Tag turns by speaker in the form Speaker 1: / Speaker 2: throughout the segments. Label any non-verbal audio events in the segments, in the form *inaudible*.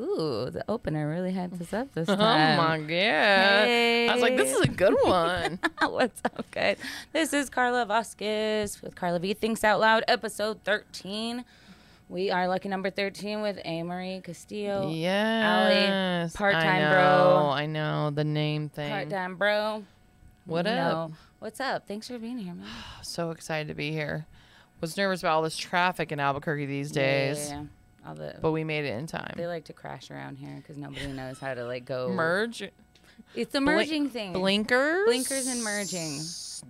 Speaker 1: ooh, the opener really hyped us up this
Speaker 2: *laughs* Oh
Speaker 1: time. *laughs*
Speaker 2: my god! I was like, this
Speaker 1: Um, Hey.
Speaker 2: is a good
Speaker 1: *laughs*
Speaker 2: one.
Speaker 1: What's up, guys? This is Carla Vasquez with Carla V Thinks Out Loud, episode 13. We are lucky number 13 with Amory Castillo,
Speaker 2: yes, I
Speaker 1: Oh, part-time bro.
Speaker 2: know, I know the name thing.
Speaker 1: part time bro.
Speaker 2: What
Speaker 1: You
Speaker 2: up?
Speaker 1: know. What's up? Thanks for being
Speaker 2: *gasps*
Speaker 1: here, man.
Speaker 2: So excited to be here. Was nervous about all this traffic in Albuquerque these days,
Speaker 1: Yeah, All the,
Speaker 2: but we made it in time.
Speaker 1: they like to crash around here because nobody knows how to like go.
Speaker 2: Merge
Speaker 1: it's the merging thing.
Speaker 2: blinkers,
Speaker 1: Blinkers and merging.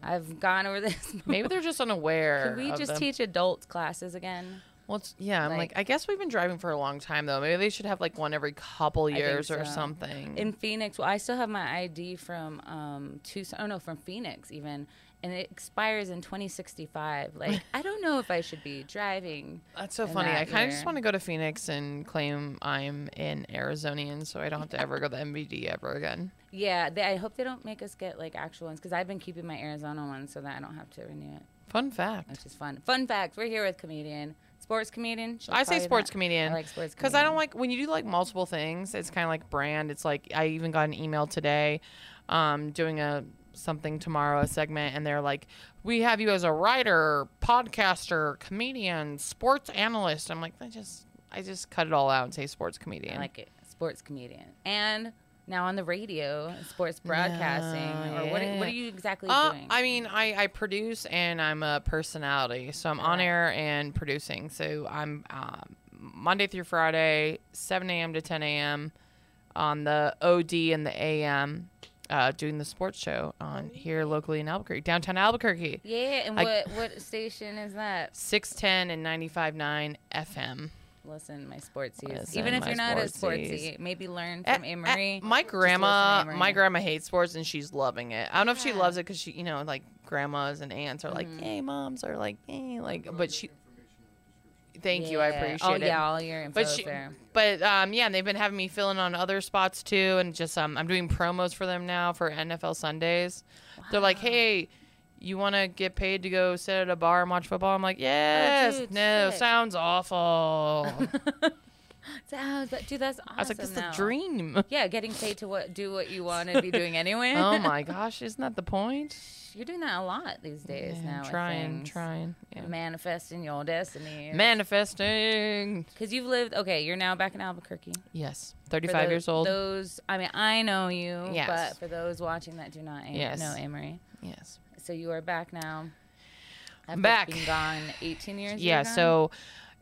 Speaker 1: I've gone over this. *laughs*
Speaker 2: Maybe they're just unaware.
Speaker 1: Could we
Speaker 2: of
Speaker 1: just
Speaker 2: them.
Speaker 1: teach adults classes again?
Speaker 2: Well, it's, yeah, I'm like,
Speaker 1: Like-
Speaker 2: I guess we've been driving for a long time though. Maybe they should have like one every couple
Speaker 1: think
Speaker 2: years or
Speaker 1: so.
Speaker 2: something.
Speaker 1: in Phoenix. Well, I still have my ID from um, Tucson. Oh no, from Phoenix even, and it expires in 2065.
Speaker 2: *laughs*
Speaker 1: Like I don't know if I should be driving.
Speaker 2: That's so
Speaker 1: in
Speaker 2: funny. I
Speaker 1: that
Speaker 2: kind of just
Speaker 1: year.
Speaker 2: want to go to Phoenix and claim I'm an Arizonian, so I don't have to ever go to MBD ever again.
Speaker 1: Yeah, they, I hope they don't make us get like actual ones because I've been keeping my Arizona one so that I don't have to renew it,
Speaker 2: Fun fact.
Speaker 1: which is fun. Fun fact: We're here with comedian, sports comedian. She'll
Speaker 2: I say
Speaker 1: probably
Speaker 2: sports
Speaker 1: not-
Speaker 2: comedian
Speaker 1: I like sports
Speaker 2: because I don't like when you do like multiple things. It's kind of like brand. It's like I even got an email today, um, doing a something tomorrow a segment, and they're like, "We have you as a writer, podcaster, comedian, sports analyst." I'm like, I just I just cut it all out and say sports comedian.
Speaker 1: I like it. Sports comedian and. Now on the radio, sports broadcasting, or what? Are,
Speaker 2: yeah.
Speaker 1: what are you exactly
Speaker 2: Uh,
Speaker 1: doing?
Speaker 2: I mean, I, I produce and I'm a personality, so I'm on
Speaker 1: Right.
Speaker 2: air and producing. So I'm um, Monday through Friday, 7 a.m. to 10 a.m. on the OD and the AM, uh, doing the sports show on here locally in Albuquerque, downtown Albuquerque,
Speaker 1: yeah, and
Speaker 2: I-
Speaker 1: what what station is that?
Speaker 2: 610 and 95.9 FM.
Speaker 1: Listen, my sportsies.
Speaker 2: Listen,
Speaker 1: Even if
Speaker 2: my
Speaker 1: you're not a
Speaker 2: sportsies.
Speaker 1: sportsy, maybe learn
Speaker 2: Eh,
Speaker 1: from
Speaker 2: eh,
Speaker 1: Amory.
Speaker 2: my
Speaker 1: Just listen to
Speaker 2: grandma,
Speaker 1: Amory.
Speaker 2: my grandma hates sports and she's loving it. I don't know if she
Speaker 1: Yeah. Mm-hmm.
Speaker 2: loves it because she, you know, like grandmas and aunts are like, yay, moms are like, yay, like, but she. Thank you, I
Speaker 1: Yeah.
Speaker 2: appreciate
Speaker 1: oh,
Speaker 2: it.
Speaker 1: yeah, all your info
Speaker 2: But
Speaker 1: is
Speaker 2: she,
Speaker 1: there.
Speaker 2: *laughs* but um, yeah, and they've been having me fill in on other spots too, and just um, I'm doing promos for them now for NFL Sundays. They're like, hey, you want to get paid to go sit at a bar and watch football? I'm like, yes,
Speaker 1: Oh, dude,
Speaker 2: no,
Speaker 1: sick." *laughs*
Speaker 2: sounds awful.
Speaker 1: Sounds, oh, but dude, that's awesome.
Speaker 2: I was like, this is
Speaker 1: now.
Speaker 2: the dream.
Speaker 1: Yeah, getting paid to what do what you want to be
Speaker 2: *laughs*
Speaker 1: doing anyway.
Speaker 2: oh my gosh, isn't that the point?
Speaker 1: *laughs* You're doing that a lot these days
Speaker 2: Yeah,
Speaker 1: now. with
Speaker 2: trying,
Speaker 1: things.
Speaker 2: trying, yeah.
Speaker 1: Manifesting your destiny.
Speaker 2: manifesting.
Speaker 1: Because you've lived, okay, you're now back in Albuquerque. For
Speaker 2: Yes, thirty-five
Speaker 1: tho-
Speaker 2: years old.
Speaker 1: Those, I mean, I know you,
Speaker 2: Yes.
Speaker 1: but for those watching that do not am-
Speaker 2: Yes.
Speaker 1: know Amory.
Speaker 2: yes,
Speaker 1: So you are back now. I've
Speaker 2: back.
Speaker 1: Been gone 18 years.
Speaker 2: yeah.
Speaker 1: you're gone?
Speaker 2: So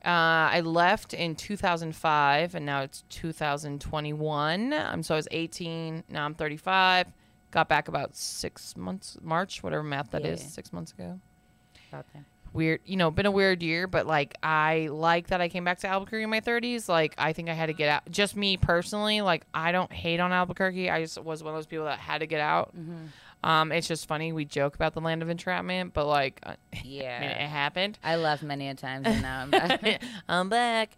Speaker 2: uh, I left in two thousand five, and now it's two thousand twenty-one. Um, so I was eighteen. Now I'm thirty-five. Got back about six months, March, whatever math that is,
Speaker 1: Yeah.
Speaker 2: six months ago.
Speaker 1: About that.
Speaker 2: Weird, you know, been a weird year, but like I like that I came back to Albuquerque in my 30s. Like I think I had to get out. Just me personally, like I don't hate on Albuquerque. I just was one of those people that had to get out. Um, it's just funny we joke about the land of entrapment, but like, uh, I mean,
Speaker 1: Yeah.
Speaker 2: it happened.
Speaker 1: I left many a times and now I'm
Speaker 2: *laughs*
Speaker 1: back.
Speaker 2: I'm back.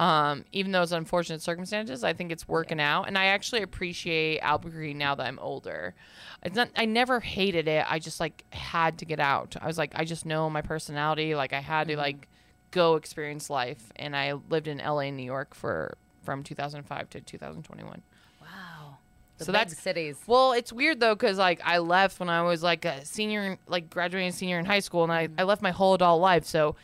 Speaker 2: Um, even though it's unfortunate circumstances, I think it's working out, and I actually appreciate Albuquerque now that I'm older. It's not. I never hated it. I just like had to get out. I was like, I just know my personality. Like I had to like go experience life, and I lived in L.A. and New York for from 2005 to 2021.
Speaker 1: wow. The
Speaker 2: So
Speaker 1: big
Speaker 2: that's-
Speaker 1: cities.
Speaker 2: Well, it's weird though, because like I left when I was like a senior, in- like graduating senior in high school, and I,
Speaker 1: Mm-hmm.
Speaker 2: I left my whole adult life. So,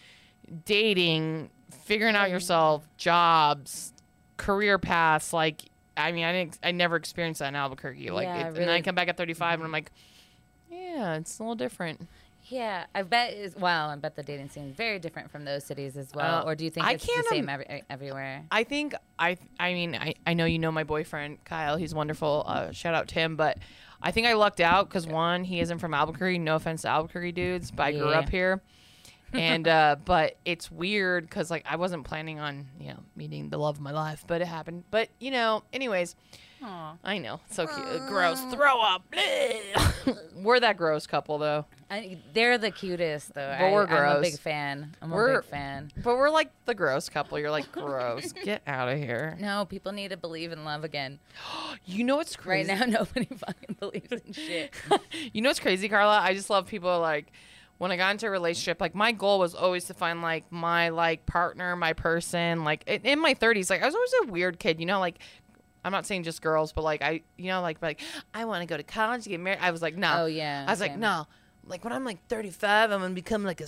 Speaker 2: dating, figuring out yourself, jobs, career paths. Like, I mean, I didn't, I never experienced that in Albuquerque. Like,
Speaker 1: Yeah,
Speaker 2: it,
Speaker 1: I
Speaker 2: and then I
Speaker 1: really- Mm-hmm.
Speaker 2: come back at 35, and I'm like, yeah, it's a little different.
Speaker 1: Yeah, I bet. Is, well, I bet the dating scene is very different from those cities as well.
Speaker 2: Uh,
Speaker 1: or do you think
Speaker 2: I
Speaker 1: it's
Speaker 2: can't
Speaker 1: the
Speaker 2: im-
Speaker 1: same every, eh, everywhere?
Speaker 2: I think I I mean I, I know you know my boyfriend Kyle he's wonderful uh, shout out to him but I think I lucked out because one he isn't from Albuquerque no offense to Albuquerque dudes but I grew
Speaker 1: Yeah.
Speaker 2: up
Speaker 1: *laughs*
Speaker 2: here and uh, but it's weird because like I wasn't planning on you know meeting the love of my life but it happened but you know anyways
Speaker 1: Aw.
Speaker 2: I know so cute gross throw up *laughs* bleh. we're that gross couple though
Speaker 1: I, they're the cutest though.
Speaker 2: But we're
Speaker 1: I, I'm a
Speaker 2: gross.
Speaker 1: big fan. I'm a
Speaker 2: We're-
Speaker 1: big fan.
Speaker 2: but we're like the gross couple you're like gross get out of here
Speaker 1: No, people need to believe in love again.
Speaker 2: you know what's
Speaker 1: Right *laughs*
Speaker 2: crazy *laughs*
Speaker 1: now, nobody fucking believes in shit.
Speaker 2: you know what's crazy, Carla? I just love people like when I got into a relationship, like my goal was always to find like my like partner, my person. Like in, in my 30s, like I was always a weird kid, you know, like I'm not saying just girls, but like I, you know, like like I want to go to college, get married. I was like, no.
Speaker 1: Oh, yeah,
Speaker 2: I was like,
Speaker 1: same.
Speaker 2: no. Like when I'm like 35, I'm gonna become like a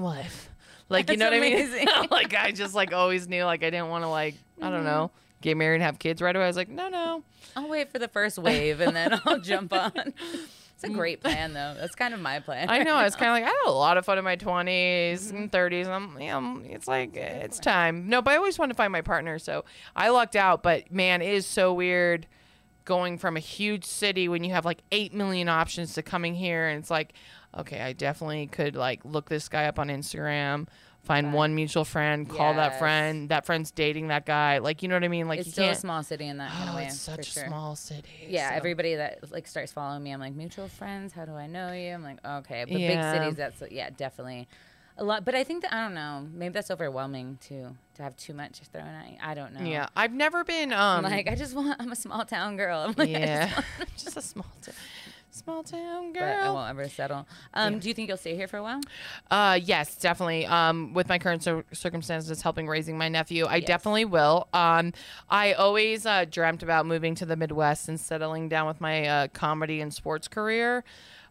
Speaker 1: *laughs*
Speaker 2: wife. Like you know
Speaker 1: That's
Speaker 2: what
Speaker 1: amazing. Mm-hmm.
Speaker 2: I mean? *laughs* like I just like always knew like I didn't want to like I don't know get married and have kids right away. I was like, no, no.
Speaker 1: I'll wait for the first wave and then I'll jump on. It's a great plan though. That's kind of my plan.
Speaker 2: I know. It's kind
Speaker 1: *laughs*
Speaker 2: of like I had a lot of fun in my 20s
Speaker 1: Mm-hmm.
Speaker 2: and 30s. I'm, you know, it's like it's time. No, but I always wanted to find my partner, so I lucked out. But man, it is so weird going from a huge city when you have like eight million options to coming here, and it's like, okay, I definitely could like look this guy up on Instagram. Find one mutual friend, call that
Speaker 1: Yes.
Speaker 2: friend. That friend's dating that guy. Like, you know what I mean? Like,
Speaker 1: It's
Speaker 2: you
Speaker 1: still a
Speaker 2: can't.
Speaker 1: small city in that kind of
Speaker 2: oh,
Speaker 1: way.
Speaker 2: it's such
Speaker 1: for
Speaker 2: a
Speaker 1: sure.
Speaker 2: small city.
Speaker 1: Yeah,
Speaker 2: so-
Speaker 1: everybody that like starts following me, I'm like mutual friends. How do I know you? I'm like okay, but
Speaker 2: Yeah.
Speaker 1: big cities, that's yeah, definitely a lot. But I think that I don't know. Maybe that's overwhelming too to have too much thrown at you. I don't know.
Speaker 2: Yeah, I've never been. Um,
Speaker 1: I'm like I just want. I'm a small town girl. I'm
Speaker 2: *laughs*
Speaker 1: like, I just
Speaker 2: yeah,
Speaker 1: want- *laughs*
Speaker 2: just, a small town, small town
Speaker 1: but I
Speaker 2: girl.
Speaker 1: won't ever settle. Um, Do you think you'll stay here for a while?
Speaker 2: Uh, yes, definitely. Um, with my current cir- circumstances, helping raising my nephew, I
Speaker 1: Yes.
Speaker 2: definitely will. Um, I always uh, dreamt about moving to the Midwest and settling down with my uh, comedy and sports career.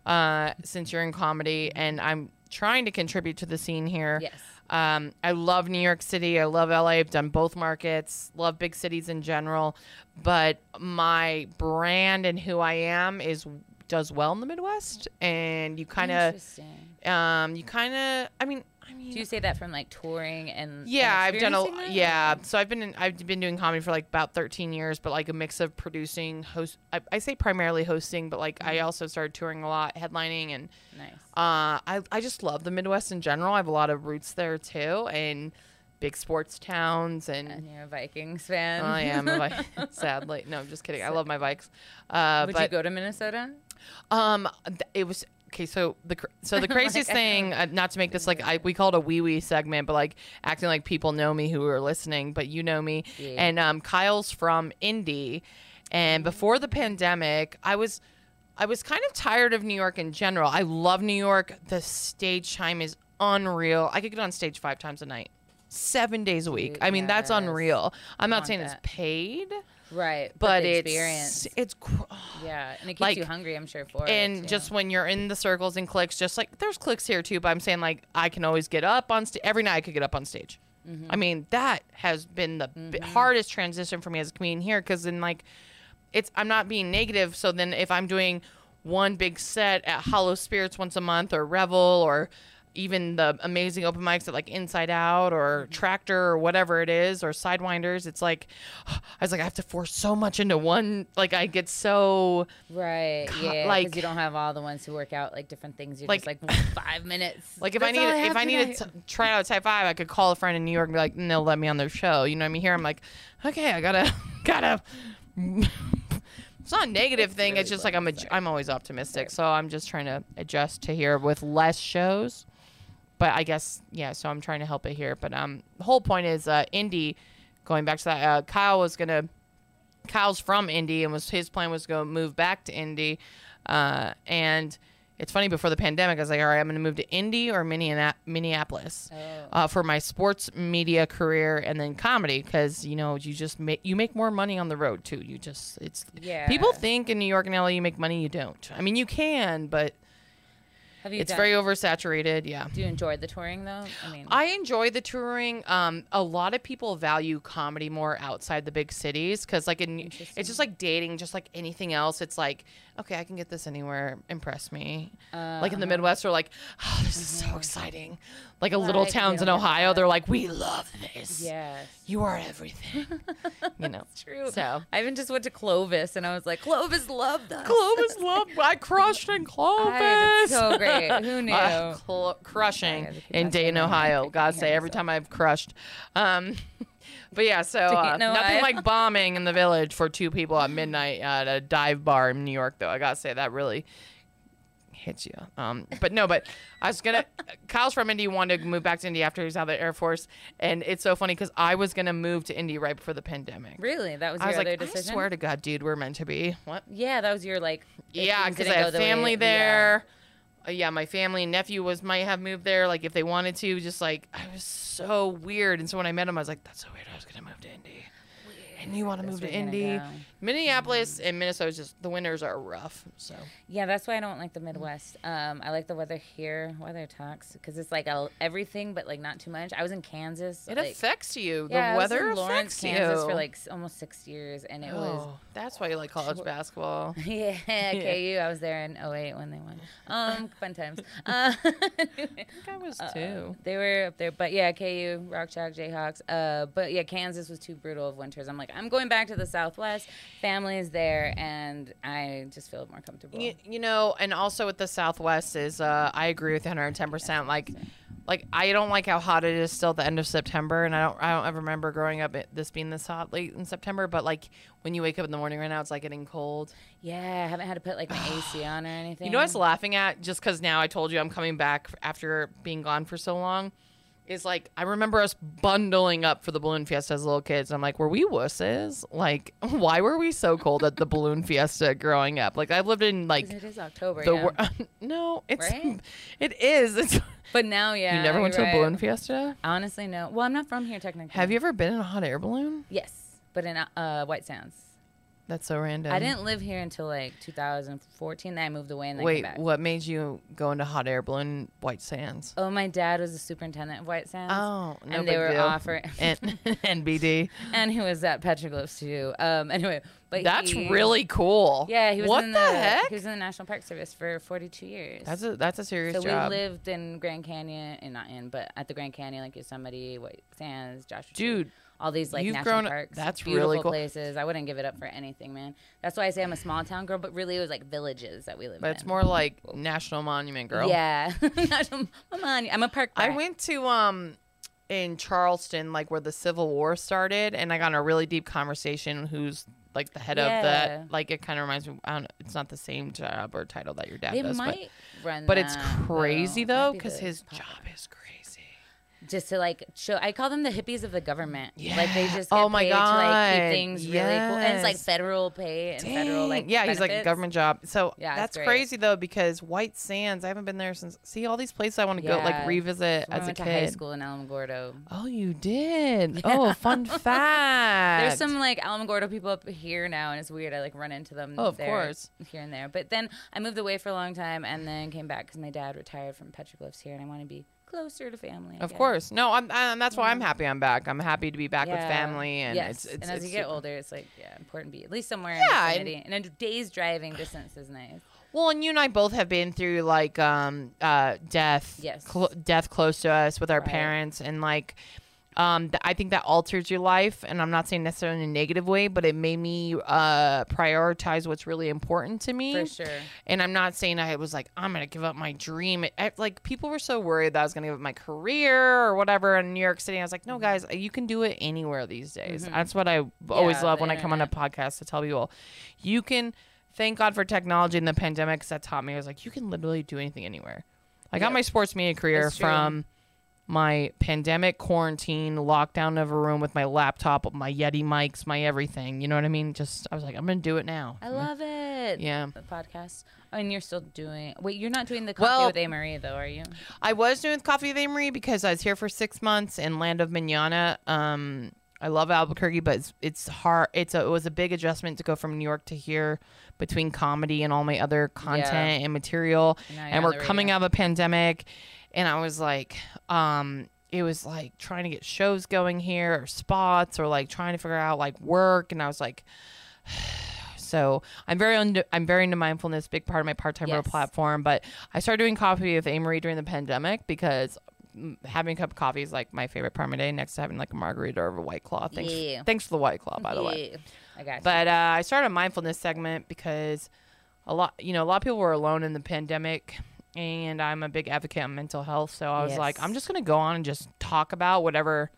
Speaker 2: Uh, since you're in comedy, and I'm trying to contribute to the scene here.
Speaker 1: Yes.
Speaker 2: Um, I love New York City. I love LA. I've done both markets. Love big cities in general, but my brand and who I am is does well in the Midwest, and you kind of,
Speaker 1: Interesting.
Speaker 2: um, you kind of. I mean, I mean,
Speaker 1: Do you say that from like touring and and
Speaker 2: yeah, I've done
Speaker 1: experiencing
Speaker 2: a
Speaker 1: that?
Speaker 2: yeah. So I've been in, I've been doing comedy for like about 13 years, but like a mix of producing, host. I, I say primarily hosting, but like
Speaker 1: Mm-hmm.
Speaker 2: I also started touring a lot, headlining, and
Speaker 1: Nice.
Speaker 2: uh, I, I just love the Midwest in general. I have a lot of roots there too, and big sports towns. And
Speaker 1: And you're a Vikings fan.
Speaker 2: I am a Vi- sadly no, I'm just kidding. I love my bikes.
Speaker 1: *laughs*
Speaker 2: Uh,
Speaker 1: Would you
Speaker 2: but
Speaker 1: go to Minnesota?
Speaker 2: um, th- it was okay. So the cr- so
Speaker 1: *laughs*
Speaker 2: the
Speaker 1: Like,
Speaker 2: craziest
Speaker 1: I
Speaker 2: thing, uh, not to make this like I we call it a wee wee segment, but like acting like people know me who are listening, but you know me.
Speaker 1: Yeah. Mm-hmm.
Speaker 2: And um, Kyle's from Indy, and before the pandemic, I was. I was kind of tired of New York in general. I love New York. The stage time is unreal. I could get on stage five times a night, seven days a week.
Speaker 1: Dude,
Speaker 2: I mean, that's
Speaker 1: yes.
Speaker 2: unreal. I'm not
Speaker 1: want
Speaker 2: saying
Speaker 1: that.
Speaker 2: it's paid,
Speaker 1: Right.
Speaker 2: but,
Speaker 1: the
Speaker 2: it's
Speaker 1: experience.
Speaker 2: it's oh, cr-
Speaker 1: Yeah. And it keeps
Speaker 2: like-
Speaker 1: you hungry, I'm sure, for it.
Speaker 2: and
Speaker 1: too.
Speaker 2: just when you're in the circles and clicks, just like there's clicks here too. But I'm saying like I can always get up on stage. Every night I could get up on stage. I mean that has been the b- hardest transition for me as a comedian here because then like it's I'm not being negative. So then if I'm doing one big set at Hollow Spirits once a month or Revel or even the amazing open mics at like Inside Out or Tractor or whatever it is or Sidewinders, it's like *sighs* I was like I have to force so much into one. Like I get so
Speaker 1: Right. yeah.
Speaker 2: like-
Speaker 1: Like, you don't have all the ones who work out like different things. You're
Speaker 2: Like-
Speaker 1: just like five minutes.
Speaker 2: *laughs* Like if I
Speaker 1: That's
Speaker 2: need
Speaker 1: all
Speaker 2: if
Speaker 1: have
Speaker 2: I needed
Speaker 1: tonight.
Speaker 2: to try out Type Five, I could call a friend in New York and be like, "No, let me on their show." You know what I mean? Here, I'm like, "Okay, I gotta *laughs* gotta." it's not a negative thing.
Speaker 1: really
Speaker 2: it's just
Speaker 1: blunt,
Speaker 2: like I'm a,
Speaker 1: sorry.
Speaker 2: I'm always optimistic, so I'm just trying to adjust to here with less shows. But I guess yeah, so I'm trying to help it here. But um, the whole point is uh, Indy. Going back to that, uh, Kyle was gonna Kyle's from Indy and was his plan was to go move back to Indy. Uh, and it's funny before the pandemic, I was like, all right, I'm going to move to Indy or Minneana- Minneapolis
Speaker 1: Oh.
Speaker 2: uh, for my sports media career and then comedy because you know you just make you make more money on the road too. You just it's
Speaker 1: Yeah.
Speaker 2: people think in New York and LA you make money, you don't. I mean, you can, but
Speaker 1: Have you
Speaker 2: it's
Speaker 1: done,
Speaker 2: very oversaturated. Yeah.
Speaker 1: Do you enjoy the touring though? I mean,
Speaker 2: I enjoy the touring. Um, a lot of people value comedy more outside the big cities because, like, in, it's just like dating, just like anything else. It's like, okay, I can get this anywhere. Impress me.
Speaker 1: um,
Speaker 2: like in the Midwest, they're like, oh, this is so exciting. Like a little
Speaker 1: Right, they
Speaker 2: towns in
Speaker 1: don't get
Speaker 2: Ohio,
Speaker 1: that.
Speaker 2: they're like, we love this.
Speaker 1: yes.
Speaker 2: You are *laughs* everything. you know.
Speaker 1: True.
Speaker 2: So.
Speaker 1: I even just went to Clovis and I was like, Clovis loved us.
Speaker 2: Clovis love. I crushed *laughs* in Clovis.
Speaker 1: I- that's so great.
Speaker 2: *laughs*
Speaker 1: Who knew?
Speaker 2: Uh, cl- crushing
Speaker 1: Sorry, I keep
Speaker 2: in
Speaker 1: messing
Speaker 2: Dayton,
Speaker 1: around. I
Speaker 2: Ohio.
Speaker 1: can't
Speaker 2: God
Speaker 1: hear
Speaker 2: say every
Speaker 1: myself.
Speaker 2: time I've crushed. Um, *laughs* but yeah, so uh,
Speaker 1: Dayton,
Speaker 2: nothing
Speaker 1: Ohio.
Speaker 2: like bombing in the village for two people at midnight at a dive bar in New York, though. I gotta say that really hits you. Um, but no, but I was gonna. *laughs* Kyle's from Indy wanted to move back to Indy after he was out of the Air Force, and it's so funny because I was gonna move to Indy right before the pandemic.
Speaker 1: Really? That was your
Speaker 2: I was
Speaker 1: other
Speaker 2: like,
Speaker 1: decision?
Speaker 2: I swear to God, dude, we're meant to be. What?
Speaker 1: Yeah, that was your like. if
Speaker 2: Yeah,
Speaker 1: things
Speaker 2: because I
Speaker 1: didn't go
Speaker 2: have
Speaker 1: the way-
Speaker 2: family
Speaker 1: yeah.
Speaker 2: there. uh, yeah, my family and nephew was might have moved there, like if they wanted to. Just like I was so weird, and so when I met him, I was like, "That's so weird. I was gonna move to Indy, and you want to
Speaker 1: That's
Speaker 2: move to
Speaker 1: where you're gonna
Speaker 2: Indy."
Speaker 1: go. Mm-hmm.
Speaker 2: Minneapolis and Minnesota's just the winters are rough. So
Speaker 1: Yeah, that's why I don't like the Midwest. Um, I like the weather here, weather talks, because it's like a, everything, but like not too much. I was in Kansas. so,
Speaker 2: it
Speaker 1: like,
Speaker 2: affects you. The
Speaker 1: yeah, I was in
Speaker 2: weather
Speaker 1: Lawrence,
Speaker 2: affects
Speaker 1: Kansas
Speaker 2: you.
Speaker 1: for like s- almost six years, and it was
Speaker 2: oh, that's why you like college basketball.
Speaker 1: *laughs*
Speaker 2: *laughs*
Speaker 1: Yeah, KU. I was there in 08 when they won. Um, fun times. Uh, *laughs*
Speaker 2: I think I was
Speaker 1: uh,
Speaker 2: too.
Speaker 1: They were up there, but yeah, KU, Rock Chalk, Jayhawks. Uh, but yeah, Kansas was too brutal of winters. I'm like, I'm going back to the Southwest. Family is there, and I just feel more comfortable.
Speaker 2: You, you know, and also with the Southwest is, uh, I agree with you 110. percent Like, like I don't like how hot it is still at the end of September, and I don't, I don't ever remember growing up it, this being this hot late in September. But like when you wake up in the morning right now, it's like getting cold.
Speaker 1: Yeah, I haven't had to put like
Speaker 2: *sighs*
Speaker 1: my AC on or anything.
Speaker 2: You know, what I was laughing at just because now I told you I'm coming back f- after being gone for so long. Is like I remember us bundling up for the balloon fiesta as little kids. I'm like, were we wusses? Like, *laughs* why were we so cold at the balloon fiesta growing up? Like, I lived in like
Speaker 1: 'Cause it is October.
Speaker 2: the
Speaker 1: yeah.
Speaker 2: wor- *laughs* no, it's
Speaker 1: Right?
Speaker 2: *laughs* it is. It's *laughs*
Speaker 1: but now, yeah.
Speaker 2: you never went
Speaker 1: you're
Speaker 2: to a
Speaker 1: right.
Speaker 2: balloon fiesta.
Speaker 1: Honestly, no. Well, I'm not from here technically.
Speaker 2: Have you ever been in a hot air balloon?
Speaker 1: Yes, but in uh, White Sands.
Speaker 2: That's so random.
Speaker 1: I didn't live here until like 2014. Then I moved away and then came
Speaker 2: Wait,
Speaker 1: back.
Speaker 2: what made you go into hot air balloon in White Sands?
Speaker 1: Oh, my dad was the superintendent of White Sands.
Speaker 2: Oh, no
Speaker 1: and they
Speaker 2: big
Speaker 1: were
Speaker 2: deal.
Speaker 1: offering,
Speaker 2: *laughs* and
Speaker 1: *laughs*
Speaker 2: NBD.
Speaker 1: and he was at Petroglyphs too. Um, anyway, but
Speaker 2: That's
Speaker 1: he-
Speaker 2: really cool.
Speaker 1: yeah. He was
Speaker 2: what
Speaker 1: in
Speaker 2: the,
Speaker 1: the,
Speaker 2: heck?
Speaker 1: He was in the National Park Service for 42 years.
Speaker 2: That's a that's a serious
Speaker 1: so
Speaker 2: job,
Speaker 1: we lived in Grand Canyon, and not in, but at the Grand Canyon, like Yosemite, White Sands, Joshua. Tree,
Speaker 2: dude.
Speaker 1: all these like
Speaker 2: you've
Speaker 1: national
Speaker 2: grown-
Speaker 1: parks.
Speaker 2: that's really
Speaker 1: beautiful
Speaker 2: cool.
Speaker 1: places. I wouldn't give it up for anything, man. That's why I say I'm a small town girl, but really it was like villages that we lived
Speaker 2: But it's
Speaker 1: in.
Speaker 2: more like National Monument, girl.
Speaker 1: Yeah, *laughs* National- come on, I'm a park.
Speaker 2: I
Speaker 1: brat.
Speaker 2: went to um in Charleston, like where the Civil War started, and I got in a really deep conversation. Who's like the head of
Speaker 1: Yeah.
Speaker 2: that? Like it kind of reminds me. I don't, it's not the same job or title that your dad
Speaker 1: They
Speaker 2: does,
Speaker 1: might run,
Speaker 2: but but it's
Speaker 1: that,
Speaker 2: crazy
Speaker 1: though.
Speaker 2: though
Speaker 1: Might be
Speaker 2: because
Speaker 1: the
Speaker 2: his
Speaker 1: pop-
Speaker 2: job is crazy.
Speaker 1: just to like show. I call them the hippies of the government. like they
Speaker 2: Yeah.
Speaker 1: just get
Speaker 2: Oh my
Speaker 1: paid to like
Speaker 2: God.
Speaker 1: keep things really cool, and it's like
Speaker 2: Yes.
Speaker 1: federal pay and federal like
Speaker 2: Dang. yeah, he's like a
Speaker 1: benefits.
Speaker 2: government job. So
Speaker 1: Yeah, it's
Speaker 2: that's
Speaker 1: great.
Speaker 2: crazy though because White Sands. I haven't been there since. See all these places I want to go, like
Speaker 1: Yeah.
Speaker 2: revisit
Speaker 1: When I
Speaker 2: as a
Speaker 1: went to high
Speaker 2: kid.
Speaker 1: school in Alamogordo.
Speaker 2: Oh, you did. Oh, fun
Speaker 1: *laughs*
Speaker 2: fact.
Speaker 1: There's some like Alamogordo people up here now, and it's weird. I like run into them.
Speaker 2: Oh, of
Speaker 1: there,
Speaker 2: course.
Speaker 1: here and there. But then I moved away for a long time, and then came back because my dad retired from petroglyphs here, and I want to be closer to family. I
Speaker 2: Of
Speaker 1: guess.
Speaker 2: course. No, I'm, i that's why I'm happy I'm back. I'm happy to be back with
Speaker 1: Mm-hmm. Yeah.
Speaker 2: family and
Speaker 1: yes.
Speaker 2: it's, it's
Speaker 1: and as
Speaker 2: it's
Speaker 1: you get
Speaker 2: super-
Speaker 1: older, it's like yeah, important to be at least somewhere
Speaker 2: Yeah,
Speaker 1: in
Speaker 2: and-
Speaker 1: the vicinity. And, a day's driving distance is nice.
Speaker 2: Well, and you and I both have been through like um uh death
Speaker 1: Yes.
Speaker 2: clo death close to us with our
Speaker 1: Right.
Speaker 2: parents and like um th- I think that alters your life and I'm not saying necessarily in a negative way, but it made me uh prioritize what's really important to me.
Speaker 1: For sure.
Speaker 2: And I'm not saying I was like, I'm going to give up my dream. I, like, people were so worried that I was going to give up my career or whatever in New York City. I was like, no, guys, you can do it anywhere these days. That's what I always
Speaker 1: Mm-hmm. Yeah,
Speaker 2: love
Speaker 1: the
Speaker 2: when I come on a podcast to tell people you can thank God for technology and the pandemic 'cause that taught me. I was like, you can literally do anything anywhere. I got
Speaker 1: Yep.
Speaker 2: my sports media career
Speaker 1: It's true.
Speaker 2: from my pandemic quarantine lockdown of a room with my laptop, my Yeti mics, my everything. You know what I mean? Just, I was like, I'm going to do it now.
Speaker 1: I love it.
Speaker 2: yeah.
Speaker 1: The podcast. Oh, and you're still doing. Wait, you're not doing the coffee
Speaker 2: Well-
Speaker 1: with A. Marie though, are you?
Speaker 2: I was doing coffee with Amory because I was here for six months in Land of Manana. Um, I love Albuquerque, but it's, it's hard. It's a, it was a big adjustment to go from New York to here between comedy and all my other content and material.
Speaker 1: And now you're
Speaker 2: and
Speaker 1: on
Speaker 2: we're
Speaker 1: the
Speaker 2: coming
Speaker 1: radio.
Speaker 2: out of a pandemic, and I was like, um, it was like trying to get shows going here or spots or like trying to figure out like work, and I was like. *sighs* So I'm very under, I'm very into mindfulness, big part of my part time real
Speaker 1: Yes.
Speaker 2: platform. But I started doing coffee with Amory during the pandemic because mm, having a cup of coffee is like my favorite part of my day, next to having like a margarita or a white claw. Thanks,
Speaker 1: Yeah.
Speaker 2: thanks for the white claw, by the way.
Speaker 1: Yeah. I got you.
Speaker 2: But uh, I started a mindfulness segment because a lot, you know, a lot of people were alone in the pandemic, and I'm a big advocate on mental health. So I was like,
Speaker 1: Yes.
Speaker 2: I'm just gonna go on and just talk about whatever.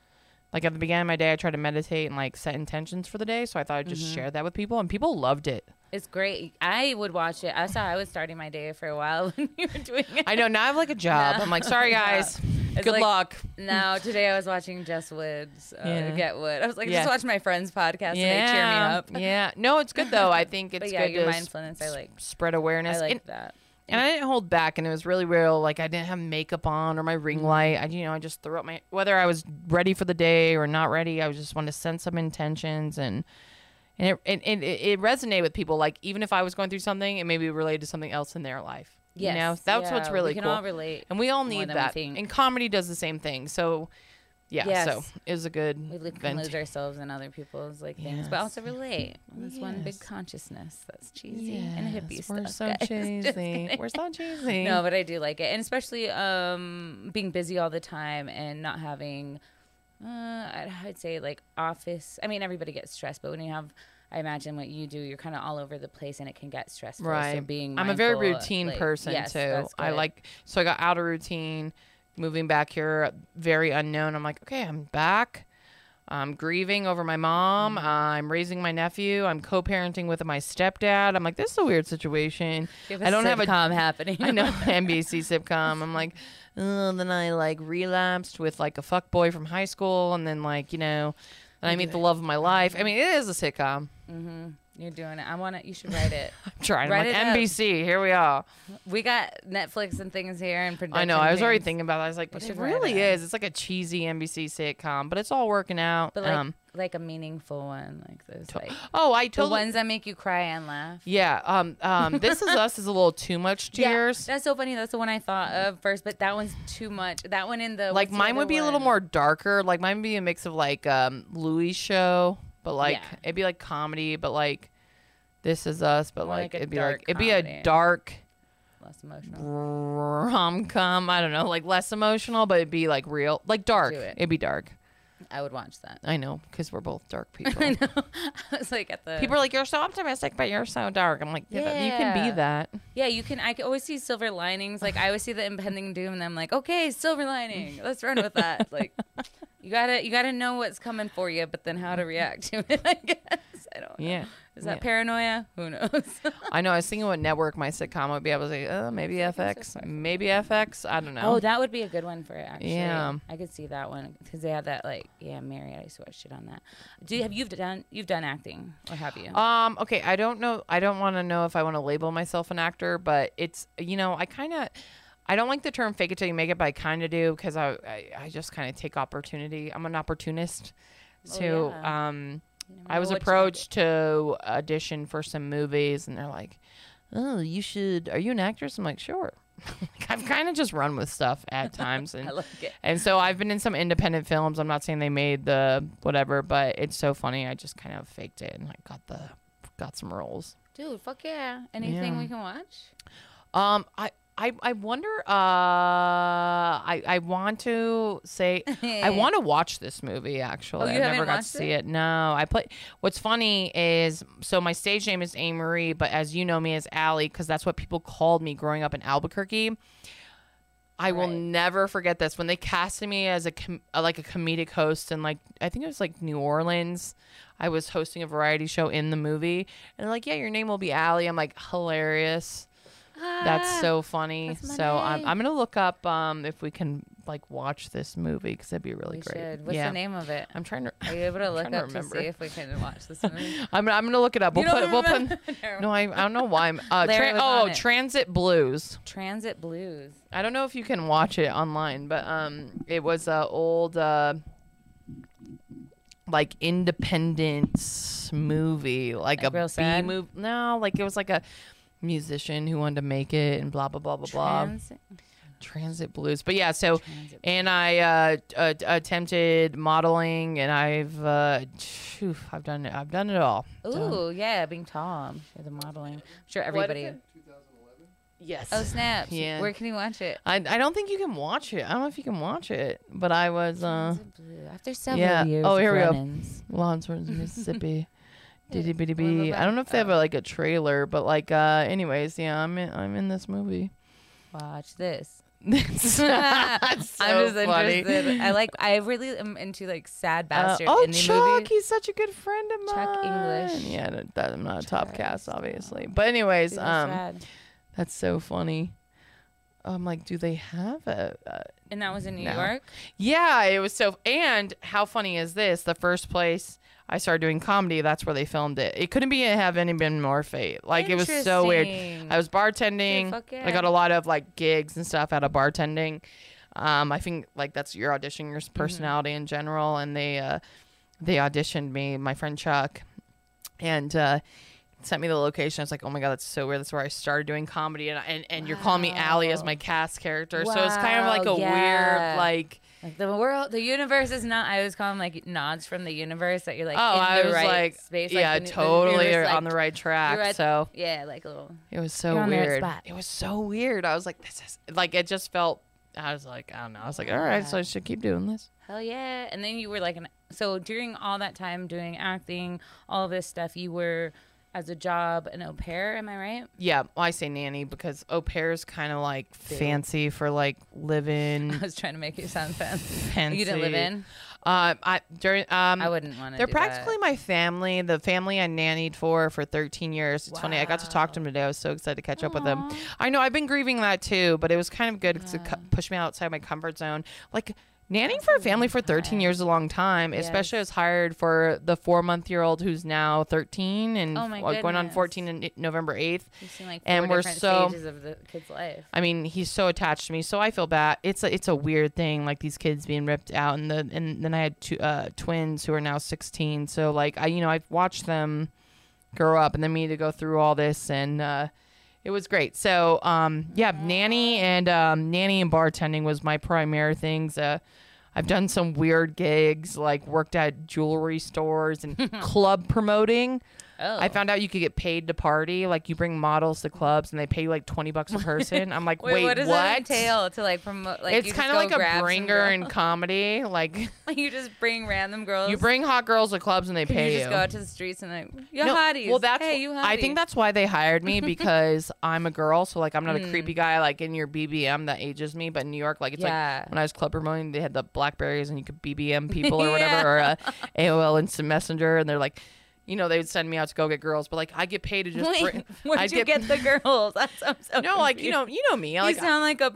Speaker 2: Like at the beginning of my day, I try to meditate and like set intentions for the day. So I thought I'd just
Speaker 1: Mm-hmm.
Speaker 2: share that with people, and people loved it.
Speaker 1: It's great. I would watch it. That's how I was starting my day for a while *laughs* when you were doing it.
Speaker 2: I know now I have
Speaker 1: *laughs*
Speaker 2: like a job. I'm like, sorry
Speaker 1: Yeah.
Speaker 2: guys,
Speaker 1: It's
Speaker 2: good
Speaker 1: like-
Speaker 2: luck.
Speaker 1: No, today I was watching Jess Wood's uh,
Speaker 2: Yeah.
Speaker 1: Get Wood. I was like,
Speaker 2: Yeah.
Speaker 1: just watch my friend's podcast and they cheer me
Speaker 2: yeah,
Speaker 1: up. *laughs*
Speaker 2: yeah. No, it's good though. I think it's
Speaker 1: But yeah,
Speaker 2: good
Speaker 1: your
Speaker 2: to s-
Speaker 1: mindfulness, I like.
Speaker 2: spread awareness.
Speaker 1: I like
Speaker 2: And-
Speaker 1: that.
Speaker 2: And I didn't hold back, and it was really real. Like I didn't have makeup on or my
Speaker 1: Mm-hmm.
Speaker 2: ring light. I, you know, I just threw up my whether I was ready for the day or not ready. I was just wanted to send some intentions, and and it and, and it, it resonated with people. Like even if I was going through something, it maybe related to something else in their life.
Speaker 1: Yes.
Speaker 2: You know, that's what's
Speaker 1: Yeah,
Speaker 2: really
Speaker 1: we can
Speaker 2: cool.
Speaker 1: all relate.
Speaker 2: and we all
Speaker 1: more
Speaker 2: need
Speaker 1: than we
Speaker 2: that.
Speaker 1: think.
Speaker 2: And comedy does the same thing. So, yeah.
Speaker 1: Yes.
Speaker 2: So it was a good
Speaker 1: We li- can
Speaker 2: vent.
Speaker 1: lose ourselves in other people's like things, but
Speaker 2: Yes.
Speaker 1: also relate. That's one big
Speaker 2: Yes.
Speaker 1: consciousness that's cheesy and hippie
Speaker 2: Yes, We're
Speaker 1: stuff,
Speaker 2: so
Speaker 1: guys. *laughs* Just
Speaker 2: cheesy.
Speaker 1: kidding. *laughs*
Speaker 2: We're so cheesy.
Speaker 1: No, but I do like it, and especially um, being busy all the time and not having. Uh, I'd, I'd say like office. I mean, everybody gets stressed, but when you have, I imagine what you do, you're kind of all over the place, and it can get stressful.
Speaker 2: right.
Speaker 1: So being,
Speaker 2: I'm a very
Speaker 1: mindful, uh,
Speaker 2: routine
Speaker 1: like-
Speaker 2: person
Speaker 1: yes,
Speaker 2: too.
Speaker 1: that's
Speaker 2: I
Speaker 1: good.
Speaker 2: like so I got out of routine, moving back here, very unknown. I'm like, okay, I'm back. I'm grieving over my mom.
Speaker 1: Mm-hmm.
Speaker 2: I'm raising my nephew. I'm co-parenting with my stepdad. I'm like, this is a weird situation.
Speaker 1: You
Speaker 2: I don't have a
Speaker 1: sitcom happening.
Speaker 2: *laughs* I know NBC sitcom. I'm like, oh, then I like relapsed with like a fuck boy from high school, and then like you know, then I meet the love of my life.
Speaker 1: Mm-hmm.
Speaker 2: I mean, it is a sitcom.
Speaker 1: *laughs* You're doing it. I want to. You should write it.
Speaker 2: I'm trying.
Speaker 1: Write
Speaker 2: I'm like
Speaker 1: it up.
Speaker 2: NBC. Here we are.
Speaker 1: we got Netflix and things here and production.
Speaker 2: I know. I was already
Speaker 1: things.
Speaker 2: thinking about. It. I was like, but it
Speaker 1: should write
Speaker 2: really
Speaker 1: it.
Speaker 2: is. It's like a cheesy NBC sitcom, but it's all working out.
Speaker 1: but like,
Speaker 2: um,
Speaker 1: like a meaningful one, like those, like
Speaker 2: oh, I
Speaker 1: the
Speaker 2: totally.
Speaker 1: ones that make you cry and laugh.
Speaker 2: yeah. Um.
Speaker 1: *laughs*
Speaker 2: Um. this is us is a little too much to yours.
Speaker 1: that's so funny. That's the one I thought of first, but that one's too much. That one in the
Speaker 2: Like
Speaker 1: what's the
Speaker 2: mine
Speaker 1: other
Speaker 2: would be a little
Speaker 1: one?
Speaker 2: more darker. Like mine would be a mix of like um Louis show, but like
Speaker 1: Yeah.
Speaker 2: it'd be like comedy, but like this is us, but
Speaker 1: More like
Speaker 2: like,
Speaker 1: a
Speaker 2: it'd be
Speaker 1: dark
Speaker 2: like it'd be
Speaker 1: comedy.
Speaker 2: a dark
Speaker 1: less emotional.
Speaker 2: rom com. I don't know, like less emotional, but it'd be like real, like dark.
Speaker 1: Do it.
Speaker 2: would be dark.
Speaker 1: I would watch that. *laughs*
Speaker 2: I know because we're both dark people.
Speaker 1: I was like at the
Speaker 2: People are like, you're so optimistic, but you're so dark. I'm like, yeah, that- you can
Speaker 1: Yeah.
Speaker 2: be that.
Speaker 1: yeah. You can. I can always see silver linings. Like I always see the impending doom, and I'm like, okay, silver lining. Let's run with
Speaker 2: *laughs*
Speaker 1: that. Like you gotta you gotta know what's coming for you, but then how to react to it. *laughs* I guess I don't. know.
Speaker 2: Yeah.
Speaker 1: Is that paranoia? Who knows? *laughs*
Speaker 2: I know. I was thinking what network my sitcom would be. I was like, oh, maybe FX, maybe FX. I don't know.
Speaker 1: Oh, that would be a good one for it. Actually,
Speaker 2: Yeah.
Speaker 1: I could see that one because they have that like yeah, Marriott. I used to watch shit on that. Do you have you've done you've done acting or have you?
Speaker 2: Um, okay, I don't know. I don't want to know if I want to label myself an actor, but it's you know, I kind of I don't like the term fake it till you make it, but I kind of do because I, I I just kind of take opportunity. I'm an opportunist. So,
Speaker 1: Oh, yeah.
Speaker 2: um
Speaker 1: You never
Speaker 2: I
Speaker 1: know
Speaker 2: was
Speaker 1: what you
Speaker 2: approached to audition for some movies and they're like, "Oh, you should Are you an actress?" I'm like, "Sure." *laughs* Like, I've kind of just run with stuff at times
Speaker 1: get.
Speaker 2: and
Speaker 1: I like it.
Speaker 2: and so I've been in some independent films. I'm not saying they made the whatever, but it's so funny. I just kind of faked it and I got the got some roles.
Speaker 1: Dude, fuck yeah! Anything
Speaker 2: Yeah.
Speaker 1: we can watch?
Speaker 2: Um, I. I, I wonder uh I, I want to say I want to watch this movie actually.
Speaker 1: Oh, you
Speaker 2: I never
Speaker 1: haven't
Speaker 2: got to
Speaker 1: watched
Speaker 2: see it. No. I play What's funny is so my stage name is Amory, but as you know me as Allie cuz that's what people called me growing up in Albuquerque. I will
Speaker 1: Right.
Speaker 2: never forget this when they casted me as a com- uh, like a comedic host in like I think it was like New Orleans. I was hosting a variety show in the movie, and they're like, "Yeah, your name will be Allie." I'm like, "Hilarious! That's
Speaker 1: *laughs* Ah,
Speaker 2: so funny."
Speaker 1: that's my
Speaker 2: So I'm,
Speaker 1: name.
Speaker 2: I'm gonna look up um if we can like watch this movie because that'd be really
Speaker 1: We
Speaker 2: great.
Speaker 1: should. What's
Speaker 2: yeah,
Speaker 1: the name of
Speaker 2: *laughs*
Speaker 1: it?
Speaker 2: I'm trying to.
Speaker 1: Are you able to
Speaker 2: I'm
Speaker 1: look
Speaker 2: trying to
Speaker 1: up to,
Speaker 2: remember.
Speaker 1: see if we can watch this
Speaker 2: *laughs*
Speaker 1: movie?
Speaker 2: I'm, I'm gonna look it up. We'll
Speaker 1: You don't
Speaker 2: put we'll put.
Speaker 1: remember? Never
Speaker 2: *laughs* No,
Speaker 1: mind.
Speaker 2: I, I don't know why. I'm, uh,
Speaker 1: Larry
Speaker 2: tran-
Speaker 1: was on
Speaker 2: oh,
Speaker 1: it.
Speaker 2: Transit Blues.
Speaker 1: Transit Blues.
Speaker 2: I don't know if you can watch it online, but um, it was a old uh, like independence movie, like,
Speaker 1: Like
Speaker 2: a
Speaker 1: real sad?
Speaker 2: movie. No, like it was like a musician who wanted to make it and blah blah blah blah blah.
Speaker 1: Transit.
Speaker 2: Transit blues, but yeah. So,
Speaker 1: Transit
Speaker 2: and I uh, uh, attempted modeling, and I've uh, phew, I've done it. I've done it all. Done.
Speaker 1: Ooh, yeah, being tall. Sure, the modeling. I'm sure everybody.
Speaker 2: it? Yes.
Speaker 1: Oh snaps!
Speaker 2: Yeah.
Speaker 1: Where can you watch it?
Speaker 2: I, I don't think you can watch it. I don't know if you can watch it, but I was uh,
Speaker 1: Transit Blue. After several
Speaker 2: yeah.
Speaker 1: years.
Speaker 2: Oh,
Speaker 1: of
Speaker 2: here we go.
Speaker 1: run-ins. *laughs*
Speaker 2: Lawrenceburg, Mississippi. Diddy bitty
Speaker 1: Blah, blah,
Speaker 2: bee. I
Speaker 1: blah.
Speaker 2: don't know if they have a, like a trailer, but like uh, anyways, yeah, I'm in, I'm in this movie. *laughs*
Speaker 1: Watch this.
Speaker 2: It's so
Speaker 1: *laughs* I'm
Speaker 2: funny.
Speaker 1: I like. I really am into like sad
Speaker 2: Uh,
Speaker 1: bastard.
Speaker 2: oh,
Speaker 1: in the
Speaker 2: Chuck,
Speaker 1: Movies.
Speaker 2: he's such a good friend of mine.
Speaker 1: Chuck English.
Speaker 2: Yeah, th- that, I'm not a top
Speaker 1: Chuck,
Speaker 2: cast,
Speaker 1: so-
Speaker 2: obviously. But anyways,
Speaker 1: Dude, that's
Speaker 2: um,
Speaker 1: rad.
Speaker 2: that's so funny. I'm like, do they have a, a
Speaker 1: and that was in New
Speaker 2: no.
Speaker 1: York.
Speaker 2: Yeah, it was so. And how funny is this? The first place I started doing comedy. That's where they filmed it. It couldn't be have any been more fate. Like it was so weird.
Speaker 1: Interesting.
Speaker 2: I was bartending.
Speaker 1: Dude, fuck yeah.
Speaker 2: I got a lot of like gigs and stuff out of bartending. Um, I think like that's your audition, your
Speaker 1: Mm-hmm.
Speaker 2: personality in general. And they uh, they auditioned me, my friend Chuck, and uh, sent me the location. I was like, oh my god, that's so weird. That's where I started doing comedy. And and, and you're calling me Allie as my cast character, so it's kind of like
Speaker 1: Wow,
Speaker 2: a
Speaker 1: yeah.
Speaker 2: weird like.
Speaker 1: Like the world, the universe is not. I always call them like nods from the universe that you're like.
Speaker 2: Oh,
Speaker 1: in
Speaker 2: I
Speaker 1: the
Speaker 2: was
Speaker 1: right
Speaker 2: like,
Speaker 1: space. like,
Speaker 2: yeah,
Speaker 1: the- the
Speaker 2: totally
Speaker 1: universe,
Speaker 2: on
Speaker 1: like,
Speaker 2: the right track.
Speaker 1: you're at-
Speaker 2: so
Speaker 1: yeah, like a little.
Speaker 2: It was so
Speaker 1: You're on the right
Speaker 2: weird.
Speaker 1: spot.
Speaker 2: It was so weird. I was like, this is like it just felt. I was like, I don't know. I was like, all right, so I should keep doing this.
Speaker 1: Hell yeah! And then you were like an. So during all that time doing acting, all this stuff, you were as a job an au pair. Am I right? *laughs*
Speaker 2: Yeah, well, I say nanny because au pair is kind of like fancy for like living. *laughs*
Speaker 1: I was trying to make it sound fancy.
Speaker 2: fancy.
Speaker 1: You didn't live in.
Speaker 2: Uh, I during um.
Speaker 1: I wouldn't want to.
Speaker 2: They're practically my family. The family I nannied for for 13 years. It's funny. I got to talk to them today. I was so excited to catch up with them. I know I've been grieving that too, but it was kind of good to cu- push me outside my comfort zone. Like nannying for a family for 13 years is a long time, especially I was hired for the four month year old who's now 13 and
Speaker 1: Oh my
Speaker 2: f- going on
Speaker 1: goodness.
Speaker 2: 14 in November 8th.
Speaker 1: You've seen like four
Speaker 2: and we're
Speaker 1: different
Speaker 2: so-
Speaker 1: stages of the kid's life.
Speaker 2: I mean, he's so attached to me, so I feel bad. It's a it's a weird thing, like these kids being ripped out, and the and then I had two uh, twins who are now sixteen. So like I, you know, I've watched them grow up, and then me to go through all this, and uh, it was great. So um, yeah, nanny and um, nanny and bartending was my primary things. Uh, I've done some weird gigs, like worked at jewelry stores and club promoting.
Speaker 1: Oh,
Speaker 2: I found out you could get paid to party. Like you bring models to clubs and they pay you like twenty
Speaker 1: *laughs*
Speaker 2: bucks a person. I'm like, wait,
Speaker 1: what does that entail to like promote? Like
Speaker 2: it's kind of like a bringer
Speaker 1: *laughs*
Speaker 2: in comedy. Like
Speaker 1: you just bring random girls.
Speaker 2: you bring hot girls to clubs and they
Speaker 1: Can
Speaker 2: pay
Speaker 1: *laughs* you just go out to the streets and like, yo,
Speaker 2: No,
Speaker 1: hotties.
Speaker 2: Well, that's
Speaker 1: hey, you hotties.
Speaker 2: I think that's why they
Speaker 1: *laughs*
Speaker 2: hired me because I'm a girl, so like I'm
Speaker 1: Hmm.
Speaker 2: not a creepy guy like in your BBM that ages me. But in New York, like it's
Speaker 1: Yeah.
Speaker 2: like when I was club promoting, they had the Blackberries and you
Speaker 1: *laughs*
Speaker 2: could BBM people or whatever,
Speaker 1: Yeah.
Speaker 2: or uh, AOL Instant Messenger, and they're like, you know, they would send me out to go get girls, but like I get paid to just.
Speaker 1: *laughs* Wait,
Speaker 2: bring-
Speaker 1: where'd
Speaker 2: I'd
Speaker 1: you get, the girls? *laughs* That's I'm so
Speaker 2: No, like you know, you know me. I,
Speaker 1: confused.
Speaker 2: Like
Speaker 1: you sound like
Speaker 2: *laughs*
Speaker 1: a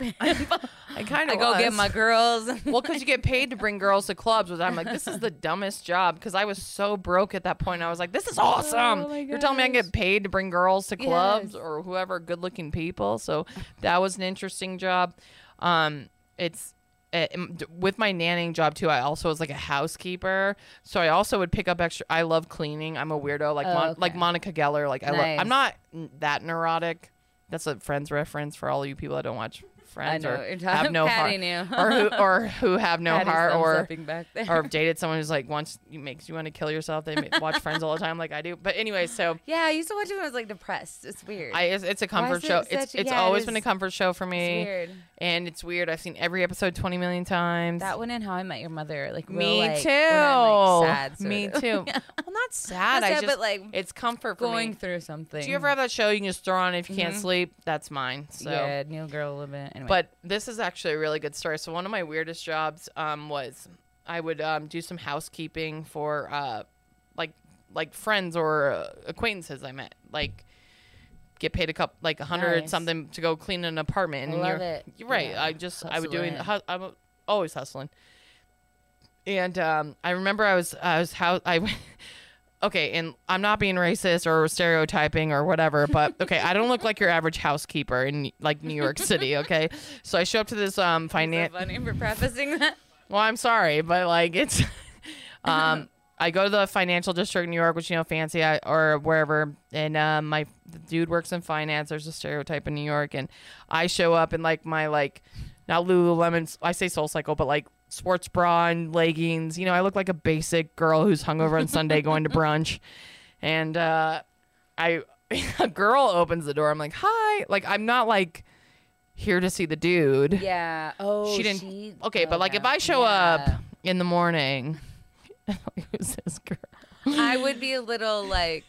Speaker 1: pimp.
Speaker 2: I kind
Speaker 1: I
Speaker 2: of
Speaker 1: go get my girls. *laughs*
Speaker 2: Well, because you get paid to bring girls to clubs, which I'm like, this is the dumbest job. Because I was so broke at that point. I was like, this is awesome.
Speaker 1: Oh my
Speaker 2: You're telling me I
Speaker 1: gosh.
Speaker 2: get paid to bring girls to clubs
Speaker 1: Yes.
Speaker 2: or whoever good-looking people. So that was an interesting job. Um, it's eh, m- d- with my nannying job too. I also was like a housekeeper, so I also would pick up extra. I love cleaning. I'm a weirdo, like
Speaker 1: Oh,
Speaker 2: Mon-
Speaker 1: okay.
Speaker 2: like Monica Geller. Like I, lo-
Speaker 1: Nice.
Speaker 2: I'm not n- that neurotic. That's a Friends reference for all you people that don't watch Friends
Speaker 1: know
Speaker 2: or
Speaker 1: what you're talking-
Speaker 2: have no heart,
Speaker 1: Patty knew. *laughs*
Speaker 2: or who or who have no
Speaker 1: Patty's
Speaker 2: heart
Speaker 1: thumbs *laughs*
Speaker 2: or
Speaker 1: upping back there.
Speaker 2: or have dated someone who's like wants you makes you want to kill yourself. They ma- watch Friends all the time, like I do. But anyway, so
Speaker 1: yeah, I used to watch it when I was like depressed. It's weird.
Speaker 2: I it's, it's a comfort
Speaker 1: is it
Speaker 2: show.
Speaker 1: such
Speaker 2: It's
Speaker 1: a-
Speaker 2: it's
Speaker 1: yeah, it
Speaker 2: always
Speaker 1: is.
Speaker 2: been a comfort show for me,
Speaker 1: it's weird.
Speaker 2: and it's weird. I've seen every episode twenty million times.
Speaker 1: That one and How I Met Your Mother, like real,
Speaker 2: me
Speaker 1: like,
Speaker 2: too.
Speaker 1: when I'm, like, sad, sort
Speaker 2: me
Speaker 1: of. *laughs*
Speaker 2: too.
Speaker 1: Yeah.
Speaker 2: Well, not sad.
Speaker 1: Not
Speaker 2: I
Speaker 1: sad,
Speaker 2: just
Speaker 1: but, like,
Speaker 2: it's comfort for
Speaker 1: Going
Speaker 2: me.
Speaker 1: through something.
Speaker 2: do you ever have that show you can just throw on if you can't sleep? That's mine. So
Speaker 1: Yeah, Neil Girl a little bit. Anyway.
Speaker 2: But this is actually a really good story. So one of my weirdest jobs um, was I would um, do some housekeeping for uh, like like friends or uh, acquaintances I met. Like get paid a cup like a hundred
Speaker 1: Nice.
Speaker 2: something to go clean an apartment.
Speaker 1: I
Speaker 2: and
Speaker 1: love
Speaker 2: you're,
Speaker 1: it.
Speaker 2: You're right.
Speaker 1: Yeah.
Speaker 2: I just I was doing
Speaker 1: Hustling.
Speaker 2: hu- I'm always hustling. And um, I remember I was I was how I. *laughs* Okay, and I'm not being racist or stereotyping or whatever, but okay, I don't look like your average housekeeper in like New York City, okay? So I show up to this um
Speaker 1: so
Speaker 2: finance
Speaker 1: funny for prefacing that.
Speaker 2: well, I'm sorry, but like it's *laughs* um I go to the financial district in New York, which you know fancy I, or wherever, and um my the dude works in finance. There's a stereotype in New York and I show up in like my like not Lululemon, I say Soul Cycle, but like sports bra and leggings. You know, I look like a basic girl who's hungover on Sunday going to brunch. And uh I *laughs* a girl opens the door. I'm like, "Hi." Like I'm not like here to see the dude
Speaker 1: *laughs* Yeah. Oh,
Speaker 2: she didn't. okay, but like if I show up in the morning, *laughs* who's this girl? *laughs*
Speaker 1: I would be a little like.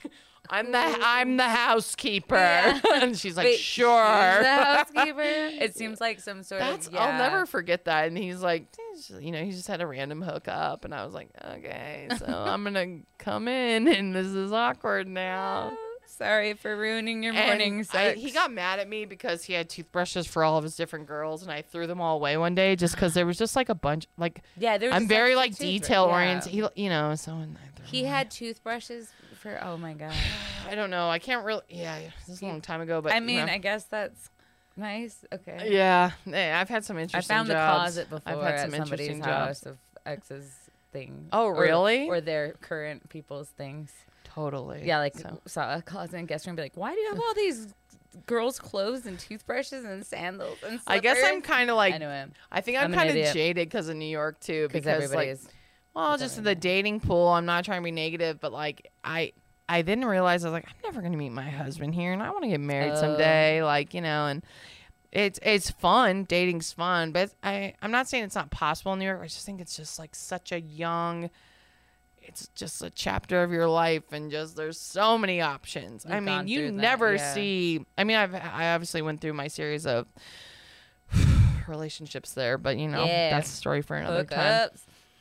Speaker 2: I'm the I'm the housekeeper,
Speaker 1: Yeah.
Speaker 2: *laughs* and she's *laughs* like,
Speaker 1: wait, she's
Speaker 2: sure. *laughs*
Speaker 1: The housekeeper. It seems like some sort
Speaker 2: That's
Speaker 1: of. Yeah.
Speaker 2: I'll never forget that. And he's like, "He's- you know, he just had a random hookup, and
Speaker 1: *laughs* *gasps*
Speaker 2: I was like, okay, so I'm gonna come in, and this is awkward now.
Speaker 1: *laughs* Sorry for ruining your
Speaker 2: And
Speaker 1: morning.
Speaker 2: I-
Speaker 1: sex.
Speaker 2: he got mad at me because he had toothbrushes for all of his different girls, and I threw them all away one day just because there was just like a bunch. Like
Speaker 1: yeah. There was
Speaker 2: I'm
Speaker 1: just
Speaker 2: very
Speaker 1: extra
Speaker 2: like
Speaker 1: toothbrush-
Speaker 2: detail
Speaker 1: yeah.
Speaker 2: oriented. He, you know, so and I threw
Speaker 1: He
Speaker 2: them
Speaker 1: had toothbrushes for. Oh my god.
Speaker 2: away. I don't know. I can't really. Yeah, this is a long time ago, but
Speaker 1: I
Speaker 2: you
Speaker 1: mean,
Speaker 2: know.
Speaker 1: I guess that's nice. Okay.
Speaker 2: yeah, eh, I've had some
Speaker 1: I
Speaker 2: interesting.
Speaker 1: found the
Speaker 2: jobs.
Speaker 1: closet before
Speaker 2: I've had some
Speaker 1: at somebody's
Speaker 2: interesting
Speaker 1: house
Speaker 2: jobs.
Speaker 1: of ex's thing.
Speaker 2: Oh,
Speaker 1: Or-
Speaker 2: really?
Speaker 1: Or, their current people's things.
Speaker 2: Totally.
Speaker 1: Yeah, like
Speaker 2: so.
Speaker 1: saw a closet in guest room, be like, why do you have all these girls' clothes and toothbrushes and sandals and slippers?
Speaker 2: I guess I'm kind of like.
Speaker 1: anyway
Speaker 2: I think I'm,
Speaker 1: I'm an
Speaker 2: kind of
Speaker 1: idiot.
Speaker 2: jaded because of New York too.
Speaker 1: because
Speaker 2: Because
Speaker 1: everybody
Speaker 2: like,
Speaker 1: is.
Speaker 2: well,
Speaker 1: is
Speaker 2: just
Speaker 1: everybody
Speaker 2: the dating pool. I'm not trying to be negative, but like I, I didn't realize I was like, I'm never gonna meet my husband here, and I want to get married
Speaker 1: Oh.
Speaker 2: someday. Like you know, and it's it's fun. Dating's fun, but I I'm not saying it's not possible in New York. I just think it's just like such a young. It's just a chapter of your life, and just there's so many options. I
Speaker 1: You've
Speaker 2: mean,
Speaker 1: gone
Speaker 2: you
Speaker 1: through that,
Speaker 2: never
Speaker 1: yeah.
Speaker 2: see. I mean, I've I obviously went through my series of *sighs* relationships there, but you know,
Speaker 1: Yeah.
Speaker 2: that's a story for another time.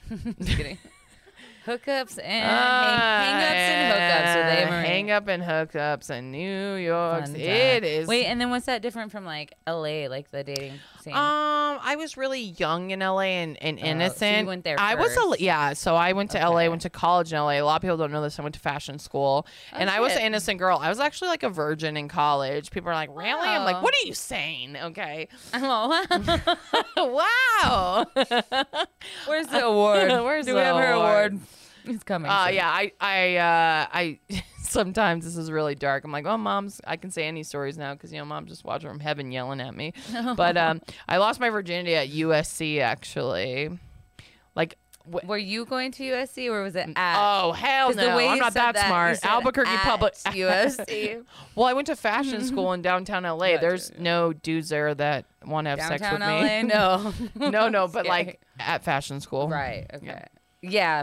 Speaker 1: Hookups.
Speaker 2: *laughs*
Speaker 1: *laughs* Just kidding. Hookups and
Speaker 2: Ah,
Speaker 1: hang, hangups and hookups. Are
Speaker 2: yeah,
Speaker 1: they Marie?
Speaker 2: Ah, hang up and hookups in New
Speaker 1: Fun
Speaker 2: York.
Speaker 1: time.
Speaker 2: It is.
Speaker 1: Wait, and then what's that different from like LA, like the dating scene?
Speaker 2: Um, I was really young in LA and, and
Speaker 1: Oh, so you
Speaker 2: innocent.
Speaker 1: went there
Speaker 2: I was
Speaker 1: first.
Speaker 2: a yeah. So I went to LA,
Speaker 1: Okay.
Speaker 2: went to college in LA. A lot of people don't know this. I went to fashion school,
Speaker 1: Oh,
Speaker 2: and I was an
Speaker 1: shit.
Speaker 2: innocent girl. I was actually like a virgin in college. People are like, "Really?" I'm like,
Speaker 1: Wow.
Speaker 2: "What are you saying?" Okay,
Speaker 1: *laughs*
Speaker 2: *laughs*
Speaker 1: Oh,
Speaker 2: wow.
Speaker 1: Where's *laughs* the award?
Speaker 2: Where's
Speaker 1: Do
Speaker 2: the
Speaker 1: we have her
Speaker 2: award?
Speaker 1: award? It's coming.
Speaker 2: Uh,
Speaker 1: soon.
Speaker 2: yeah, I, I, uh, I. *laughs* Sometimes this is really dark. I'm like, oh, mom's. I can say any stories now because you know, mom just watching from heaven yelling at
Speaker 1: *laughs*
Speaker 2: me. But um, I lost my virginity at USC actually. Like, wh-
Speaker 1: Were you going to USC or was it at?
Speaker 2: oh hell
Speaker 1: 'cause the
Speaker 2: no,
Speaker 1: way
Speaker 2: I'm
Speaker 1: you
Speaker 2: not
Speaker 1: said
Speaker 2: that,
Speaker 1: you
Speaker 2: smart.
Speaker 1: said
Speaker 2: Albuquerque
Speaker 1: at *laughs* Mm-hmm.
Speaker 2: Public *laughs*
Speaker 1: USC.
Speaker 2: well, I went to fashion school in downtown LA.
Speaker 1: Gotcha.
Speaker 2: There's no dudes there that want to *laughs* have sex
Speaker 1: Downtown
Speaker 2: with *laughs*
Speaker 1: LA?
Speaker 2: me.
Speaker 1: No. *laughs*
Speaker 2: no, no, but
Speaker 1: Okay.
Speaker 2: like at fashion school.
Speaker 1: Right. Okay. Yeah,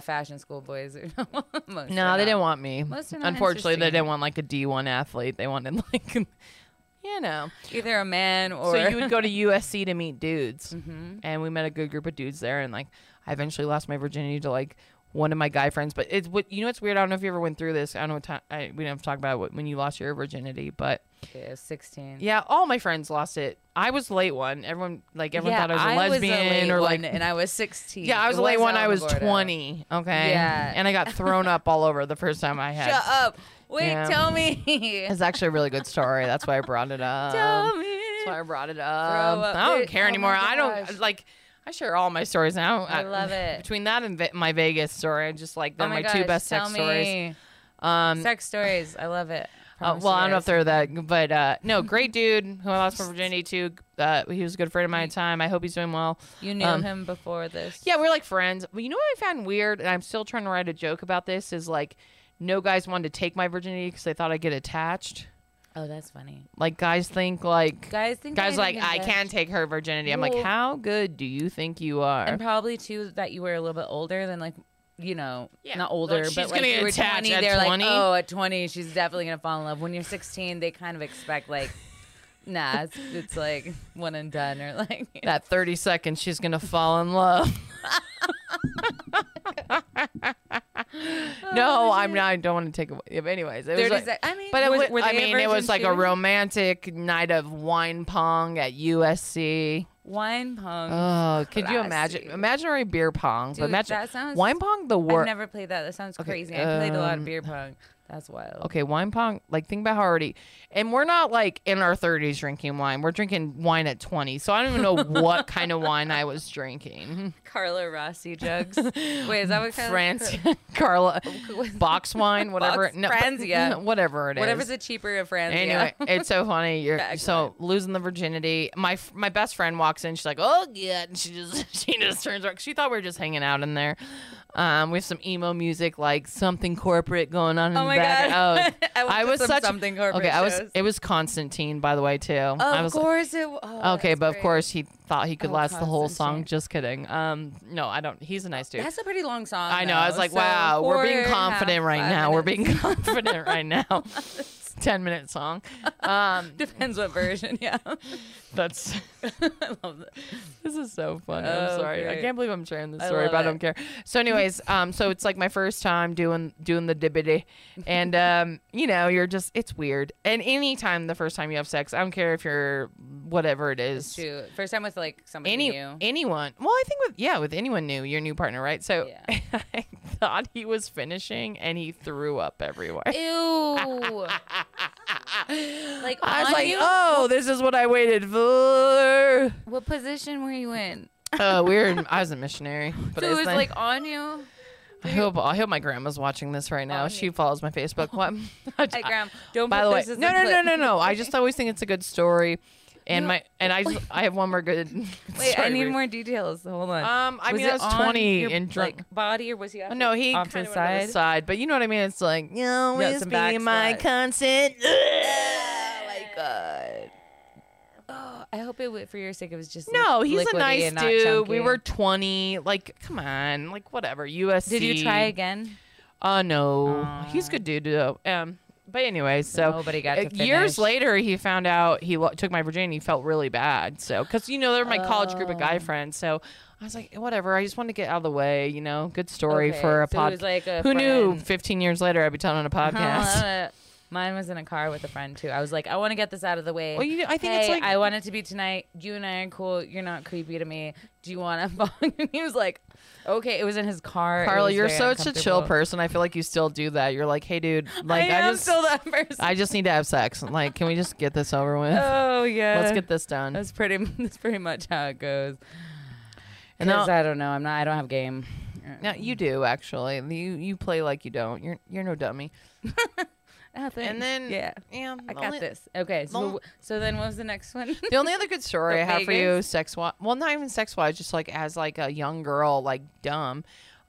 Speaker 1: fashion school boys. are- *laughs* Most
Speaker 2: No,
Speaker 1: are
Speaker 2: they
Speaker 1: not.
Speaker 2: didn't want me.
Speaker 1: Most are not
Speaker 2: Unfortunately, they
Speaker 1: interested.
Speaker 2: didn't want like a D1 athlete. They wanted *laughs* like, you know.
Speaker 1: Either a man or. *laughs*
Speaker 2: So you would go to USC to meet dudes,
Speaker 1: Mhm.
Speaker 2: and we met a good group of dudes there. And like, I eventually lost my virginity to like one of my guy friends. But it's what you know. It's weird. I don't know if you ever went through this. I don't know what time I, we don't have to talk about what, when you lost your virginity, but
Speaker 1: Okay, I was Sixteen.
Speaker 2: yeah, all my friends lost it. I was the late one. Everyone like everyone
Speaker 1: Yeah,
Speaker 2: thought I was a lesbian
Speaker 1: late
Speaker 2: or
Speaker 1: one
Speaker 2: like
Speaker 1: and I was sixteen.
Speaker 2: yeah, I was
Speaker 1: It
Speaker 2: the late one.
Speaker 1: wasn't
Speaker 2: I was
Speaker 1: Alborada.
Speaker 2: twenty. Okay,
Speaker 1: Yeah.
Speaker 2: and I got thrown up all over the
Speaker 1: *laughs*
Speaker 2: first time I had.
Speaker 1: Shut up! Wait,
Speaker 2: Yeah.
Speaker 1: tell me.
Speaker 2: *laughs* It's actually a really good story. That's why I brought it up.
Speaker 1: tell
Speaker 2: That's why
Speaker 1: me.
Speaker 2: Um,
Speaker 1: Oh
Speaker 2: I brought it up.
Speaker 1: up.
Speaker 2: I don't
Speaker 1: Wait,
Speaker 2: care
Speaker 1: oh my
Speaker 2: anymore. I
Speaker 1: gosh.
Speaker 2: don't like. I share all my stories now.
Speaker 1: I love it.
Speaker 2: Between that and ve- my Vegas story, I just like they're
Speaker 1: Oh
Speaker 2: my,
Speaker 1: gosh,
Speaker 2: two best
Speaker 1: tell
Speaker 2: sex stories.
Speaker 1: me.
Speaker 2: Um,
Speaker 1: Sex stories. I love *laughs* it.
Speaker 2: uh, well, I don't know if they're that, but uh, no, great dude who I lost from virginity to. Uh, he was a good friend of mine at the time. I hope he's doing well.
Speaker 1: you knew
Speaker 2: um,
Speaker 1: him before this.
Speaker 2: Yeah, we're like friends. But you know what I found weird, and I'm still trying to write a joke about this, is like no guys wanted to take my virginity because they thought I'd get attached.
Speaker 1: Oh, that's funny.
Speaker 2: Like guys think like
Speaker 1: Guys think
Speaker 2: guys
Speaker 1: I
Speaker 2: like
Speaker 1: think
Speaker 2: I
Speaker 1: that-
Speaker 2: can't take her virginity. I'm like,
Speaker 1: Well-
Speaker 2: how good do you think you are?
Speaker 1: and probably too that you were a little bit older than like you know
Speaker 2: Yeah.
Speaker 1: not older
Speaker 2: Like, she's
Speaker 1: but like
Speaker 2: gonna
Speaker 1: you were
Speaker 2: attach
Speaker 1: 20
Speaker 2: at
Speaker 1: they're
Speaker 2: 20?
Speaker 1: like oh at 20 she's definitely gonna fall in love when you're 16 they kind of expect like *laughs* nah it's, it's like one and done or *laughs* like
Speaker 2: that 30 seconds she's gonna fall in love no i'm not i don't want to take away if anyways it was
Speaker 1: 30
Speaker 2: like,
Speaker 1: Oh, sec- I mean
Speaker 2: but it
Speaker 1: was-
Speaker 2: was,
Speaker 1: were
Speaker 2: i
Speaker 1: they a
Speaker 2: mean it was
Speaker 1: virgin
Speaker 2: like a
Speaker 1: too?
Speaker 2: romantic night of wine pong at usc
Speaker 1: wine pong
Speaker 2: oh could you imagine
Speaker 1: Classy.
Speaker 2: imaginary beer pong
Speaker 1: Dude,
Speaker 2: but imagine
Speaker 1: that sounds-
Speaker 2: wine pong the
Speaker 1: i've
Speaker 2: worst
Speaker 1: never played that that sounds
Speaker 2: Okay,
Speaker 1: crazy i played a lot
Speaker 2: um,
Speaker 1: of beer pong that's wild
Speaker 2: okay wine pong like think about how already and we're not like in our 30s drinking wine we're drinking wine at 20 so i don't
Speaker 1: *laughs*
Speaker 2: even know what kind of wine i was drinking
Speaker 1: carla rossi
Speaker 2: *laughs*
Speaker 1: jugs wait is that what kind
Speaker 2: France, *laughs*
Speaker 1: *laughs*
Speaker 2: Carla, box wine, whatever.
Speaker 1: Box Franzia.
Speaker 2: *laughs* whatever it is.
Speaker 1: whatever's the cheaper of France.
Speaker 2: Anyway, it's so funny.
Speaker 1: *laughs*
Speaker 2: You're
Speaker 1: Back
Speaker 2: so losing the virginity. My f- my best friend walks in. She's like, "Oh yeah," and she just *laughs* she just turns around. She thought we were just hanging out in there. Um, we have some emo music, like something corporate going on in
Speaker 1: Oh
Speaker 2: the
Speaker 1: my
Speaker 2: back.
Speaker 1: god!
Speaker 2: Oh,
Speaker 1: *laughs* I, went
Speaker 2: I
Speaker 1: to
Speaker 2: was
Speaker 1: some
Speaker 2: such
Speaker 1: something corporate
Speaker 2: okay. I was.
Speaker 1: shows. Oh,
Speaker 2: It was Constantine, by the way, too.
Speaker 1: *laughs*
Speaker 2: I
Speaker 1: Of
Speaker 2: was
Speaker 1: course it. w- Oh,
Speaker 2: okay,
Speaker 1: that's
Speaker 2: but of
Speaker 1: great.
Speaker 2: course he thought he could
Speaker 1: Oh,
Speaker 2: last the whole
Speaker 1: Constantine.
Speaker 2: song. Just kidding. Um, no, I don't. He's a nice dude.
Speaker 1: That's a pretty long song.
Speaker 2: I know. I was
Speaker 1: though.
Speaker 2: like,
Speaker 1: So
Speaker 2: wow, we're
Speaker 1: four
Speaker 2: being
Speaker 1: and a half,
Speaker 2: confident right *laughs*
Speaker 1: five
Speaker 2: now. We're
Speaker 1: minutes. *laughs*
Speaker 2: being confident right now. it's a 10 minute song. Um,
Speaker 1: Depends what version. Yeah. *laughs*
Speaker 2: that's
Speaker 1: I love that.
Speaker 2: this is so funny.
Speaker 1: Oh,
Speaker 2: I'm sorry. I
Speaker 1: great.
Speaker 2: can't believe I'm sharing this
Speaker 1: I
Speaker 2: story,
Speaker 1: love
Speaker 2: but I
Speaker 1: it.
Speaker 2: don't care.
Speaker 1: *laughs*
Speaker 2: So, anyways, um, so it's like my first time doing doing the dibbity, and um, you know, you're just it's weird. And anytime the first time you have sex, I don't care if you're whatever it is,
Speaker 1: True. First time with like somebody
Speaker 2: any
Speaker 1: new.
Speaker 2: anyone. Well, I think with yeah, with anyone new, your new partner, right? So
Speaker 1: Yeah.
Speaker 2: *laughs* I thought he was finishing, and he threw up everywhere. *laughs*
Speaker 1: Ew. like
Speaker 2: I was
Speaker 1: on
Speaker 2: like,
Speaker 1: you?
Speaker 2: oh, this is what I waited for.
Speaker 1: What position were you in?
Speaker 2: Uh, we're in, I was a missionary. *laughs* But
Speaker 1: so it
Speaker 2: it's
Speaker 1: was
Speaker 2: then-
Speaker 1: like on you.
Speaker 2: I hope I hope my grandma's watching this right now.
Speaker 1: Oh,
Speaker 2: she
Speaker 1: yeah.
Speaker 2: follows my *laughs* Facebook. What?
Speaker 1: Hey, Graham, don't
Speaker 2: By
Speaker 1: put
Speaker 2: the way,
Speaker 1: this as
Speaker 2: no,
Speaker 1: a
Speaker 2: no, no,
Speaker 1: clip.
Speaker 2: no, *laughs*
Speaker 1: *laughs*
Speaker 2: no. I just always think it's a good story, and
Speaker 1: No.
Speaker 2: my and I *laughs* just, I have one more good.
Speaker 1: Wait, I
Speaker 2: story
Speaker 1: need
Speaker 2: for you.
Speaker 1: more details. Hold on.
Speaker 2: Um, I
Speaker 1: was
Speaker 2: mean,
Speaker 1: it
Speaker 2: I was
Speaker 1: on
Speaker 2: twenty
Speaker 1: your,
Speaker 2: and drunk. Oh,
Speaker 1: Like, body or was he? Off
Speaker 2: no, he
Speaker 1: off
Speaker 2: kind
Speaker 1: to
Speaker 2: of
Speaker 1: the
Speaker 2: side.
Speaker 1: side.
Speaker 2: side, but you know what I mean. It's like you always
Speaker 1: some
Speaker 2: be my
Speaker 1: backslide.
Speaker 2: *laughs* consent. oh my god.
Speaker 1: Oh, *gasps* I hope it went for your sake. It was just
Speaker 2: No,
Speaker 1: li-
Speaker 2: he's a
Speaker 1: liquidy
Speaker 2: nice
Speaker 1: and not
Speaker 2: dude. We
Speaker 1: chunky.
Speaker 2: were twenty. Like, come on, like whatever. USC.
Speaker 1: Did you try again?
Speaker 2: Uh no, he's
Speaker 1: Aw.
Speaker 2: a good dude though. Um, but anyway, so
Speaker 1: nobody got
Speaker 2: uh,
Speaker 1: to
Speaker 2: years
Speaker 1: finish.
Speaker 2: later he found out he lo- took my virginity. He felt really bad. So because you know they're my college group of guy
Speaker 1: Oh.
Speaker 2: friends. So I was like, whatever. I just wanted to get out of the way. You know, good story
Speaker 1: Okay,
Speaker 2: for a
Speaker 1: so it
Speaker 2: podcast.
Speaker 1: was like a
Speaker 2: Who knew?
Speaker 1: friend.
Speaker 2: Fifteen years later, I'd be telling on a podcast.
Speaker 1: Uh, Mine was in a car with a friend too. I was like, I want to get this out of the way.
Speaker 2: Well, you- I think it's
Speaker 1: Hey,
Speaker 2: like-
Speaker 1: I want it to be tonight. You and I are cool. You're not creepy to me. Do you want to *laughs* bong? And he was like, Okay. It was in his car. *laughs* It
Speaker 2: Carla,
Speaker 1: was
Speaker 2: you're
Speaker 1: very
Speaker 2: such a chill
Speaker 1: uncomfortable.
Speaker 2: person. I feel like you still do that. You're like, hey, dude, like
Speaker 1: I,
Speaker 2: I,
Speaker 1: am
Speaker 2: just,
Speaker 1: still that *laughs* person.
Speaker 2: I just need to have sex. Like, can we just get this over with?
Speaker 1: oh yeah.
Speaker 2: Let's get this done.
Speaker 1: That's pretty. *laughs* That's pretty much how it goes.
Speaker 2: And now-
Speaker 1: Because I don't know. I'm not. I don't have game.
Speaker 2: No, you do actually. You you play like you don't. You're you're no dummy.
Speaker 1: Oh, thanks.
Speaker 2: And then
Speaker 1: yeah,
Speaker 2: yeah,
Speaker 1: I
Speaker 2: the
Speaker 1: got
Speaker 2: only-
Speaker 1: this. Okay. So
Speaker 2: only-
Speaker 1: so then what was the next
Speaker 2: *laughs*
Speaker 1: one? *laughs*
Speaker 2: The only other good story
Speaker 1: The
Speaker 2: I have for you,
Speaker 1: Vegas?
Speaker 2: sex wise, well, not even sex wise, just like as like a young girl, like dumb.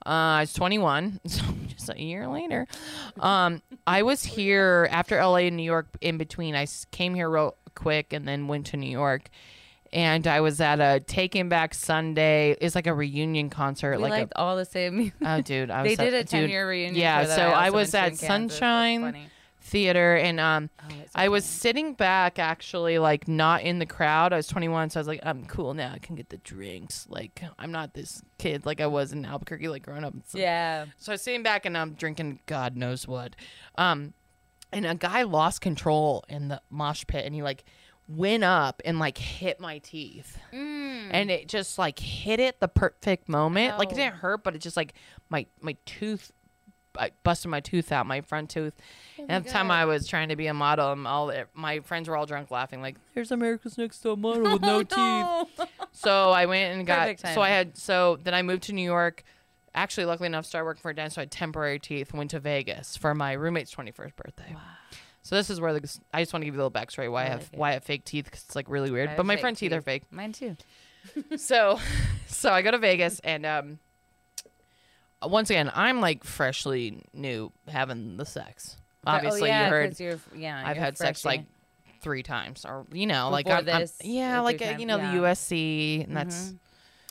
Speaker 2: Uh, I was 21, *laughs* so just a year later. Um, I was here after LA and New York. In between, I s- came here real quick and then went to New York. And I was at a Taking Back Sunday. It's like a reunion concert,
Speaker 1: we
Speaker 2: like
Speaker 1: liked all the same. music.
Speaker 2: a oh
Speaker 1: *laughs*
Speaker 2: dude, I was
Speaker 1: they
Speaker 2: at-
Speaker 1: did a ten
Speaker 2: dude,
Speaker 1: year reunion.
Speaker 2: yeah,
Speaker 1: for that.
Speaker 2: so I
Speaker 1: also went
Speaker 2: was
Speaker 1: to in
Speaker 2: at
Speaker 1: Kansas. That's
Speaker 2: Sunshine.
Speaker 1: funny.
Speaker 2: theater and um
Speaker 1: Oh, that's
Speaker 2: I was
Speaker 1: funny.
Speaker 2: sitting back actually like not in the crowd. I was 21 so I was like I'm cool now. I can get the drinks. Like I'm not this kid like I was in Albuquerque like growing up. and stuff.
Speaker 1: Yeah.
Speaker 2: So I was sitting back and I'm drinking God knows what. Um and a guy lost control in the mosh pit and he like went up and like hit my teeth. And it just like hit it the perfect moment. Like it
Speaker 1: Ow.
Speaker 2: didn't hurt but it just like my my tooth I busted my tooth out, my front tooth.
Speaker 1: Oh
Speaker 2: and at the time, I was trying to be a model, and all eh, my friends were all drunk laughing, like, "There's America's Next Top Model
Speaker 1: *laughs*
Speaker 2: with *laughs* no teeth."
Speaker 1: teeth.
Speaker 2: So I went and got.
Speaker 1: Perfect
Speaker 2: So I
Speaker 1: timing.
Speaker 2: had. So then I moved to New York. Actually, luckily enough, started working for a dentist. So I had temporary teeth. Went to Vegas for my roommate's twenty-first birthday. Wow. So this is where the, I just want to give you a little backstory why I
Speaker 1: I
Speaker 2: have
Speaker 1: like it.
Speaker 2: why I have fake teeth because it's like really weird.
Speaker 1: I have
Speaker 2: But my
Speaker 1: fake
Speaker 2: front teeth are
Speaker 1: teeth.
Speaker 2: fake
Speaker 1: Mine too.
Speaker 2: so *laughs* so I go to Vegas and um once again I'm like freshly new having the sex. Obviously
Speaker 1: oh, yeah,
Speaker 2: you heard
Speaker 1: 'cause You're, yeah.
Speaker 2: I've
Speaker 1: you're
Speaker 2: had sex
Speaker 1: freshy.
Speaker 2: like three times or you know like
Speaker 1: Before
Speaker 2: I'm, I'm-
Speaker 1: this,
Speaker 2: yeah
Speaker 1: or
Speaker 2: like
Speaker 1: three
Speaker 2: uh,
Speaker 1: times,
Speaker 2: you know
Speaker 1: yeah. Mm-hmm.
Speaker 2: the USC and that's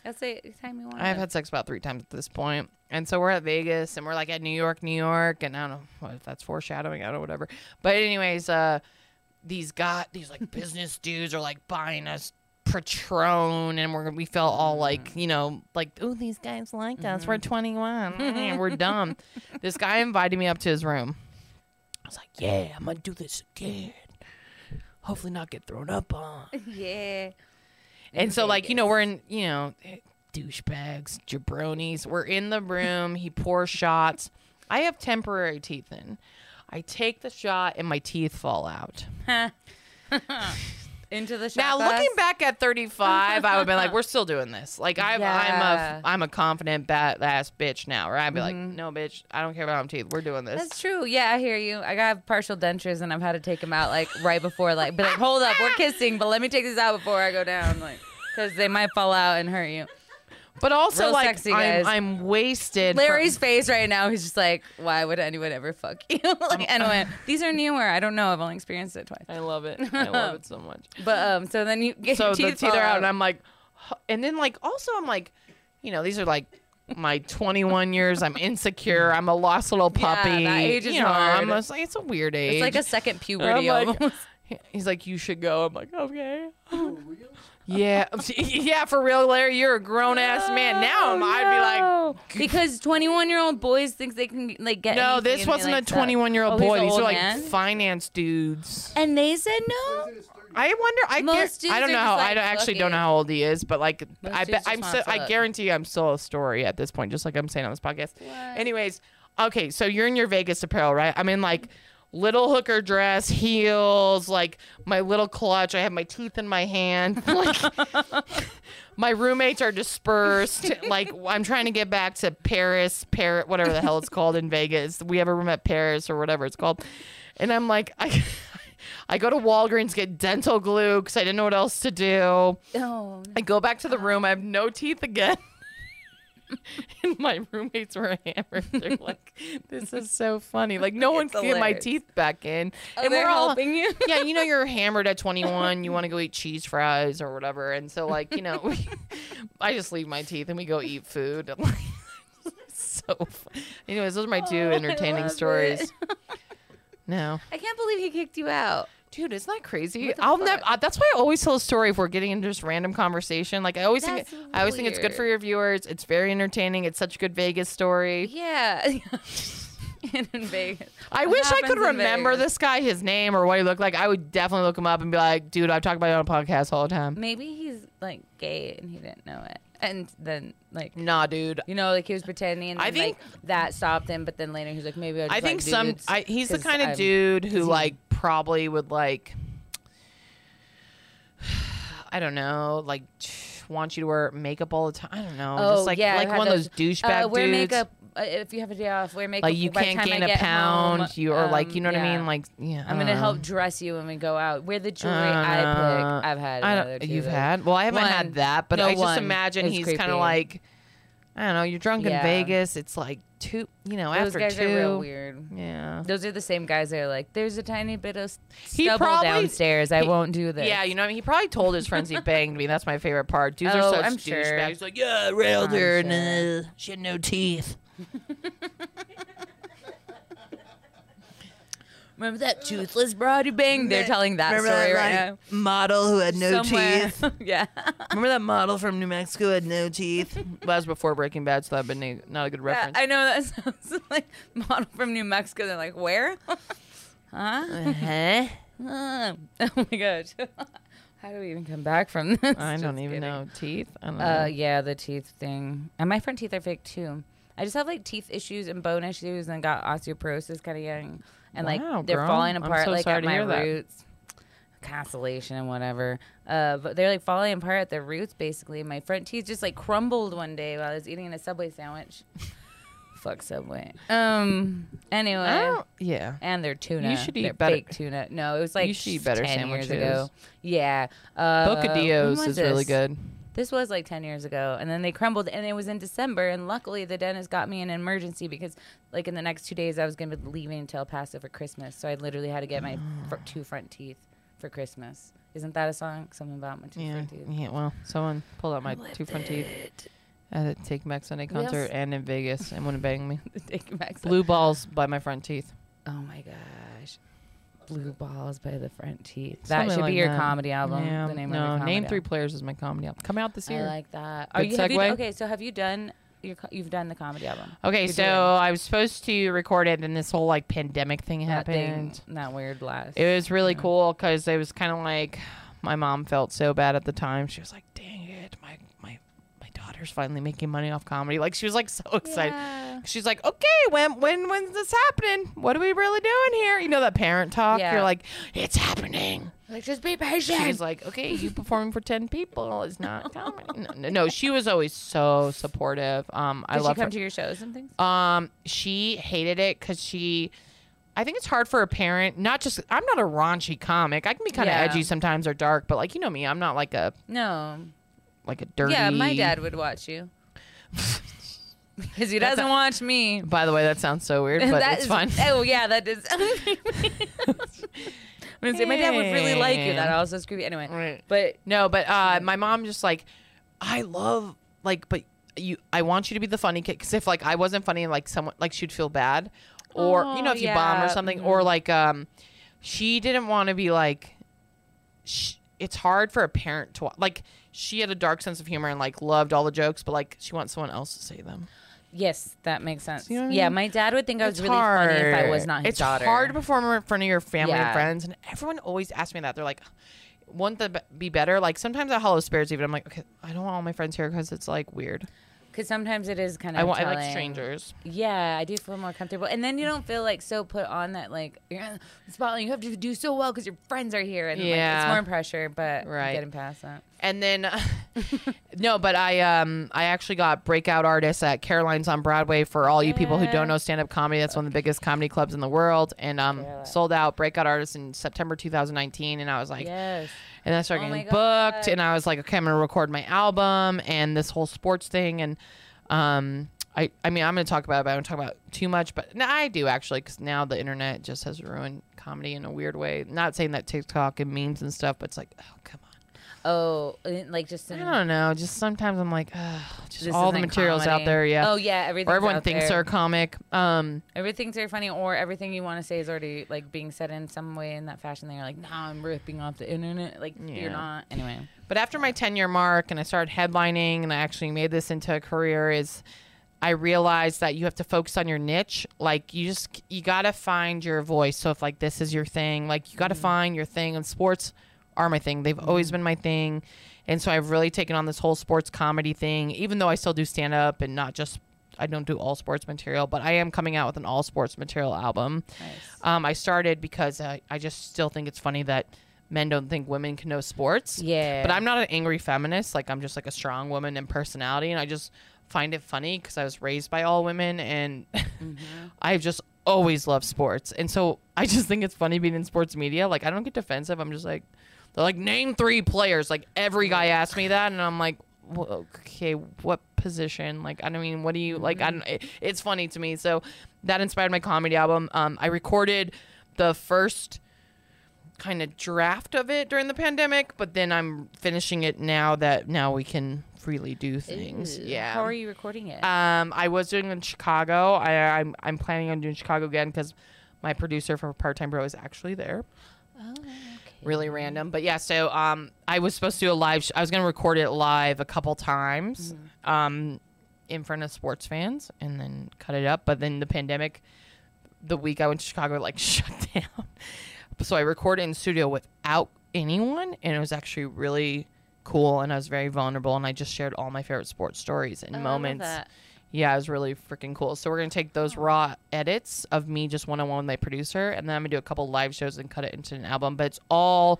Speaker 1: That's the time you want.
Speaker 2: I've had sex about three times at this point. And so we're at Vegas and we're like at New York, New York, and I don't know if that's foreshadowing, I don't know, whatever. But anyways, uh these got these like business dudes are like buying us Patron and we're we felt all like, you know, like, oh, these guys like us. We're twenty one. we're dumb. This guy invited me up to his room. I was like, Yeah, I'm gonna do this again. Hopefully not get thrown up on.
Speaker 1: *laughs* yeah. *laughs*
Speaker 2: And so, like, you know, we're in, you know, douchebags, jabronis. We're in the room. He pours shots. I have temporary teeth in. I take the shot and my teeth fall out.
Speaker 1: into the shop.
Speaker 2: Now, looking back at 35, I would have been like, we're still doing this. Like, I'm,
Speaker 1: Yeah. Mm-hmm.
Speaker 2: I'm, a, I'm a confident badass bitch now, right? I'd be like, no, bitch, I don't care about my teeth. We're doing this.
Speaker 1: That's true. Yeah, I hear you. I got partial dentures, and I've had to take them out like right before, like, be like, hold up, *laughs* we're kissing, but let me take these out before I go down, like, because they might fall out and hurt you.
Speaker 2: but also,
Speaker 1: real
Speaker 2: like,
Speaker 1: sexy,
Speaker 2: I'm,
Speaker 1: guys.
Speaker 2: I'm wasted. from-
Speaker 1: Larry's face right now, he's just like, why would anyone ever fuck you? *laughs* like, and I went, these are newer. I don't know. I've only experienced it twice.
Speaker 2: I love it. I love it so much.
Speaker 1: But um, so *laughs* then you get
Speaker 2: so
Speaker 1: your
Speaker 2: the
Speaker 1: teeth
Speaker 2: teeth are
Speaker 1: fall
Speaker 2: out, and I'm like, huh- and then like also I'm like, you know, these are like my 21 years. I'm insecure. I'm a lost little
Speaker 1: Yeah,
Speaker 2: puppy.
Speaker 1: that age is
Speaker 2: you know, I'm
Speaker 1: hard.
Speaker 2: just like, it's a weird age.
Speaker 1: It's like a *laughs* second
Speaker 2: I'm
Speaker 1: puberty
Speaker 2: like-
Speaker 1: almost. *laughs*
Speaker 2: He's like, you should go. I'm like, okay. *laughs* yeah, yeah, for real, Larry. You're a grown ass man. Now I'm, I'd
Speaker 1: be like because 21 year old boys think they can like
Speaker 2: be
Speaker 1: get
Speaker 2: like, no,
Speaker 1: anything
Speaker 2: this
Speaker 1: and they,
Speaker 2: wasn't
Speaker 1: like,
Speaker 2: a
Speaker 1: suck.
Speaker 2: 21 year
Speaker 1: Oh,
Speaker 2: old
Speaker 1: he's
Speaker 2: boy.
Speaker 1: an
Speaker 2: These
Speaker 1: old
Speaker 2: are like
Speaker 1: man?
Speaker 2: finance dudes.
Speaker 1: and they said no
Speaker 2: I wonder. I guar-
Speaker 1: Most dudes
Speaker 2: I don't
Speaker 1: are
Speaker 2: know.
Speaker 1: just
Speaker 2: How, I
Speaker 1: like,
Speaker 2: don't, actually
Speaker 1: "Fuck
Speaker 2: don't
Speaker 1: it."
Speaker 2: know how old he is, but like, I
Speaker 1: dudes
Speaker 2: bet
Speaker 1: just
Speaker 2: I'm.
Speaker 1: wanna
Speaker 2: So, I
Speaker 1: fuck.
Speaker 2: guarantee I'm still a story at this point, just like I'm saying on this podcast. Anyways, okay, so you're in your Vegas apparel, right? I'm in like little hooker dress, heels, like my little clutch. I have my teeth in my hand. *laughs* Like my roommates are dispersed. like I'm trying to get back to Paris, Paris, whatever the hell it's called in Vegas. We have a room at Paris or whatever it's called, and I'm like, *laughs* I, I go to Walgreens get dental glue because I didn't know what else to do.
Speaker 1: oh,
Speaker 2: I go back to the room. I have no teeth again. *laughs* and my roommates were hammered.
Speaker 1: *laughs*
Speaker 2: They're like, "This is so funny. Like no one
Speaker 1: It's
Speaker 2: can get my
Speaker 1: hilarious.
Speaker 2: teeth back in."
Speaker 1: and they're helping you
Speaker 2: *laughs* yeah, you know
Speaker 1: *laughs*
Speaker 2: you're hammered at 21. You want to go eat cheese fries or whatever, and so like you know, we, *laughs* I just leave my teeth and we go eat food. *laughs* And, like, so, fun. anyways, those are my two
Speaker 1: Oh, I
Speaker 2: entertaining
Speaker 1: love
Speaker 2: stories.
Speaker 1: it.
Speaker 2: No,
Speaker 1: *laughs* i can't believe he kicked you out
Speaker 2: dude, isn't that crazy?
Speaker 1: What the
Speaker 2: I'll
Speaker 1: fuck?
Speaker 2: never. That's why I always tell a story if we're getting into just random conversation. Like I always
Speaker 1: That's
Speaker 2: think, I always think it's good for
Speaker 1: weird.
Speaker 2: your viewers. It's very entertaining. It's such a good Vegas story.
Speaker 1: yeah *laughs* in vegas
Speaker 2: I
Speaker 1: What
Speaker 2: wish I
Speaker 1: happens
Speaker 2: could
Speaker 1: in
Speaker 2: remember
Speaker 1: Vegas?
Speaker 2: this guy, his name or what he looked like. I would definitely look him up and be like, dude, I've talked about it on a podcast all the time.
Speaker 1: maybe he's like gay and he didn't know it and then like
Speaker 2: Nah, dude.
Speaker 1: you know, like he was pretending. And
Speaker 2: I
Speaker 1: I
Speaker 2: think-
Speaker 1: think that stopped him, but then later he was like, maybe I. Just
Speaker 2: I
Speaker 1: like
Speaker 2: think some.
Speaker 1: dudes
Speaker 2: I, he's the
Speaker 1: 'cause
Speaker 2: kind of
Speaker 1: I'm-
Speaker 2: dude who
Speaker 1: he-
Speaker 2: like probably would like. *sighs* I don't know, like want you to wear makeup all the time. I don't know,
Speaker 1: Oh,
Speaker 2: just like
Speaker 1: yeah, I've
Speaker 2: like
Speaker 1: had
Speaker 2: one of those douchebag
Speaker 1: uh, wear
Speaker 2: dudes.
Speaker 1: makeup uh, if you have a day off. Wear makeup.
Speaker 2: like you
Speaker 1: by the
Speaker 2: can't
Speaker 1: time I
Speaker 2: gain a
Speaker 1: get
Speaker 2: pound.
Speaker 1: home.
Speaker 2: you or like
Speaker 1: Um,
Speaker 2: you know what I
Speaker 1: yeah.
Speaker 2: mean. Like yeah, I
Speaker 1: I'm
Speaker 2: don't
Speaker 1: gonna
Speaker 2: know.
Speaker 1: help dress you when we go out. Wear the jewelry I
Speaker 2: Uh,
Speaker 1: pick. I've had.
Speaker 2: I
Speaker 1: another
Speaker 2: don't.
Speaker 1: two
Speaker 2: You've
Speaker 1: though.
Speaker 2: had. Well, I haven't
Speaker 1: One.
Speaker 2: had that, but
Speaker 1: No,
Speaker 2: I just
Speaker 1: one
Speaker 2: imagine
Speaker 1: is
Speaker 2: he's kind
Speaker 1: creepy.
Speaker 2: of like. I don't know. You're drunk in
Speaker 1: Yeah.
Speaker 2: Vegas. It's like two. You know,
Speaker 1: Those
Speaker 2: after
Speaker 1: guys
Speaker 2: two.
Speaker 1: are real weird.
Speaker 2: Yeah.
Speaker 1: Those are the same guys that are like, there's a tiny bit of
Speaker 2: He
Speaker 1: stubble
Speaker 2: probably-
Speaker 1: downstairs. I
Speaker 2: he-
Speaker 1: won't do this.
Speaker 2: Yeah, you know, what I mean, he probably told his friends
Speaker 1: *laughs*
Speaker 2: he banged me. That's my favorite part. Dudes
Speaker 1: Oh,
Speaker 2: are so
Speaker 1: I'm sure.
Speaker 2: douchebags. He's like, yeah, I railed her.
Speaker 1: I'm
Speaker 2: and, uh, she had no teeth.
Speaker 1: Remember that toothless broad who banged? They're telling that
Speaker 2: Remember
Speaker 1: story
Speaker 2: that,
Speaker 1: right
Speaker 2: like,
Speaker 1: now.
Speaker 2: model who had no
Speaker 1: Somewhere. *laughs*
Speaker 2: teeth?
Speaker 1: yeah.
Speaker 2: Remember that model from New Mexico who had
Speaker 1: *laughs*
Speaker 2: no teeth? that was before Breaking Bad, so that'd been a- not a good
Speaker 1: Yeah, *laughs*
Speaker 2: reference.
Speaker 1: I know that sounds like model from New Mexico. They're like, where? *laughs* huh?
Speaker 2: Uh-huh.
Speaker 1: Uh, *laughs* oh my gosh. How do we even come back from this?
Speaker 2: I
Speaker 1: Just
Speaker 2: don't even
Speaker 1: kidding.
Speaker 2: know teeth. I don't know.
Speaker 1: Uh, yeah, the teeth thing. And my front teeth are fake too. I just have like teeth issues and bone issues and got osteoporosis kind of young. And
Speaker 2: Wow,
Speaker 1: like they're
Speaker 2: girl.
Speaker 1: falling
Speaker 2: I'm
Speaker 1: apart
Speaker 2: so
Speaker 1: like
Speaker 2: sorry
Speaker 1: at
Speaker 2: to
Speaker 1: my
Speaker 2: hear that.
Speaker 1: roots. Cancellation and whatever. Uh, but they're like falling apart at the roots basically. My front teeth just like crumbled one day while I was eating a Subway sandwich. *laughs* Fuck Subway. Um. Anyway.
Speaker 2: I don't- yeah.
Speaker 1: And their tuna.
Speaker 2: should eat
Speaker 1: Their
Speaker 2: better-
Speaker 1: Fake tuna. No, it was like
Speaker 2: You should eat better
Speaker 1: 10 years ago.
Speaker 2: sandwiches.
Speaker 1: Yeah. Uh, when
Speaker 2: Bocadillos
Speaker 1: was
Speaker 2: is really
Speaker 1: this?
Speaker 2: good.
Speaker 1: This was like 10 years ago. And then they crumbled, and it was in December. And luckily, the dentist got me an emergency because, like, in the next two days, I was going to be leaving to El Paso for Christmas. So I literally had to get
Speaker 2: *gasps*
Speaker 1: my fr- two front teeth for Christmas. Isn't that a song? Something about my two
Speaker 2: Yeah.
Speaker 1: front teeth.
Speaker 2: yeah. Well, someone pulled out my two front teeth
Speaker 1: *laughs*
Speaker 2: at a Take Back Sunday
Speaker 1: We also-
Speaker 2: concert and in Vegas and wouldn't bang
Speaker 1: *laughs*
Speaker 2: me.
Speaker 1: Take it back.
Speaker 2: Blue balls by my front teeth.
Speaker 1: Oh my gosh. Blue balls by the front teeth.
Speaker 2: Something
Speaker 1: that should
Speaker 2: like
Speaker 1: be your
Speaker 2: that.
Speaker 1: comedy album.
Speaker 2: Yeah,
Speaker 1: The name
Speaker 2: no,
Speaker 1: of your comedy
Speaker 2: name three
Speaker 1: album.
Speaker 2: players is my comedy album. Coming out this
Speaker 1: I
Speaker 2: year.
Speaker 1: like that. Are
Speaker 2: Good
Speaker 1: you, have you
Speaker 2: segue. Oh,
Speaker 1: okay? So have you done your? co- You've done the comedy album.
Speaker 2: okay,
Speaker 1: You're
Speaker 2: so
Speaker 1: doing
Speaker 2: I was supposed to record it, and this whole like pandemic thing
Speaker 1: that
Speaker 2: happened.
Speaker 1: thing, that weird last.
Speaker 2: It was really cool because it was kind of like my mom felt so bad at the time. She was like, "Dang it, my my my daughter's finally making money off comedy." Like she was like so excited.
Speaker 1: Yeah.
Speaker 2: She's like, "Okay, when when when's this happening? What are we really doing here?" You know that parent talk.
Speaker 1: Yeah.
Speaker 2: You're like, "It's happening."
Speaker 1: Like just be
Speaker 2: She
Speaker 1: patient.
Speaker 2: was like, "Okay, you performing for ten people
Speaker 1: *laughs*
Speaker 2: is not comedy." No, no, she was always so supportive. Um, I
Speaker 1: Did she
Speaker 2: love
Speaker 1: come
Speaker 2: her.
Speaker 1: to your shows and things?
Speaker 2: Um, she hated it because she. I think it's hard for a parent, not just. I'm not a raunchy comic. I can be kind of
Speaker 1: Yeah.
Speaker 2: edgy sometimes or dark, but like you know me, I'm not like a
Speaker 1: No.
Speaker 2: like a dirty.
Speaker 1: Yeah, my dad would watch
Speaker 2: *laughs*
Speaker 1: you. Because he doesn't watch me.
Speaker 2: By the way, that sounds
Speaker 1: *laughs*
Speaker 2: so weird, but
Speaker 1: That
Speaker 2: it's
Speaker 1: is-
Speaker 2: fun. *laughs*
Speaker 1: Oh yeah, that is. *laughs* I'm gonna say my dad would really like you. That
Speaker 2: Yeah.
Speaker 1: also is creepy. Anyway,
Speaker 2: Right.
Speaker 1: but
Speaker 2: No, but uh, my mom just like, I love like, but you I want you to be the funny kid because if like I wasn't funny, like someone like she'd feel bad, or you know
Speaker 1: Oh,
Speaker 2: if you bomb
Speaker 1: yeah. Mm-hmm.
Speaker 2: or something, or like um, she didn't want to be like. Sh it's hard for a parent to wa- like. She had a dark sense of humor and like loved all the jokes, but like she wants someone else to say them.
Speaker 1: Yes, that makes sense.
Speaker 2: You know what I
Speaker 1: Yeah,
Speaker 2: mean?
Speaker 1: my dad would think I was
Speaker 2: It's
Speaker 1: really funny if I was not his
Speaker 2: it's
Speaker 1: daughter.
Speaker 2: hard to perform in front of your family
Speaker 1: Yeah.
Speaker 2: and friends, and everyone always asks me that. They're like, "Wouldn't that be better?" Like sometimes at Hollow Spares, even I'm like, "Okay, I don't want all my friends here because it's like weird.
Speaker 1: because sometimes it is kind of.
Speaker 2: I want I like
Speaker 1: telling.
Speaker 2: strangers."
Speaker 1: Yeah, I do feel more comfortable, and then you don't feel like so put on that like you're in the spotlight. You have to do so well because your friends are here, and like, it's
Speaker 2: Yeah.
Speaker 1: more pressure. But right.
Speaker 2: Right.
Speaker 1: getting past that.
Speaker 2: And
Speaker 1: *laughs*
Speaker 2: then *laughs* no, but I um I actually got breakout artists at Caroline's on Broadway for all you people who don't know stand up comedy. That's one of the biggest comedy clubs in the world, and um
Speaker 1: Caroline.
Speaker 2: sold out breakout artists in September 2019. And I was like,
Speaker 1: Yes.
Speaker 2: and then I started
Speaker 1: Oh my
Speaker 2: getting
Speaker 1: God.
Speaker 2: booked, and I was like, okay, I'm gonna record my album and this whole sports thing, and um I I mean I'm gonna talk about it, but I don't talk about it too much, but no, I do actually because now the internet just has ruined comedy in a weird way. Not saying that TikTok and memes and stuff, but it's like, oh come on.
Speaker 1: Oh, and, like just in,
Speaker 2: I don't know. Just sometimes I'm like, Ugh, just
Speaker 1: this
Speaker 2: all the
Speaker 1: isn't
Speaker 2: materials
Speaker 1: comedy.
Speaker 2: out there, yeah.
Speaker 1: Oh yeah, everything.
Speaker 2: or everyone thinks they're a comic. Um,
Speaker 1: everything's very funny, or everything you want to say is already like being said in some way in that fashion. They're like, nah, I'm ripping off the internet. Like
Speaker 2: Yeah.
Speaker 1: you're not. Anyway.
Speaker 2: but after my 10 year mark and I started headlining and I actually made this into a career is I realized that you have to focus on your niche. Like you just you got to find your voice. So if like this is your thing, like you got to find your thing and sports are my thing. They've always been my thing. And so I've really taken on this whole sports comedy thing, even though I still do stand up and not just I don't do all sports material, but I am coming out with an all sports material album.
Speaker 1: Nice.
Speaker 2: Um, I started because I, I just still think it's funny that men don't think women can know sports.
Speaker 1: Yeah.
Speaker 2: But I'm not an angry feminist. Like I'm just like a strong woman in personality, and I just find it funny because I was raised by all women, and *laughs* I've just always loved sports, and so I just think it's funny being in sports media. Like I don't get defensive. I'm just like, they're like name three players. Like every guy asked me that, and I'm like. "Well, Okay, what position? Like, I don't mean, what do you like? I don't. It, it's funny to me, so that inspired my comedy album. Um, I recorded the first kind of draft of it during the pandemic, but then I'm finishing it now that now we can freely do things. yeah.
Speaker 1: How are you recording it?
Speaker 2: Um, I was doing it in Chicago. I I'm I'm planning on doing Chicago again because my producer for Part Time Bro is actually there.
Speaker 1: oh, okay.
Speaker 2: Really random, but yeah. So um, I was supposed to do a live. Sh- I was gonna record it live a couple times,
Speaker 1: Mm-hmm.
Speaker 2: um, in front of sports fans, and then cut it up. But then the pandemic, the week I went to Chicago, like *laughs* shut down. So I recorded in studio without anyone, and it was actually really cool. And I was very vulnerable, and I just shared all my favorite sports stories and
Speaker 1: Oh, I love
Speaker 2: moments.
Speaker 1: that.
Speaker 2: Yeah, it was really freaking cool. So we're gonna take those raw edits of me just one on one with my producer, and then I'm gonna do a couple live shows and cut it into an album. But it's all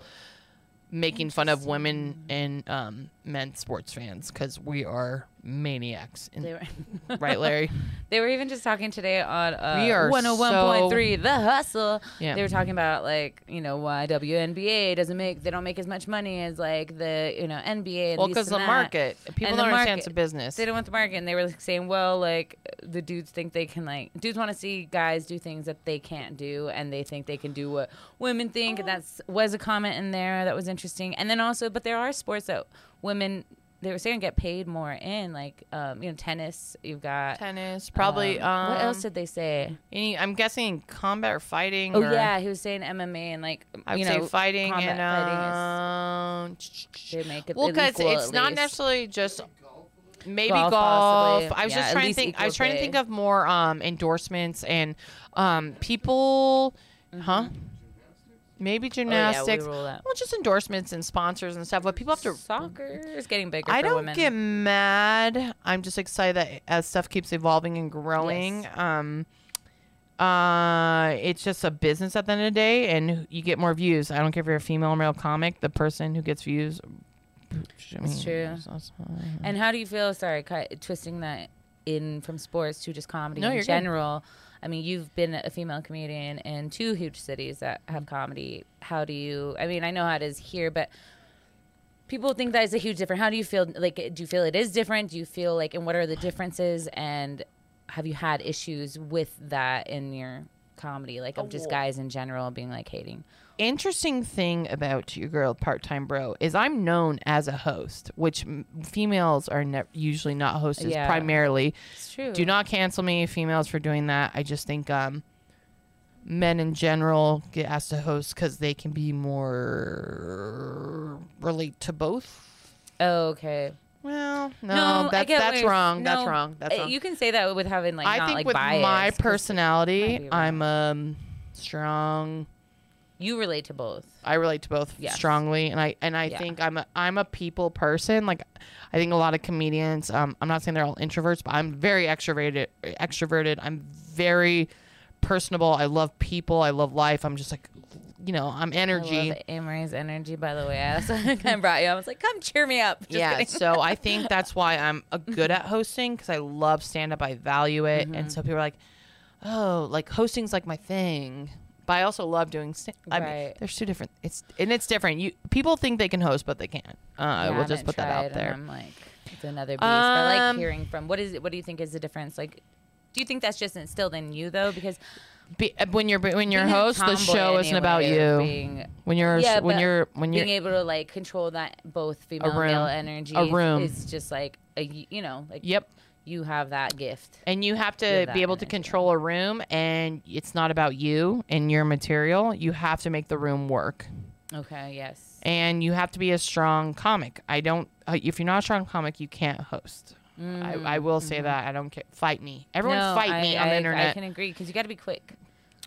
Speaker 2: making fun of women and um, men sports fans because we are maniacs, in,
Speaker 1: They were, *laughs*
Speaker 2: *laughs* right, Larry?
Speaker 1: they were even just talking today on uh,
Speaker 2: We are
Speaker 1: 101.3 The Hustle.
Speaker 2: Yeah.
Speaker 1: They were talking about like, you know, why WNBA doesn't make they don't make as much money as like the, you know, NBA and
Speaker 2: well,
Speaker 1: because
Speaker 2: because the market, people
Speaker 1: And
Speaker 2: don't
Speaker 1: the
Speaker 2: understand it's a
Speaker 1: market.
Speaker 2: business.
Speaker 1: They don't want the market and they were like, saying, well, like the dudes think they can like dudes want to see guys do things that they can't do and they think they can do what women think and that's was a comment in there that was interesting. And then also but there are sports that women they were saying get paid more in like um, you know tennis you've got
Speaker 2: Tennis, probably.
Speaker 1: Um,
Speaker 2: Um,
Speaker 1: what else did they say?
Speaker 2: Any, I'm guessing combat or fighting.
Speaker 1: Oh
Speaker 2: or-
Speaker 1: yeah, he was saying MMA and like
Speaker 2: I would
Speaker 1: you
Speaker 2: say
Speaker 1: know,
Speaker 2: fighting
Speaker 1: combat
Speaker 2: and
Speaker 1: fighting Oh,
Speaker 2: um,
Speaker 1: is, they make it
Speaker 2: well,
Speaker 1: at
Speaker 2: because
Speaker 1: equal
Speaker 2: it's
Speaker 1: at
Speaker 2: not
Speaker 1: least.
Speaker 2: necessarily just maybe
Speaker 1: Golf,
Speaker 2: golf.
Speaker 1: possibly.
Speaker 2: I was
Speaker 1: Yeah, at
Speaker 2: just trying to
Speaker 1: least
Speaker 2: think. I was
Speaker 1: equal
Speaker 2: trying to
Speaker 1: pay.
Speaker 2: think of more um, endorsements and um, people,
Speaker 1: Mm-hmm. Oh,
Speaker 2: huh? Maybe gymnastics.
Speaker 1: rule that.
Speaker 2: well, just endorsements and sponsors and stuff. But people have to
Speaker 1: soccer is getting bigger.
Speaker 2: I
Speaker 1: for
Speaker 2: don't
Speaker 1: women.
Speaker 2: get mad. I'm just excited that as stuff keeps evolving and growing,
Speaker 1: Yes.
Speaker 2: um, uh, it's just a business at the end of the day, and you get more views. I don't care if you're a female or male comic. The person who gets views, I mean,
Speaker 1: true.
Speaker 2: that's-
Speaker 1: And how do you feel? Sorry, cut, twisting that in from sports to just comedy
Speaker 2: No,
Speaker 1: in
Speaker 2: you're good.
Speaker 1: general. I mean, you've been a female comedian in two huge cities that have comedy. How do you? I mean, I know how it is here, but people think that is a huge difference. How do you feel? Like, do you feel it is different? Do you feel like, and what are the differences? And have you had issues with that in your comedy, like of just
Speaker 2: Oh.
Speaker 1: guys in general being like hating.
Speaker 2: interesting thing about your girl part-time bro is i'm known as a host which m- females are ne- usually not hostess
Speaker 1: Yeah.
Speaker 2: primarily
Speaker 1: It's true.
Speaker 2: do not cancel me females for doing that i just think um men in general get asked to host because they can be more relate to both
Speaker 1: Oh, okay.
Speaker 2: well no,
Speaker 1: I
Speaker 2: that's
Speaker 1: get
Speaker 2: that's
Speaker 1: where-
Speaker 2: wrong. that's
Speaker 1: no,
Speaker 2: wrong that's
Speaker 1: uh,
Speaker 2: wrong
Speaker 1: You can say that with having like
Speaker 2: i
Speaker 1: not
Speaker 2: think
Speaker 1: like
Speaker 2: with
Speaker 1: bias. 'cause
Speaker 2: my
Speaker 1: might
Speaker 2: personality
Speaker 1: be wrong.
Speaker 2: i'm um strong
Speaker 1: you relate to both.
Speaker 2: I relate to both
Speaker 1: Yes.
Speaker 2: strongly, and I and I
Speaker 1: Yeah.
Speaker 2: think I'm a I'm a people person. Like, I think a lot of comedians. Um, I'm not saying they're all introverts, but I'm very extroverted. Extroverted. I'm very personable. I love people. I love life. I'm just like, you know, I'm
Speaker 1: I
Speaker 2: energy.
Speaker 1: love Amory's energy, by the way. I also *laughs* kind of brought you. I was like, come cheer me up. *laughs* Just
Speaker 2: yeah.
Speaker 1: kidding.
Speaker 2: so I think that's why I'm a good at hosting because I love stand up. I value it,
Speaker 1: Mm-hmm.
Speaker 2: and so people are like, oh, like hosting's like my thing. But I also love doing. St- I mean,
Speaker 1: Right.
Speaker 2: there's two different. It's and it's different. You people think they can host, but they can't. Uh,
Speaker 1: Yeah, I
Speaker 2: we'll just
Speaker 1: haven't
Speaker 2: put that
Speaker 1: tried,
Speaker 2: out
Speaker 1: and
Speaker 2: there.
Speaker 1: I'm like, it's another beast. but I like
Speaker 2: Um,
Speaker 1: hearing from. What is it? What do you think is the difference? Like, do you think that's just instilled in you though? Because
Speaker 2: Be, uh, when you're when you're
Speaker 1: being a
Speaker 2: host, the
Speaker 1: tomboy
Speaker 2: show isn't
Speaker 1: anyway,
Speaker 2: about you.
Speaker 1: Being,
Speaker 2: when you're
Speaker 1: Yeah,
Speaker 2: when
Speaker 1: but
Speaker 2: you're when
Speaker 1: being
Speaker 2: you're
Speaker 1: able to like control that both female
Speaker 2: room.
Speaker 1: and male energy
Speaker 2: A room.
Speaker 1: is just like a y- you know like
Speaker 2: yep.
Speaker 1: you have that gift.
Speaker 2: And you have
Speaker 1: Give
Speaker 2: to
Speaker 1: that
Speaker 2: be able to
Speaker 1: energy.
Speaker 2: control a room, and it's not about you and your material. You have to make the room work.
Speaker 1: Okay. Yes.
Speaker 2: and you have to be a strong comic. I don't. Uh, if you're not a strong comic, you can't host. I, I will say that. I don't care. Fight me. Everyone
Speaker 1: Mm, No,
Speaker 2: fight
Speaker 1: I,
Speaker 2: me on the
Speaker 1: I-
Speaker 2: internet.
Speaker 1: I can agree because you got to be quick.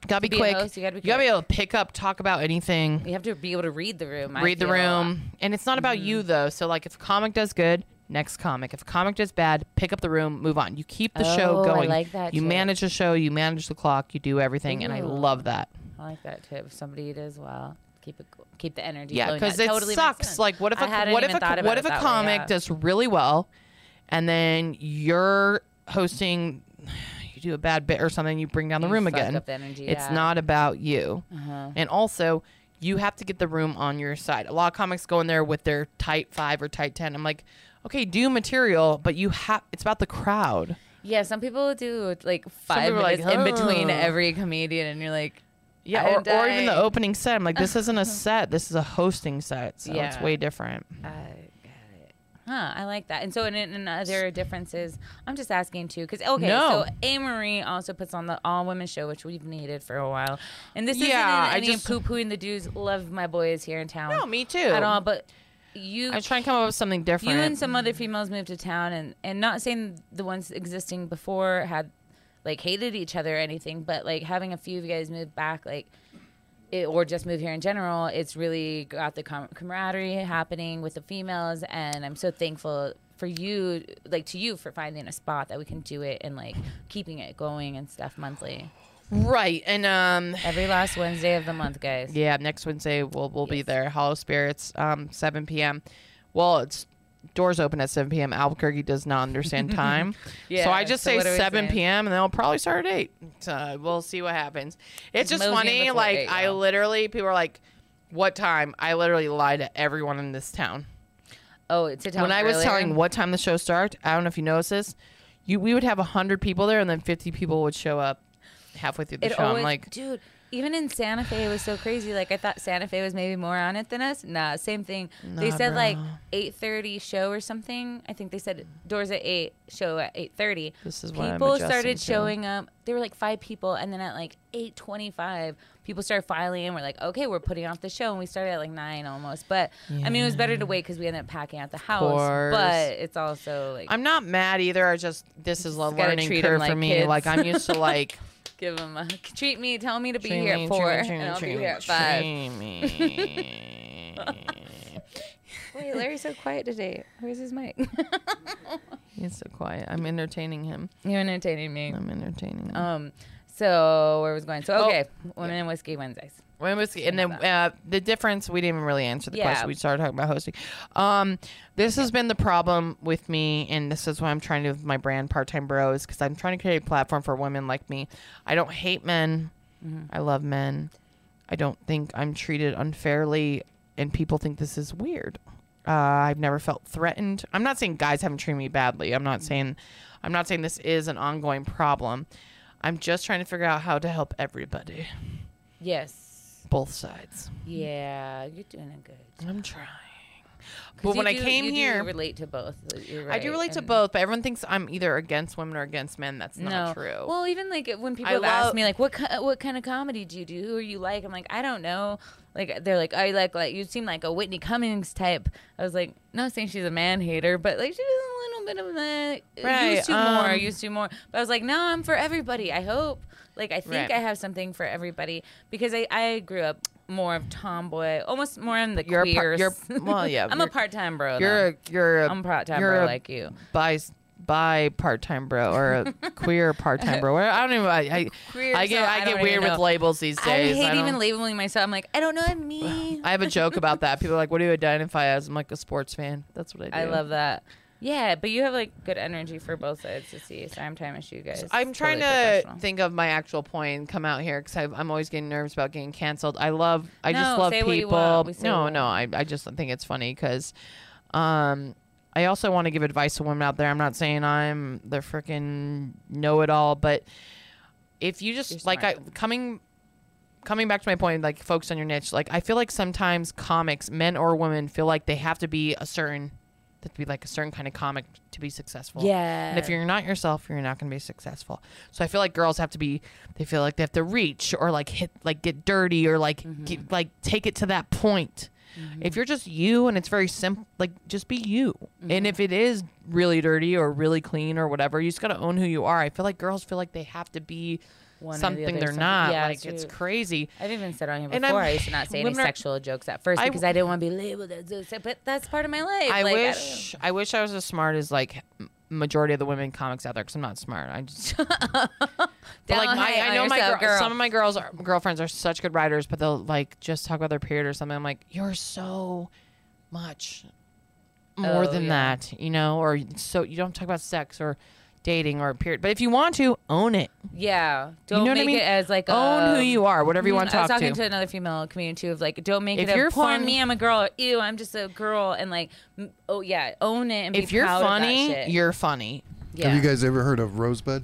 Speaker 2: gotta be
Speaker 1: to be a
Speaker 2: quick.
Speaker 1: host, you gotta be quick.
Speaker 2: able to pick up, talk about anything,
Speaker 1: You have to be able to read the room. I
Speaker 2: read the
Speaker 1: feel. Mm-hmm.
Speaker 2: room, and it's not about you though. So like, if a comic does good. Next comic. If a comic does bad, pick up the room, move on. You keep the show
Speaker 1: Oh, I
Speaker 2: going.
Speaker 1: like that
Speaker 2: you
Speaker 1: tip.
Speaker 2: manage the show, you manage the clock, you do everything, and I
Speaker 1: Ooh.
Speaker 2: love that.
Speaker 1: I like that tip. If Somebody does well. Keep it cool. keep the energy.
Speaker 2: Yeah,
Speaker 1: flowing.
Speaker 2: because
Speaker 1: That
Speaker 2: it
Speaker 1: totally makes
Speaker 2: sucks.
Speaker 1: sense.
Speaker 2: Like, what if
Speaker 1: I
Speaker 2: a
Speaker 1: hadn't
Speaker 2: what if
Speaker 1: even thought
Speaker 2: a
Speaker 1: about
Speaker 2: what if
Speaker 1: it
Speaker 2: a
Speaker 1: that way,
Speaker 2: comic
Speaker 1: yeah.
Speaker 2: does really well, and then you're hosting, *sighs* you do a bad bit or something, you bring down the
Speaker 1: You
Speaker 2: room
Speaker 1: fuck
Speaker 2: again.
Speaker 1: up the energy,
Speaker 2: It's
Speaker 1: yeah.
Speaker 2: not about you,
Speaker 1: Uh-huh.
Speaker 2: and also you have to get the room on your side. A lot of comics go in there with their tight five or tight ten. I'm like, okay, do material, but you have it's about the crowd.
Speaker 1: Yeah, some people do like five
Speaker 2: people are like,
Speaker 1: minutes in between
Speaker 2: "Ugh."
Speaker 1: every comedian, and you're like,
Speaker 2: Yeah,
Speaker 1: And
Speaker 2: or, or even the
Speaker 1: I-
Speaker 2: opening set. I'm like, this
Speaker 1: *laughs*
Speaker 2: isn't a set. This is a hosting set. So it's
Speaker 1: Yeah.
Speaker 2: way different.
Speaker 1: huh, I like that. And so, and, and other differences, I'm just asking too, because okay,
Speaker 2: No.
Speaker 1: so Amory also puts on the all women show, which we've needed for a while, and this
Speaker 2: Yeah, I
Speaker 1: isn't in any
Speaker 2: just-
Speaker 1: poo pooing the dudes. Love my boys here in town.
Speaker 2: No, me too.
Speaker 1: at all, but you
Speaker 2: I was trying to come up with something different.
Speaker 1: You and some other females moved to town, and and not saying the ones existing before had like hated each other or anything, but like having a few of you guys move back, like. It, or just move here in general. It's really got the com- camaraderie happening with the females, and I'm so thankful for you, like to you, for finding a spot that we can do it and like keeping it going and stuff monthly.
Speaker 2: Right, and um,
Speaker 1: Every last Wednesday of the month, guys.
Speaker 2: yeah, next Wednesday we'll we'll be
Speaker 1: Yes.
Speaker 2: there. Hollow Spirits, um, seven p.m. Well, it's doors open at seven p.m. Albuquerque does
Speaker 1: *laughs*
Speaker 2: not understand time, so I
Speaker 1: Yeah,
Speaker 2: just
Speaker 1: so
Speaker 2: say
Speaker 1: what are we
Speaker 2: seven
Speaker 1: saying?
Speaker 2: p.m. and then I'll probably start at eight. So we'll see what happens. It's just
Speaker 1: Moseying
Speaker 2: funny,
Speaker 1: before
Speaker 2: like
Speaker 1: eight,
Speaker 2: I
Speaker 1: yeah.
Speaker 2: literally people are like, "What time?" I literally lie to everyone in this town.
Speaker 1: Oh, to tell
Speaker 2: when I was
Speaker 1: earlier.
Speaker 2: telling what time the show starts, I don't know if you noticed this, you we would have hundred people there, and then fifty people would show up halfway through the
Speaker 1: it
Speaker 2: show.
Speaker 1: always,
Speaker 2: I'm like,
Speaker 1: dude. Even in Santa Fe, it was so crazy. Like I thought Santa Fe was maybe more on it than us. Nah, same thing. they
Speaker 2: Nah,
Speaker 1: said like
Speaker 2: bro.
Speaker 1: eight thirty show or something. I think they said doors at eight, show at eight thirty.
Speaker 2: This is what I'm
Speaker 1: people started
Speaker 2: adjusting to.
Speaker 1: showing up. There were like five people, and then at like eight twenty five, people started filing in. We're like, okay, we're putting off the show, and we started at like nine almost. But I mean, it was better to wait because we ended up packing out the house.
Speaker 2: course.
Speaker 1: But it's also like
Speaker 2: I'm not mad either. I just this is a
Speaker 1: just gotta
Speaker 2: learning
Speaker 1: treat 'em
Speaker 2: curve for
Speaker 1: like
Speaker 2: me.
Speaker 1: kids.
Speaker 2: Like I'm used to like
Speaker 1: give them a treat me, tell me to *laughs* be
Speaker 2: treat
Speaker 1: here
Speaker 2: me,
Speaker 1: at
Speaker 2: treat me,
Speaker 1: four,
Speaker 2: treat me,
Speaker 1: and I'll
Speaker 2: treat
Speaker 1: be
Speaker 2: me,
Speaker 1: here at five.
Speaker 2: treat me.
Speaker 1: *laughs* Wait, Larry's so quiet today. Where's his mic? *laughs*
Speaker 2: He's so quiet. I'm entertaining him.
Speaker 1: You're entertaining me.
Speaker 2: I'm entertaining him.
Speaker 1: Um, so where was going? So
Speaker 2: Oh.
Speaker 1: okay, women and whiskey Wednesdays.
Speaker 2: When was- and then
Speaker 1: about
Speaker 2: uh, the difference we didn't even really answer the
Speaker 1: Yeah.
Speaker 2: question. We started talking about hosting. Um, this has been the problem with me, and this is why I'm trying to do with my brand part time bros because I'm trying to create a platform for women like me. I don't hate men. I love men. I don't think I'm treated unfairly, and people think this is weird. Uh, I've never felt threatened. I'm not saying guys haven't treated me badly. I'm not saying, I'm not saying this is an ongoing problem. I'm just trying to figure out how to help everybody,
Speaker 1: Yes.
Speaker 2: both sides.
Speaker 1: Yeah, you're doing a good.
Speaker 2: I'm trying.
Speaker 1: 'Cause
Speaker 2: But
Speaker 1: you
Speaker 2: when I
Speaker 1: do-
Speaker 2: came
Speaker 1: you do
Speaker 2: here,
Speaker 1: relate to both. You're
Speaker 2: I do
Speaker 1: right,
Speaker 2: relate to
Speaker 1: and-
Speaker 2: both, but everyone thinks I'm either against women or against men. That's not true.
Speaker 1: Well, even like when people
Speaker 2: I
Speaker 1: have ask
Speaker 2: love-
Speaker 1: me like, what ki- what kind of comedy do you do? Who are you like? I'm like, I don't know. Like they're like, I like like you seem like a Whitney Cummings type. I was like, not saying she's a man hater, but like she was a little bit of that.
Speaker 2: Right,
Speaker 1: Used to more.
Speaker 2: um,
Speaker 1: Used to more. But I was like, no, I'm for everybody. I hope. Like I think
Speaker 2: Right.
Speaker 1: I have something for everybody because I I grew up more of tomboy, almost more in the
Speaker 2: You're a
Speaker 1: queer.
Speaker 2: par- you're- well, yeah,
Speaker 1: *laughs* I'm a
Speaker 2: you're-
Speaker 1: part time bro.
Speaker 2: you're
Speaker 1: though.
Speaker 2: a, you're a,
Speaker 1: I'm part time
Speaker 2: you're
Speaker 1: bro
Speaker 2: a
Speaker 1: like you.
Speaker 2: bi bi part time bro or
Speaker 1: *laughs*
Speaker 2: a queer part time bro. I don't even. I, I,
Speaker 1: Queer,
Speaker 2: I get
Speaker 1: so I
Speaker 2: I
Speaker 1: don't
Speaker 2: get
Speaker 1: even
Speaker 2: weird with
Speaker 1: know.
Speaker 2: labels these days.
Speaker 1: I hate
Speaker 2: don't-
Speaker 1: even labeling myself. I'm like, I don't know, I'm me.
Speaker 2: *sighs* I have
Speaker 1: *laughs*
Speaker 2: a joke about that. People are like, "What do you identify as?" I'm like, "A sports fan." That's what I do.
Speaker 1: I love that. Yeah, but you have like good energy for both sides to see. So I'm trying to shoot you guys.
Speaker 2: I'm trying
Speaker 1: Totally
Speaker 2: to
Speaker 1: professional.
Speaker 2: think of my actual point and come out here because I'm always getting nervous about getting canceled. I love, I just
Speaker 1: No,
Speaker 2: love
Speaker 1: say what you
Speaker 2: people.
Speaker 1: want. We say what
Speaker 2: No,
Speaker 1: we
Speaker 2: no, I, I just think it's funny because, um, I also want to give advice to women out there. I'm not saying I'm the freaking know-it-all, but if you just
Speaker 1: You're
Speaker 2: like I
Speaker 1: smart.
Speaker 2: coming coming back to my point like focus on your niche like i feel like sometimes comics men or women feel like they have to be a certain to be like a certain kind of comic to be successful
Speaker 1: Yeah.
Speaker 2: and if you're not yourself you're not going to be successful so i feel like girls have to be they feel like they have to reach or like hit like get dirty or like
Speaker 1: Mm-hmm.
Speaker 2: get, like take it to that point if you're just you and it's very simple like just be you
Speaker 1: Mm-hmm.
Speaker 2: and if it is really dirty or really clean or whatever you just got to own who you are i feel like girls feel like they have to be
Speaker 1: One or the
Speaker 2: something
Speaker 1: other,
Speaker 2: they're
Speaker 1: something-
Speaker 2: not.
Speaker 1: yeah,
Speaker 2: like it's
Speaker 1: dude.
Speaker 2: crazy.
Speaker 1: I've even said on here
Speaker 2: And I'm-
Speaker 1: before I used to not
Speaker 2: *laughs*
Speaker 1: say any
Speaker 2: women are-
Speaker 1: sexual jokes at first
Speaker 2: I-
Speaker 1: because I, didn't want to be labeled as this, but that's part of my *laughs* life.
Speaker 2: I
Speaker 1: Like, don't
Speaker 2: wish I, wish I was as smart as like m- majority of the women comics out there because I'm not smart.
Speaker 1: *laughs*
Speaker 2: I just but,
Speaker 1: know.
Speaker 2: like
Speaker 1: Don't
Speaker 2: my,
Speaker 1: hate
Speaker 2: I
Speaker 1: on
Speaker 2: know my
Speaker 1: yourself,
Speaker 2: girl,
Speaker 1: girl.
Speaker 2: some of my girls are, girlfriends are such good writers, but they'll like just talk about their period or something. I'm like, you're so much more
Speaker 1: Oh,
Speaker 2: than
Speaker 1: yeah.
Speaker 2: that, you know, or so you don't talk about sex or dating or period. But if you want to, own it.
Speaker 1: yeah. Don't
Speaker 2: you know
Speaker 1: make
Speaker 2: what I mean?
Speaker 1: it as like
Speaker 2: own who
Speaker 1: um,
Speaker 2: you are, whatever you
Speaker 1: Mm,
Speaker 2: want to
Speaker 1: I
Speaker 2: talk
Speaker 1: was talking
Speaker 2: to.
Speaker 1: to. another female community too of like, don't make
Speaker 2: If
Speaker 1: it
Speaker 2: you're
Speaker 1: a porn
Speaker 2: fun-
Speaker 1: me. I'm a girl. or, Ew, I'm just a girl. And like, m- oh yeah, own it. And
Speaker 2: if
Speaker 1: be
Speaker 2: you're
Speaker 1: proud of that
Speaker 2: funny,
Speaker 1: shit.
Speaker 2: you're funny.
Speaker 1: yeah.
Speaker 3: Have you guys ever heard of Rosebud?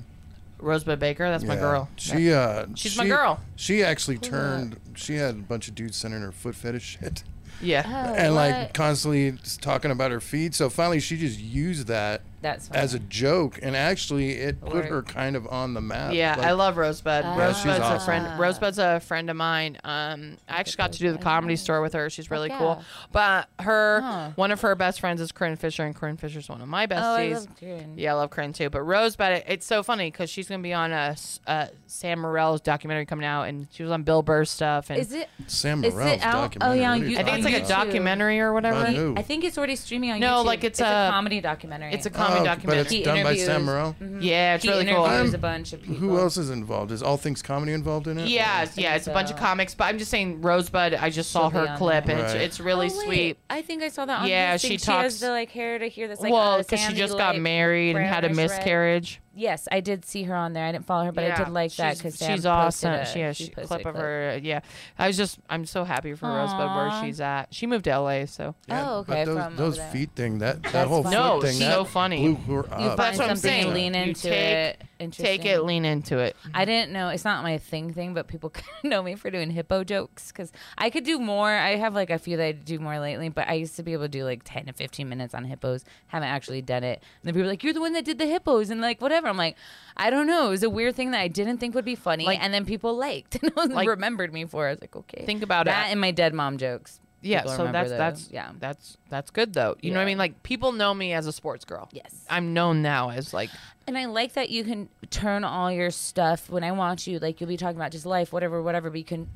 Speaker 2: Rosebud Baker, that's my
Speaker 3: Yeah.
Speaker 2: girl.
Speaker 3: She uh,
Speaker 2: She's my
Speaker 3: she-
Speaker 2: girl.
Speaker 3: She actually turned. She had a bunch of dudes sending her foot fetish shit,
Speaker 2: Yeah.
Speaker 1: Oh,
Speaker 3: *laughs* and
Speaker 1: what?
Speaker 3: like constantly just talking about her feet. So finally, she just used that
Speaker 1: that's funny.
Speaker 3: as a joke, and actually, it put
Speaker 1: Work.
Speaker 3: her kind of on the map.
Speaker 2: Yeah,
Speaker 3: Uh, Like,
Speaker 2: I love Rosebud.
Speaker 1: Yeah,
Speaker 2: Oh, Rosebud's
Speaker 3: she's
Speaker 2: a
Speaker 3: awesome.
Speaker 2: friend. Rosebud's a friend of mine. Um, I actually got to do the comedy store with her. She's really
Speaker 1: yeah.
Speaker 2: cool. But her,
Speaker 1: Huh.
Speaker 2: one of her best friends is Corinne Fisher, and Corinne Fisher's one of my besties.
Speaker 1: oh, I love Karen.
Speaker 2: Yeah, I love Corinne too. But Rosebud, it, it's so funny because she's gonna be on a, s- uh Sam Morrill's documentary coming out, and she was on Bill Burr's stuff. And
Speaker 1: Is it?
Speaker 3: Sam
Speaker 1: Is it
Speaker 3: Morril's
Speaker 1: out? Oh,
Speaker 3: documentary.
Speaker 1: yeah,
Speaker 3: What are
Speaker 1: you-
Speaker 3: you
Speaker 2: I think it's
Speaker 3: talking
Speaker 2: like a
Speaker 1: YouTube.
Speaker 3: about?
Speaker 2: documentary or
Speaker 3: About
Speaker 2: whatever.
Speaker 3: who?
Speaker 1: I think it's already streaming on
Speaker 2: No,
Speaker 1: YouTube.
Speaker 2: like, it's
Speaker 1: a,
Speaker 2: a-
Speaker 1: comedy documentary.
Speaker 2: It's a
Speaker 3: Oh,
Speaker 2: comedy documentary.
Speaker 3: But it's done by
Speaker 1: interviews-
Speaker 3: Sam Morril.
Speaker 2: yeah, it's
Speaker 1: he
Speaker 2: really cool.
Speaker 1: interviews
Speaker 3: Um,
Speaker 1: a bunch of people.
Speaker 3: Who else is involved? Is all things comedy involved in it?
Speaker 2: Yeah, yeah, it's a bunch of
Speaker 1: so.
Speaker 2: comics. But I'm just saying, Rosebud. I just saw
Speaker 1: She'll be
Speaker 2: her
Speaker 1: on
Speaker 2: clip, and
Speaker 3: there.
Speaker 2: it's,
Speaker 3: Right.
Speaker 2: it's really
Speaker 1: Oh, wait.
Speaker 2: sweet.
Speaker 1: I think I saw that. on
Speaker 2: Yeah,
Speaker 1: his thing.
Speaker 2: she
Speaker 1: She
Speaker 2: talks-
Speaker 1: has the like hair to hear this. Like,
Speaker 2: well,
Speaker 1: uh,
Speaker 2: because she
Speaker 1: sandy,
Speaker 2: just got
Speaker 1: like,
Speaker 2: married and had a
Speaker 1: brownish red.
Speaker 2: miscarriage.
Speaker 1: Yes, I did see her on there. I didn't follow her, but I
Speaker 2: Yeah.
Speaker 1: did like that
Speaker 2: She's-
Speaker 1: because
Speaker 2: she's awesome. she has a clip of her. uh, Yeah, I was just I'm so happy for Rosebud
Speaker 1: Aw.
Speaker 2: where she's at. She moved to LA, so
Speaker 3: Yeah,
Speaker 1: Oh, okay,
Speaker 3: But those,
Speaker 1: from over
Speaker 3: those
Speaker 1: there.
Speaker 3: feet thing, that that
Speaker 1: That's
Speaker 3: whole
Speaker 1: fine.
Speaker 3: foot
Speaker 2: No,
Speaker 3: thing,
Speaker 2: it's
Speaker 3: that
Speaker 2: so funny.
Speaker 3: Blew her
Speaker 1: You
Speaker 3: up.
Speaker 1: find
Speaker 2: Uh, That's what I'm
Speaker 1: something to
Speaker 2: saying.
Speaker 1: lean
Speaker 2: You
Speaker 1: into
Speaker 2: take-
Speaker 1: it.
Speaker 2: take it,
Speaker 1: Interesting.
Speaker 2: lean into it.
Speaker 1: I didn't know. It's not my thing thing, but people *laughs* know me for doing hippo jokes because I could do more. I have like a few that I do more lately, but I used to be able to do like 10 to 15 minutes on hippos. Haven't actually done it. And then people are like, you're the one that did the hippos and like whatever. I'm like, I don't know. It was a weird thing that I didn't think would be funny.
Speaker 2: Like-
Speaker 1: and then people liked *laughs* and
Speaker 2: Like-
Speaker 1: remembered me for it. I was like, okay.
Speaker 2: Think about
Speaker 1: that
Speaker 2: it.
Speaker 1: and my dead mom jokes.
Speaker 2: Yeah,
Speaker 1: People
Speaker 2: so
Speaker 1: remember
Speaker 2: that's
Speaker 1: those.
Speaker 2: that's
Speaker 1: yeah.
Speaker 2: yeah that's that's good though. You know what I
Speaker 1: Yeah.
Speaker 2: mean? Like people know me as a sports girl.
Speaker 1: Yes.
Speaker 2: I'm known now as like
Speaker 1: And I like that you can turn all your stuff when I watch you, like you'll be talking about just life, whatever, whatever, but you can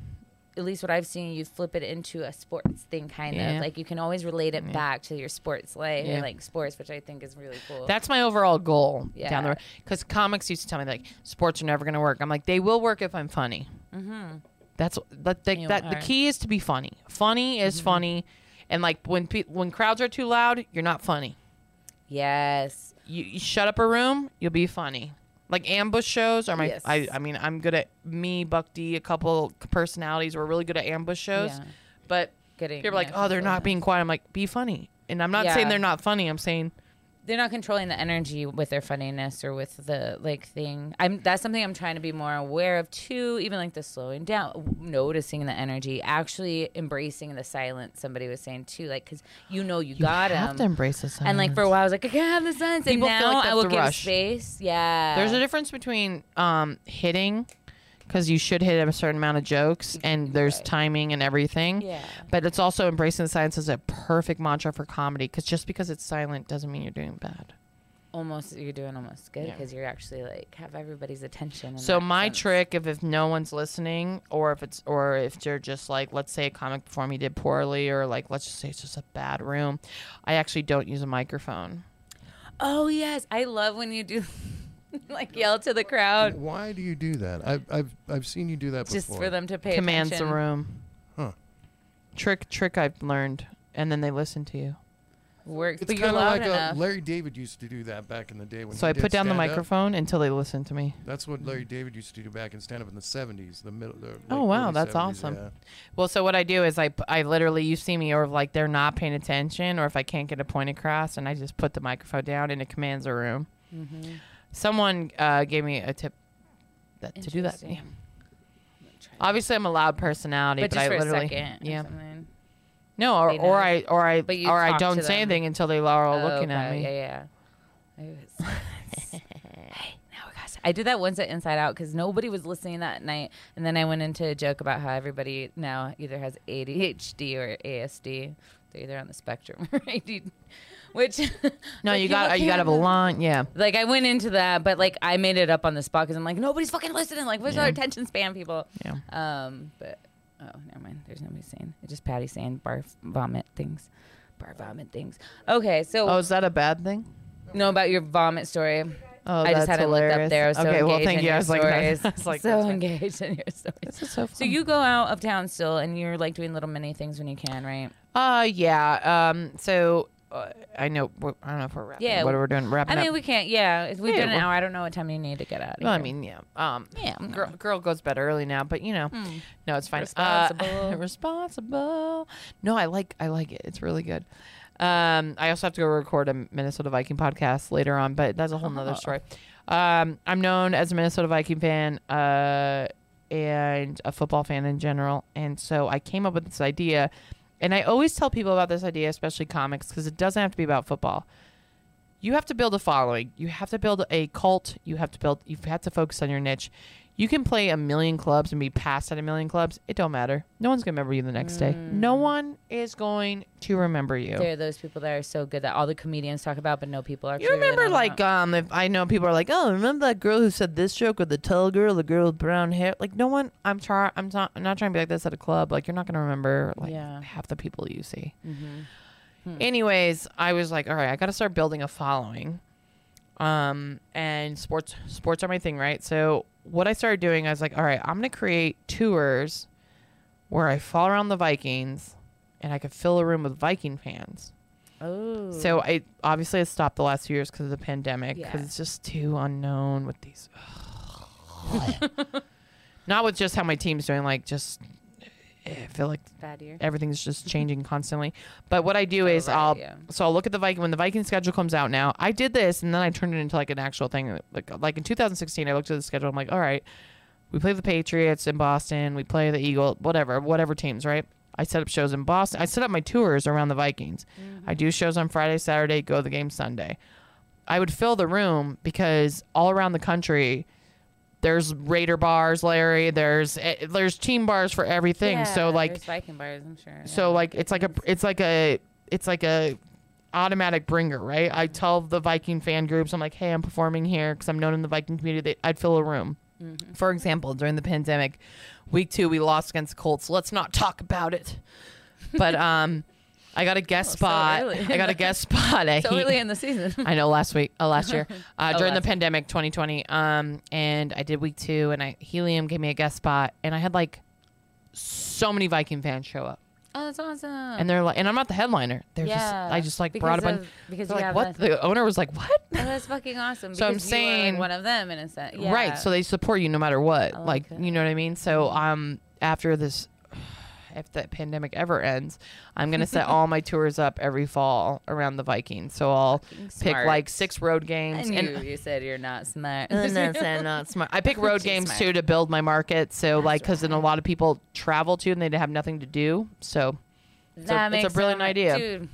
Speaker 1: at least what I've seen, you flip it into a sports thing kind
Speaker 2: Yeah.
Speaker 1: of. Like you can always relate it back to your sports life
Speaker 2: Yeah.
Speaker 1: and like sports, which I think is really cool.
Speaker 2: That's my overall goal down
Speaker 1: Yeah.
Speaker 2: the road. Because comics used to tell me like sports are never going to work. I'm like they will work if I'm funny. Mm-hmm. That's that. They,
Speaker 1: You
Speaker 2: that the
Speaker 1: are. Mm-hmm.
Speaker 2: key is to be funny. Funny is funny, and like when pe- when crowds are too loud, you're not funny.
Speaker 1: yes.
Speaker 2: You, you shut up a room, you'll be funny. Like ambush shows are my.
Speaker 1: Yes.
Speaker 2: I I mean I'm good at me Buck D. A couple personalities were really good at ambush shows,
Speaker 1: Yeah.
Speaker 2: but
Speaker 1: Getting
Speaker 2: people are like
Speaker 1: yeah,
Speaker 2: oh they're
Speaker 1: people-
Speaker 2: not being quiet. I'm like be funny, and I'm not
Speaker 1: Yeah.
Speaker 2: saying they're not funny. I'm saying
Speaker 1: they're not controlling the energy with their funniness or with the like thing. I'm that's something I'm trying to be more aware of too. Even like the slowing down, noticing the energy, actually embracing the silence. Somebody was saying too, like because you know you, got
Speaker 2: have
Speaker 1: him.
Speaker 2: to embrace this.
Speaker 1: and like for a while, I was like, I can't have the sense. And
Speaker 2: People feel
Speaker 1: now
Speaker 2: like
Speaker 1: I
Speaker 2: that's
Speaker 1: will
Speaker 2: the
Speaker 1: give
Speaker 2: rush.
Speaker 1: space. Yeah,
Speaker 2: There's a difference between um, hitting, because you should hit a certain amount of jokes, and there's
Speaker 1: Right.
Speaker 2: timing and everything.
Speaker 1: Yeah.
Speaker 2: But it's also embracing the silence is a perfect mantra for comedy, because just because it's silent doesn't mean you're doing bad.
Speaker 1: almost you're doing almost good
Speaker 2: Yeah.
Speaker 1: because you're actually like have everybody's attention. in
Speaker 2: So
Speaker 1: that
Speaker 2: my
Speaker 1: sense.
Speaker 2: trick, if if no one's listening, or if it's or if they're just like, let's say a comic before me did poorly, or like let's just say it's just a bad room, I actually don't use a microphone.
Speaker 1: Oh yes, I love when you do *laughs* like yell to the crowd
Speaker 3: Why do you do that? I've I've, I've seen you do that
Speaker 1: Uh, just
Speaker 3: before.
Speaker 1: for them to pay
Speaker 2: commands
Speaker 1: attention.
Speaker 2: the room.
Speaker 3: Huh.
Speaker 2: Trick trick I've learned, and then they listen to you.
Speaker 1: Works,
Speaker 3: It's
Speaker 1: but you're
Speaker 3: kind of
Speaker 1: loud
Speaker 3: like
Speaker 1: enough.
Speaker 3: a, Larry David used to do that back in the day when.
Speaker 2: So
Speaker 3: he
Speaker 2: I
Speaker 3: did
Speaker 2: put down the
Speaker 3: stand-up.
Speaker 2: microphone until they listen to me.
Speaker 3: That's what Larry David used to do back in stand up in the seventies. The middle. The late
Speaker 2: Oh, wow,
Speaker 3: early
Speaker 2: that's
Speaker 3: 70s,
Speaker 2: awesome.
Speaker 3: yeah.
Speaker 2: Well, so what I do is I, p- I literally you see me or if, like they're not paying attention or if I can't get a point across and I just put the microphone down and it commands a room.
Speaker 1: Mm-hmm.
Speaker 2: Someone uh, gave me a tip that to do that.
Speaker 1: Interesting.
Speaker 2: Yeah.
Speaker 1: I'm gonna try that.
Speaker 2: Obviously, I'm a loud personality,
Speaker 1: but
Speaker 2: but,
Speaker 1: just
Speaker 2: I
Speaker 1: for
Speaker 2: literally
Speaker 1: a second.
Speaker 2: yeah
Speaker 1: Or something.
Speaker 2: no or,
Speaker 1: They know.
Speaker 2: or I or I
Speaker 1: But you
Speaker 2: or I
Speaker 1: talk to
Speaker 2: don't say
Speaker 1: them.
Speaker 2: anything until they are all
Speaker 1: Oh,
Speaker 2: looking at
Speaker 1: okay,
Speaker 2: me.
Speaker 1: Yeah, yeah. It
Speaker 2: *laughs*
Speaker 1: was- *laughs* Hey, now we got- I did that once at Inside Out because nobody was listening that night, and then I went into a joke about how everybody now either has ADHD or ASD. They're either on the spectrum *laughs* or AD, which
Speaker 2: *laughs*
Speaker 1: *laughs*
Speaker 2: No,
Speaker 1: like,
Speaker 2: you got
Speaker 1: okay,
Speaker 2: you got to
Speaker 1: I'm
Speaker 2: have a
Speaker 1: not-
Speaker 2: line. Yeah,
Speaker 1: Like I went into that, but like I made it up on the spot because I'm like nobody's fucking listening. Like where's our attention span, people?
Speaker 2: yeah.
Speaker 1: Um, but oh, never mind. There's nobody saying. It's just Patty saying barf vomit things, bar vomit things. Okay, so
Speaker 2: Oh, is that a bad thing?
Speaker 1: know about your vomit story.
Speaker 2: Oh,
Speaker 1: I just
Speaker 2: that's
Speaker 1: had it
Speaker 2: hilarious.
Speaker 1: looked up there. I was so
Speaker 2: okay, well,
Speaker 1: engaged
Speaker 2: thank
Speaker 1: in
Speaker 2: you.
Speaker 1: your
Speaker 2: I was like, *laughs*
Speaker 1: stories.
Speaker 2: I was like,
Speaker 1: so
Speaker 2: that's fine.
Speaker 1: engaged in your stories.
Speaker 2: this is so. Fun.
Speaker 1: So you go out of town still, and you're like doing little mini things when you can, right?
Speaker 2: Uh, yeah. Um, so uh, I know. we're- I don't know if we're wrapping.
Speaker 1: Yeah.
Speaker 2: What we're doing? Wrapping
Speaker 1: I mean,
Speaker 2: up.
Speaker 1: we can't. Yeah, if we've
Speaker 2: Yeah,
Speaker 1: done an
Speaker 2: well-
Speaker 1: hour. I don't know what time you need to get out. Of
Speaker 2: well, I
Speaker 1: here.
Speaker 2: mean, yeah. Um,
Speaker 1: yeah, I'm
Speaker 2: girl, girl goes bed early now, but you know,
Speaker 1: Hmm.
Speaker 2: no, it's fine. Uh, *laughs*
Speaker 1: Responsible.
Speaker 2: responsible. No, I like. I like it. It's really good. Um, I also have to go record a Minnesota Viking podcast later on, but that's a whole nother
Speaker 1: Oh.
Speaker 2: story. Um, I'm known as a Minnesota Viking fan. Uh. And a football fan in general. And so I came up with this idea. And I always tell people about this idea, especially comics, because it doesn't have to be about football. You have to build a following. You have to build a cult. You have to build. You have to focus on your niche. You can play a million clubs and be passed at a million clubs. It don't matter. No one's gonna remember you the next day. No one is going to remember you.
Speaker 1: there are those people that are so good that all the comedians talk about, but no people are.
Speaker 2: You remember, like, um, if I know people are like, oh, remember that girl who said this joke, or the tall girl, the girl with brown hair. Like, no one. I'm trying. I'm not. I'm not trying to be like this at a club. Like, you're not gonna remember like
Speaker 1: Yeah.
Speaker 2: half the people you see.
Speaker 1: hmm
Speaker 2: Anyways, I was like, all right, I got to start building a following. Um, and sports sports are my thing, right? So what I started doing, I was like, all right, I'm gonna create tours where I fall around the Vikings, and I could fill a room with Viking fans.
Speaker 1: Oh,
Speaker 2: So I obviously I stopped the last few years because of the pandemic because
Speaker 1: Yeah.
Speaker 2: it's just too unknown with these. *laughs* Not with just how my team's doing, like just eh, I feel like
Speaker 1: bad year.
Speaker 2: everything's just changing constantly. But what I do is
Speaker 1: right,
Speaker 2: I'll
Speaker 1: yeah.
Speaker 2: so I'll look at the Viking when the Viking schedule comes out now. I did this and then I turned it into like an actual thing. Like like in 2016, I looked at the schedule. I'm like, all right, we play the Patriots in Boston, we play the Eagle, whatever, whatever teams, right? I set up shows in Boston. I set up my tours around the Vikings.
Speaker 1: Mm-hmm.
Speaker 2: I do shows on Friday, Saturday, go to the game Sunday. I would fill the room because all around the country, there's Raider bars, Larry. There's eh, there's team bars for everything. so
Speaker 1: Yeah,
Speaker 2: like
Speaker 1: there's Viking bars, I'm sure.
Speaker 2: so
Speaker 1: yeah.
Speaker 2: like it's like a it's like a it's like a automatic bringer, right? I tell the Viking fan groups, I'm like, hey, I'm performing here because I'm known in the Viking community. They, I'd fill a room.
Speaker 1: Mm-hmm.
Speaker 2: For example, during the pandemic, week two we lost against the Colts. Let's not talk about it.
Speaker 1: *laughs*
Speaker 2: But um, I got a
Speaker 1: Oh,
Speaker 2: guest
Speaker 1: so
Speaker 2: spot.
Speaker 1: early.
Speaker 2: I got
Speaker 1: *laughs*
Speaker 2: a guest spot. I
Speaker 1: so
Speaker 2: hate-
Speaker 1: early in the
Speaker 2: *laughs*
Speaker 1: season.
Speaker 2: I know last week, uh,
Speaker 1: *laughs*
Speaker 2: last year, uh,
Speaker 1: Oh,
Speaker 2: during
Speaker 1: last
Speaker 2: the pandemic, 2020. Um, and I did week two, and I Helium gave me a guest spot, and I had like so many Viking fans show up,
Speaker 1: oh, that's awesome.
Speaker 2: and they're like, and I'm not the headliner. They're just, I just like brought a
Speaker 1: because
Speaker 2: bunch.
Speaker 1: of- because
Speaker 2: they're
Speaker 1: you
Speaker 2: like,
Speaker 1: have
Speaker 2: what?
Speaker 1: that-
Speaker 2: The owner was like, *laughs* what?
Speaker 1: Oh, that's fucking awesome.
Speaker 2: So I'm
Speaker 1: because you are, like,
Speaker 2: saying-
Speaker 1: one of them in a sense. Yeah.
Speaker 2: Right. So they support you no matter what.
Speaker 1: I
Speaker 2: like, Mm-hmm.
Speaker 1: like it.
Speaker 2: you know what I mean? So um after this *sighs* if the pandemic ever ends, I'm gonna *laughs* set all my tours up every fall around the Vikings. So I'll pick
Speaker 1: smart.
Speaker 2: like six road games.
Speaker 1: And
Speaker 2: *laughs* and-
Speaker 1: you, you said you're not smart. *laughs*
Speaker 2: Uh, no, so not smart. *laughs* I pick road
Speaker 1: She's
Speaker 2: games
Speaker 1: smart.
Speaker 2: too to build my market. So like, because then a lot of people travel to and they have nothing to do. So a- it's a brilliant
Speaker 1: mu-
Speaker 2: idea.
Speaker 1: Dude,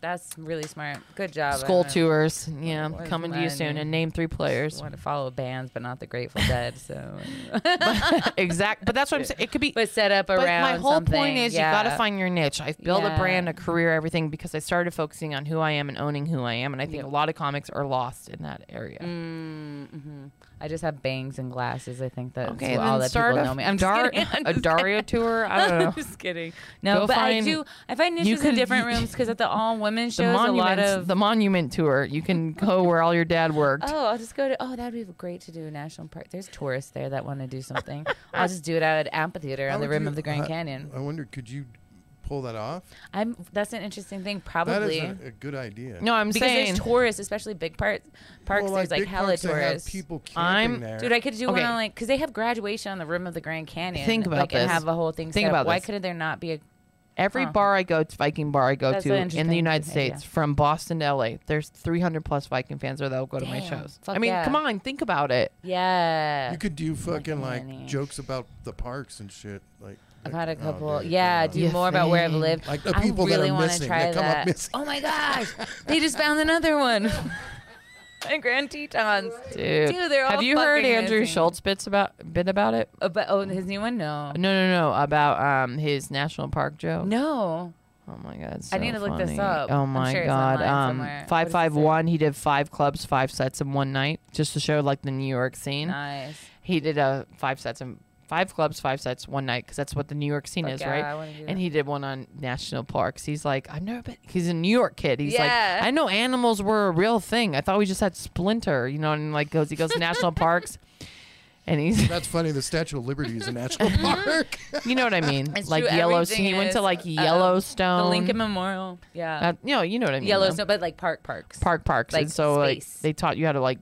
Speaker 1: that's really smart. Good job.
Speaker 2: school
Speaker 1: I
Speaker 2: tours, yeah,
Speaker 1: Well,
Speaker 2: coming to you
Speaker 1: mine
Speaker 2: soon.
Speaker 1: is-
Speaker 2: And name three players.
Speaker 1: want to follow bands, but not the Grateful Dead. So, *laughs*
Speaker 2: *laughs* exact. But that's what I'm saying. It could be.
Speaker 1: but set up
Speaker 2: But
Speaker 1: around.
Speaker 2: my whole
Speaker 1: something,
Speaker 2: point is
Speaker 1: yeah.
Speaker 2: you got to find your niche. I've built
Speaker 1: Yeah.
Speaker 2: a brand, a career, everything because I started focusing on who I am and owning who I am. And I think
Speaker 1: Yep. Mm.
Speaker 2: a lot of comics are lost in that area.
Speaker 1: Mm-hmm. I just have bangs and glasses. I think that's
Speaker 2: Okay,
Speaker 1: all
Speaker 2: then
Speaker 1: that
Speaker 2: start
Speaker 1: people
Speaker 2: a,
Speaker 1: know *laughs* me. I'm just
Speaker 2: dar-
Speaker 1: kidding. I'm
Speaker 2: *laughs* a
Speaker 1: just *laughs*
Speaker 2: Dario tour. I don't know.
Speaker 1: I'm just kidding. No,
Speaker 2: Go
Speaker 1: but
Speaker 2: find-
Speaker 1: I do. I find niches in
Speaker 2: could-
Speaker 1: different rooms because at the all women
Speaker 2: the
Speaker 1: shows, a lot
Speaker 2: monument,
Speaker 1: of.
Speaker 2: the monument tour.
Speaker 1: *laughs*
Speaker 2: You can go where all your dad worked.
Speaker 1: oh, I'll just go to. Oh, that'd be great to do national park. There's tourists there that want to do
Speaker 2: *laughs*
Speaker 1: something. I'll just do it at an amphitheater
Speaker 3: How
Speaker 1: on the
Speaker 3: would
Speaker 1: rim
Speaker 3: you-
Speaker 1: of the Grand
Speaker 3: I-
Speaker 1: Canyon.
Speaker 3: I wonder, could you pull that off?
Speaker 1: I'm. That's an interesting thing.
Speaker 3: That is
Speaker 1: Probably
Speaker 3: a, a good idea.
Speaker 2: No, I'm
Speaker 1: because
Speaker 2: saying
Speaker 1: there's tourists, especially big parts parks.
Speaker 3: Well,
Speaker 1: there's like
Speaker 3: big
Speaker 1: hella
Speaker 3: parks that have
Speaker 1: tourists.
Speaker 3: people camping
Speaker 2: I'm-
Speaker 3: there.
Speaker 1: Dude, I could do one
Speaker 2: Okay.
Speaker 1: on like because they have graduation on the rim of the Grand Canyon.
Speaker 2: Think about
Speaker 1: like, and
Speaker 2: this.
Speaker 1: have a whole thing.
Speaker 2: Think
Speaker 1: set up.
Speaker 2: about
Speaker 1: Why
Speaker 2: this.
Speaker 1: couldn't there not be a?
Speaker 2: every
Speaker 1: Huh.
Speaker 2: bar I go to, Viking bar I go
Speaker 1: That's
Speaker 2: to
Speaker 1: an
Speaker 2: in the
Speaker 1: interesting
Speaker 2: United
Speaker 1: idea.
Speaker 2: States, from Boston to LA, there's 300 plus Viking fans there that will go to my
Speaker 1: Damn,
Speaker 2: shows.
Speaker 1: fuck
Speaker 2: I mean,
Speaker 1: yeah.
Speaker 2: come on, think about it.
Speaker 1: Yeah.
Speaker 3: you could do fucking like
Speaker 1: many.
Speaker 3: jokes about the parks and shit. Like
Speaker 1: I've had
Speaker 3: like-
Speaker 1: a
Speaker 3: oh,
Speaker 1: couple.
Speaker 3: dude,
Speaker 1: yeah,
Speaker 3: uh,
Speaker 1: do
Speaker 2: You
Speaker 1: more about where I've
Speaker 2: think.
Speaker 1: lived.
Speaker 3: Like the
Speaker 1: I
Speaker 3: people that
Speaker 1: really
Speaker 3: are
Speaker 1: wanna
Speaker 3: missing,
Speaker 1: try
Speaker 3: that come up
Speaker 1: that.
Speaker 3: missing.
Speaker 1: Oh my gosh,
Speaker 3: *laughs*
Speaker 1: they just found another one. *laughs* And Grand Tetons.
Speaker 2: Dude,
Speaker 1: Dude, they're all
Speaker 2: have you heard
Speaker 1: fucking
Speaker 2: Andrew
Speaker 1: amazing.
Speaker 2: Schultz bits about bit about it?
Speaker 1: Oh, but oh, his new one? No.
Speaker 2: No, no, no, about um his national park joke.
Speaker 1: No.
Speaker 2: Oh my god, it's
Speaker 1: I
Speaker 2: so
Speaker 1: need to look this
Speaker 2: funny.
Speaker 1: up.
Speaker 2: Oh
Speaker 1: I'm
Speaker 2: my
Speaker 1: sure it's
Speaker 2: god,
Speaker 1: online
Speaker 2: um,
Speaker 1: somewhere. What does
Speaker 2: five
Speaker 1: it
Speaker 2: five
Speaker 1: say?
Speaker 2: one. He did five clubs, five sets in one night, just to show like the New York scene.
Speaker 1: Nice.
Speaker 2: He did a five sets and five clubs, five sets one night because that's what the New York scene
Speaker 1: Fuck
Speaker 2: is,
Speaker 1: yeah,
Speaker 2: right?
Speaker 1: I wanna do that.
Speaker 2: and he did one on national parks. He's like, I've never been. He's a New York kid. He's
Speaker 1: Yeah.
Speaker 2: like, I know animals were a real thing. I thought we just had Splinter, you know. And like goes, he goes
Speaker 1: *laughs*
Speaker 2: to national parks, and he's,
Speaker 3: That's funny. The Statue of Liberty is
Speaker 1: *laughs*
Speaker 3: a national park.
Speaker 2: you know what I mean,
Speaker 1: It's
Speaker 2: like
Speaker 1: true,
Speaker 2: Yellowstone. He
Speaker 1: everything
Speaker 2: went to
Speaker 1: is,
Speaker 2: like
Speaker 1: uh,
Speaker 2: Yellowstone.
Speaker 1: the Lincoln Memorial. Yeah.
Speaker 2: Uh, you know, you know what I mean. though.
Speaker 1: Yellowstone, but like park parks.
Speaker 2: park parks
Speaker 1: Like
Speaker 2: and so
Speaker 1: space.
Speaker 2: like they taught you how to like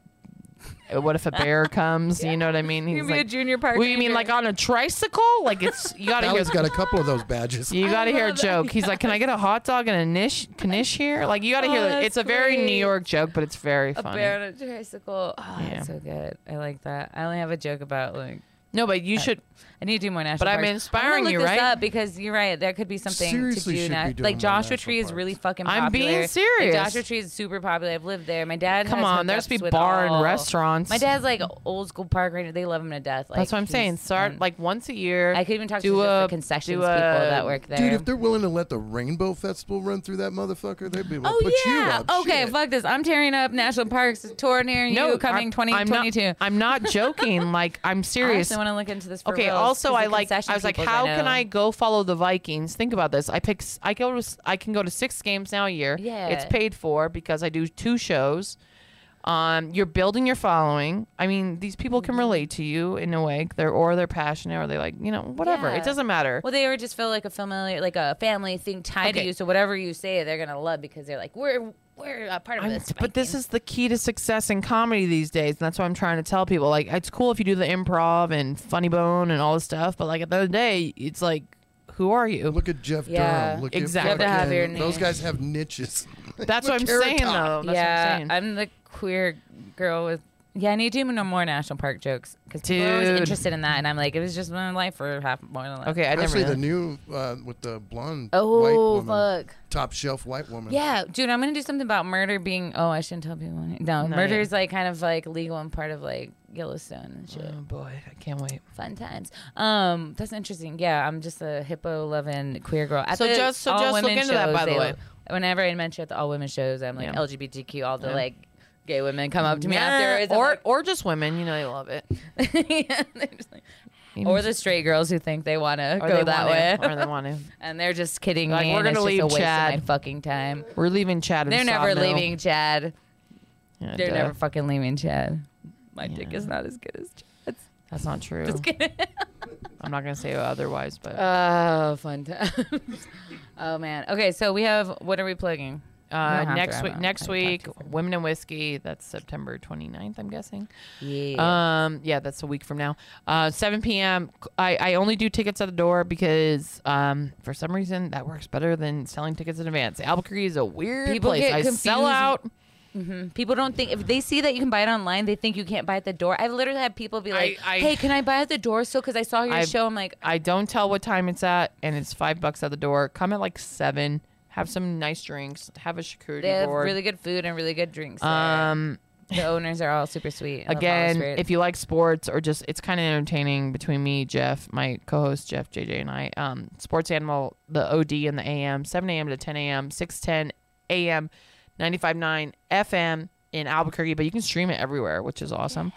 Speaker 2: uh, what if
Speaker 1: *laughs*
Speaker 2: a bear comes you know what i mean
Speaker 1: You
Speaker 2: he's
Speaker 1: can be a
Speaker 2: like
Speaker 1: junior park.
Speaker 2: "Well, you mean
Speaker 1: ranger.
Speaker 2: like on a tricycle like it's you gotta hear
Speaker 3: Allie's got a couple of those
Speaker 2: *laughs*
Speaker 3: badges.
Speaker 2: you gotta hear a
Speaker 1: love that.
Speaker 2: joke he's like can i get a hot dog and
Speaker 1: *laughs*
Speaker 2: a nish knish here like you gotta
Speaker 1: Oh,
Speaker 2: hear that
Speaker 1: that's
Speaker 2: it's a very new
Speaker 1: great.
Speaker 2: york joke but it's very
Speaker 1: a
Speaker 2: oh, funny
Speaker 1: bear on a tricycle. Oh,
Speaker 2: Yeah.
Speaker 1: that's so good. I like that. I only have a joke about like
Speaker 2: no but you should
Speaker 1: I need to do more national.
Speaker 2: But I'm
Speaker 1: parks.
Speaker 2: inspiring
Speaker 1: I'm gonna
Speaker 2: you,
Speaker 1: look this
Speaker 2: right?
Speaker 1: Up because you're right. There could be something
Speaker 3: Seriously
Speaker 1: to
Speaker 3: should
Speaker 1: do. na-
Speaker 3: be doing
Speaker 1: like
Speaker 3: more
Speaker 1: Joshua
Speaker 3: national
Speaker 1: Tree is
Speaker 3: parks.
Speaker 1: really fucking. popular.
Speaker 2: I'm being
Speaker 1: Like,
Speaker 2: serious.
Speaker 1: Joshua Tree is super popular. I've lived there. My dad.
Speaker 2: come
Speaker 1: has
Speaker 2: on there's
Speaker 1: hookups
Speaker 2: be
Speaker 1: with
Speaker 2: bar
Speaker 1: all-
Speaker 2: and restaurants
Speaker 1: My dad's like old school park ranger. They love him to death. Like,
Speaker 2: that's what i'm saying
Speaker 1: he's-
Speaker 2: start
Speaker 1: and
Speaker 2: like once a year
Speaker 1: I could even talk to
Speaker 2: do
Speaker 1: just
Speaker 2: a-
Speaker 1: the concessions
Speaker 2: do
Speaker 1: people
Speaker 2: a-
Speaker 1: that work there.
Speaker 3: Dude, if they're willing to let the Rainbow Festival run through that motherfucker, they'd be able to
Speaker 1: Oh
Speaker 3: put you
Speaker 1: yeah.
Speaker 3: up.
Speaker 1: okay,
Speaker 3: Shit.
Speaker 1: fuck this. I'm tearing up national parks. Tour near you coming
Speaker 2: I'm-
Speaker 1: 2022.
Speaker 2: I'm not, I'm not joking like
Speaker 1: *laughs*
Speaker 2: i'm serious
Speaker 1: I want to look into this. For
Speaker 2: Okay.
Speaker 1: reals,
Speaker 2: also,
Speaker 1: 'cause
Speaker 2: I
Speaker 1: the
Speaker 2: like. I
Speaker 1: concession
Speaker 2: was like,
Speaker 1: people
Speaker 2: how can
Speaker 1: know-
Speaker 2: I go follow the Vikings? Think about this. I pick. s- I go to. s- I can go to six games now a year. It's
Speaker 1: Yeah.
Speaker 2: paid for because I do two shows. Um, you're building your following. I mean, these people
Speaker 1: Mm-hmm.
Speaker 2: can relate to you in a way. They're or they're passionate or they like you know whatever.
Speaker 1: Yeah.
Speaker 2: It doesn't matter.
Speaker 1: Well, they would just feel like a familiar, like a family thing tied
Speaker 2: Okay.
Speaker 1: to you. So whatever you say, they're gonna love because they're like, we're we're a part of
Speaker 2: I'm-
Speaker 1: this.
Speaker 2: but this is the key to success in comedy these days, and that's what I'm trying to tell people. Like, it's cool if you do the improv and funny bone and all this stuff, but like at the end of the day, it's like, who are you?
Speaker 3: Look at Jeff
Speaker 1: Yeah.
Speaker 3: Durham. Look
Speaker 2: Exactly.
Speaker 3: At
Speaker 2: You have
Speaker 1: to have
Speaker 3: fucking-
Speaker 1: your
Speaker 3: Those
Speaker 1: niche.
Speaker 3: guys
Speaker 1: *laughs*
Speaker 3: have niches.
Speaker 2: That's what I'm
Speaker 3: Carrot
Speaker 2: saying,
Speaker 3: Top.
Speaker 2: though. That's what I'm
Speaker 1: yeah,
Speaker 2: saying.
Speaker 1: I'm the queer girl with. Yeah, I need to do no more national park jokes because people are always
Speaker 2: Dude.
Speaker 1: interested in that, and I'm like, it was just my life for half more than life.
Speaker 2: Okay, I never
Speaker 3: *laughs* Especially
Speaker 2: knew.
Speaker 3: the
Speaker 2: that.
Speaker 3: new uh, with the blonde white
Speaker 1: Oh
Speaker 3: woman,
Speaker 1: fuck.
Speaker 3: top shelf white woman.
Speaker 1: Yeah, dude, I'm gonna do something about murder being. Oh, I shouldn't tell people. No,
Speaker 2: No,
Speaker 1: murder
Speaker 2: yeah.
Speaker 1: is like kind of like legal and part of like Yellowstone and shit.
Speaker 2: Oh boy, I can't wait.
Speaker 1: fun times. Um, that's interesting. Yeah, I'm just a hippo loving queer girl. At
Speaker 2: So
Speaker 1: the
Speaker 2: just- so
Speaker 1: all
Speaker 2: just look
Speaker 1: women
Speaker 2: into that,
Speaker 1: shows,
Speaker 2: by the
Speaker 1: they-
Speaker 2: way.
Speaker 1: Whenever I mention at the all women shows, I'm like
Speaker 2: Yeah.
Speaker 1: LGBTQ. All the like gay women come up to me afterwards, I'm
Speaker 2: or
Speaker 1: like-
Speaker 2: or just women, you know, they love it.
Speaker 1: *laughs* Yeah, they're just like- or the straight girls who think they want to
Speaker 2: or
Speaker 1: go
Speaker 2: they
Speaker 1: that way,
Speaker 2: want to, or they want to.
Speaker 1: *laughs* and they're just kidding
Speaker 2: Like,
Speaker 1: me.
Speaker 2: we're
Speaker 1: and
Speaker 2: gonna
Speaker 1: it's
Speaker 2: leave
Speaker 1: just a waste
Speaker 2: Chad.
Speaker 1: of my fucking time.
Speaker 2: We're leaving Chad. and
Speaker 1: They're never
Speaker 2: Sawmill.
Speaker 1: leaving Chad.
Speaker 2: Yeah,
Speaker 1: They're
Speaker 2: duh.
Speaker 1: never fucking leaving Chad. My dick
Speaker 2: uh, Yeah.
Speaker 1: is not as good as Chad's. *laughs*
Speaker 2: That's not true.
Speaker 1: Just
Speaker 2: *laughs*
Speaker 1: kidding. Uh,
Speaker 2: I'm not gonna say otherwise, but
Speaker 1: *laughs*
Speaker 2: Uh,
Speaker 1: Oh, fun times. oh man. Okay, so we have what are we plugging?
Speaker 2: Uh,
Speaker 1: don't have to.
Speaker 2: next
Speaker 1: I
Speaker 2: week,
Speaker 1: don't-
Speaker 2: next
Speaker 1: I've got
Speaker 2: week,
Speaker 1: two for-
Speaker 2: Women and Whiskey. That's September 29th, I'm guessing.
Speaker 1: Yeah.
Speaker 2: Um, yeah, that's a week from now. Uh, 7 p.m. I, I only do tickets at the door because um, for some reason that works better than selling tickets in advance. Albuquerque is a weird
Speaker 1: People
Speaker 2: place.
Speaker 1: get
Speaker 2: I sell
Speaker 1: confused.
Speaker 2: out.
Speaker 1: mm-hmm. people don't think if they see that you can buy it online, they think you can't buy it at the door. I've literally had people be like,
Speaker 2: I-
Speaker 1: "Hey, can I buy it at the door still?" Because I saw your
Speaker 2: I've-
Speaker 1: show. I'm like,
Speaker 2: I don't tell what time it's at, and it's five bucks at the door. Come at like seven. Have some nice drinks. Have a charcuterie
Speaker 1: they have
Speaker 2: board.
Speaker 1: really good food and really good drinks. there.
Speaker 2: um,
Speaker 1: the owners are all super sweet. I love all the
Speaker 2: again,
Speaker 1: spirits.
Speaker 2: if you like sports or just it's kind of entertaining between me, Jeff, my co-host Jeff, JJ, and I. Um, Sports Animal, the OD and the AM, 7 a.m. to 10 a.m., 6:10 a.m., 95.9 FM in Albuquerque, but you can stream it everywhere, which is awesome.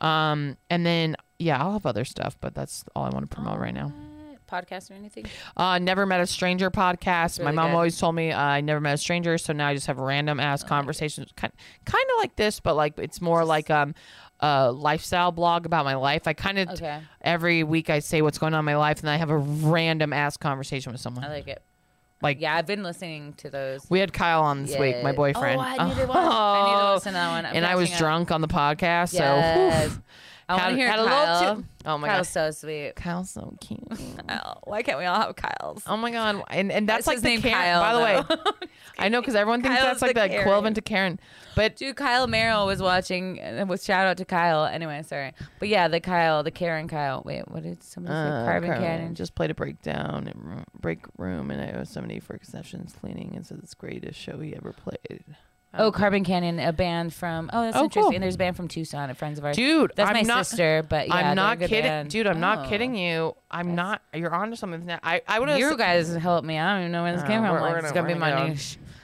Speaker 2: Um, and then yeah, I'll have other stuff, but that's all I want to promote right now.
Speaker 1: podcast or anything.
Speaker 2: Uh, never met a stranger podcast. My
Speaker 1: really
Speaker 2: mom
Speaker 1: good. Oh,
Speaker 2: always told me uh, I never met a stranger, so now I just have random ass conversations, kind kind of like this, but like it's more like um a lifestyle blog about my life. I kind of
Speaker 1: Okay.
Speaker 2: every week I say what's going on in my life, and I have a random ass conversation with someone.
Speaker 1: I like it.
Speaker 2: Like-
Speaker 1: yeah, I've been listening to those.
Speaker 2: we had Kyle on this week,
Speaker 1: Yeah.
Speaker 2: my boyfriend.
Speaker 1: Oh, I need to watch. I need to
Speaker 2: *laughs* Oh.
Speaker 1: listen to that one. I'm
Speaker 2: and I was
Speaker 1: catching up.
Speaker 2: drunk on the podcast, so
Speaker 1: Yes.
Speaker 2: whew,
Speaker 1: I want
Speaker 2: had-
Speaker 1: to hear
Speaker 2: had a little
Speaker 1: Kyle.
Speaker 2: too- Oh my
Speaker 1: Kyle's
Speaker 2: gosh,
Speaker 1: so sweet.
Speaker 2: Kyle's so cute.
Speaker 1: *laughs* Kyle. Why can't we all have Kyles?
Speaker 2: Oh my god! And and that's
Speaker 1: That's
Speaker 2: like
Speaker 1: his
Speaker 2: the
Speaker 1: name,
Speaker 2: Karen.
Speaker 1: Kyle,
Speaker 2: by the way, I know because everyone thinks
Speaker 1: Kyle's
Speaker 2: that's like
Speaker 1: the
Speaker 2: the equivalent to Karen,
Speaker 1: *laughs*
Speaker 2: but
Speaker 1: Dude, Kyle Merrill was watching. uh, Was shout out to Kyle. Anyway, sorry, but yeah, the Kyle, the Karen Kyle. Wait, what did somebody say? Carbon
Speaker 2: Uh, Karen
Speaker 1: Cannon.
Speaker 2: just played a breakdown and ro- break room in Yosemite for Conception's cleaning, and said it's the greatest show he ever played.
Speaker 1: Oh, Carbon Cannon, a band from. Oh, that's
Speaker 2: Oh,
Speaker 1: interesting.
Speaker 2: cool.
Speaker 1: And there's a band from Tucson, a friends of ours.
Speaker 2: Dude,
Speaker 1: that's
Speaker 2: I'm
Speaker 1: my
Speaker 2: not-
Speaker 1: sister. But yeah,
Speaker 2: I'm not
Speaker 1: they're a good
Speaker 2: kidding,
Speaker 1: band.
Speaker 2: dude. I'm
Speaker 1: Oh.
Speaker 2: not kidding you. I'm not. You're onto something. That I I would have.
Speaker 1: You guys helped me. I don't even know where this
Speaker 2: Oh,
Speaker 1: came from.
Speaker 2: we're-
Speaker 1: Like,
Speaker 2: we're
Speaker 1: it's
Speaker 2: gonna-
Speaker 1: gonna be
Speaker 2: we're gonna
Speaker 1: my
Speaker 2: go.
Speaker 1: new.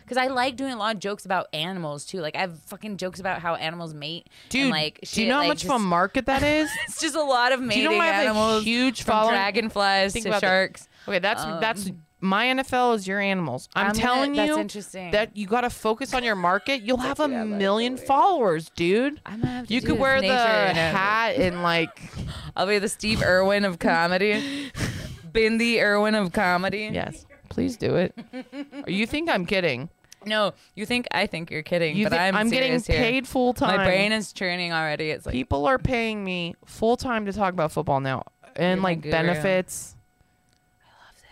Speaker 1: Because I like doing a lot of jokes about animals too. Like I have fucking jokes about how animals mate. and,
Speaker 2: dude,
Speaker 1: like
Speaker 2: do
Speaker 1: shit,
Speaker 2: you know how
Speaker 1: like,
Speaker 2: much
Speaker 1: just-
Speaker 2: of a market that is?
Speaker 1: *laughs* It's just a lot of
Speaker 2: do
Speaker 1: mating
Speaker 2: you know I have
Speaker 1: animals.
Speaker 2: a huge
Speaker 1: from
Speaker 2: following?
Speaker 1: dragonflies
Speaker 2: Think
Speaker 1: to
Speaker 2: about that.
Speaker 1: sharks.
Speaker 2: Okay, that's that's my NFL is your animals. I'm,
Speaker 1: I'm gonna-
Speaker 2: telling
Speaker 1: that's
Speaker 2: you,
Speaker 1: interesting.
Speaker 2: that you got to focus on your market. You'll have a
Speaker 1: do have that
Speaker 2: million
Speaker 1: really.
Speaker 2: followers, dude.
Speaker 1: I might have to
Speaker 2: You
Speaker 1: do
Speaker 2: could
Speaker 1: this
Speaker 2: wear the
Speaker 1: nature and a-
Speaker 2: hat and *laughs* like,
Speaker 1: I'll be the Steve Irwin of
Speaker 2: *laughs*
Speaker 1: comedy. Been the Irwin of comedy.
Speaker 2: yes, please do it. You think I'm kidding?
Speaker 1: No, you think I think you're kidding,
Speaker 2: You
Speaker 1: but
Speaker 2: think
Speaker 1: I'm,
Speaker 2: getting
Speaker 1: serious here.
Speaker 2: paid full time?
Speaker 1: My brain is churning already. It's like
Speaker 2: People are paying me full time to talk about football now and
Speaker 1: You're my
Speaker 2: like
Speaker 1: guru.
Speaker 2: benefits.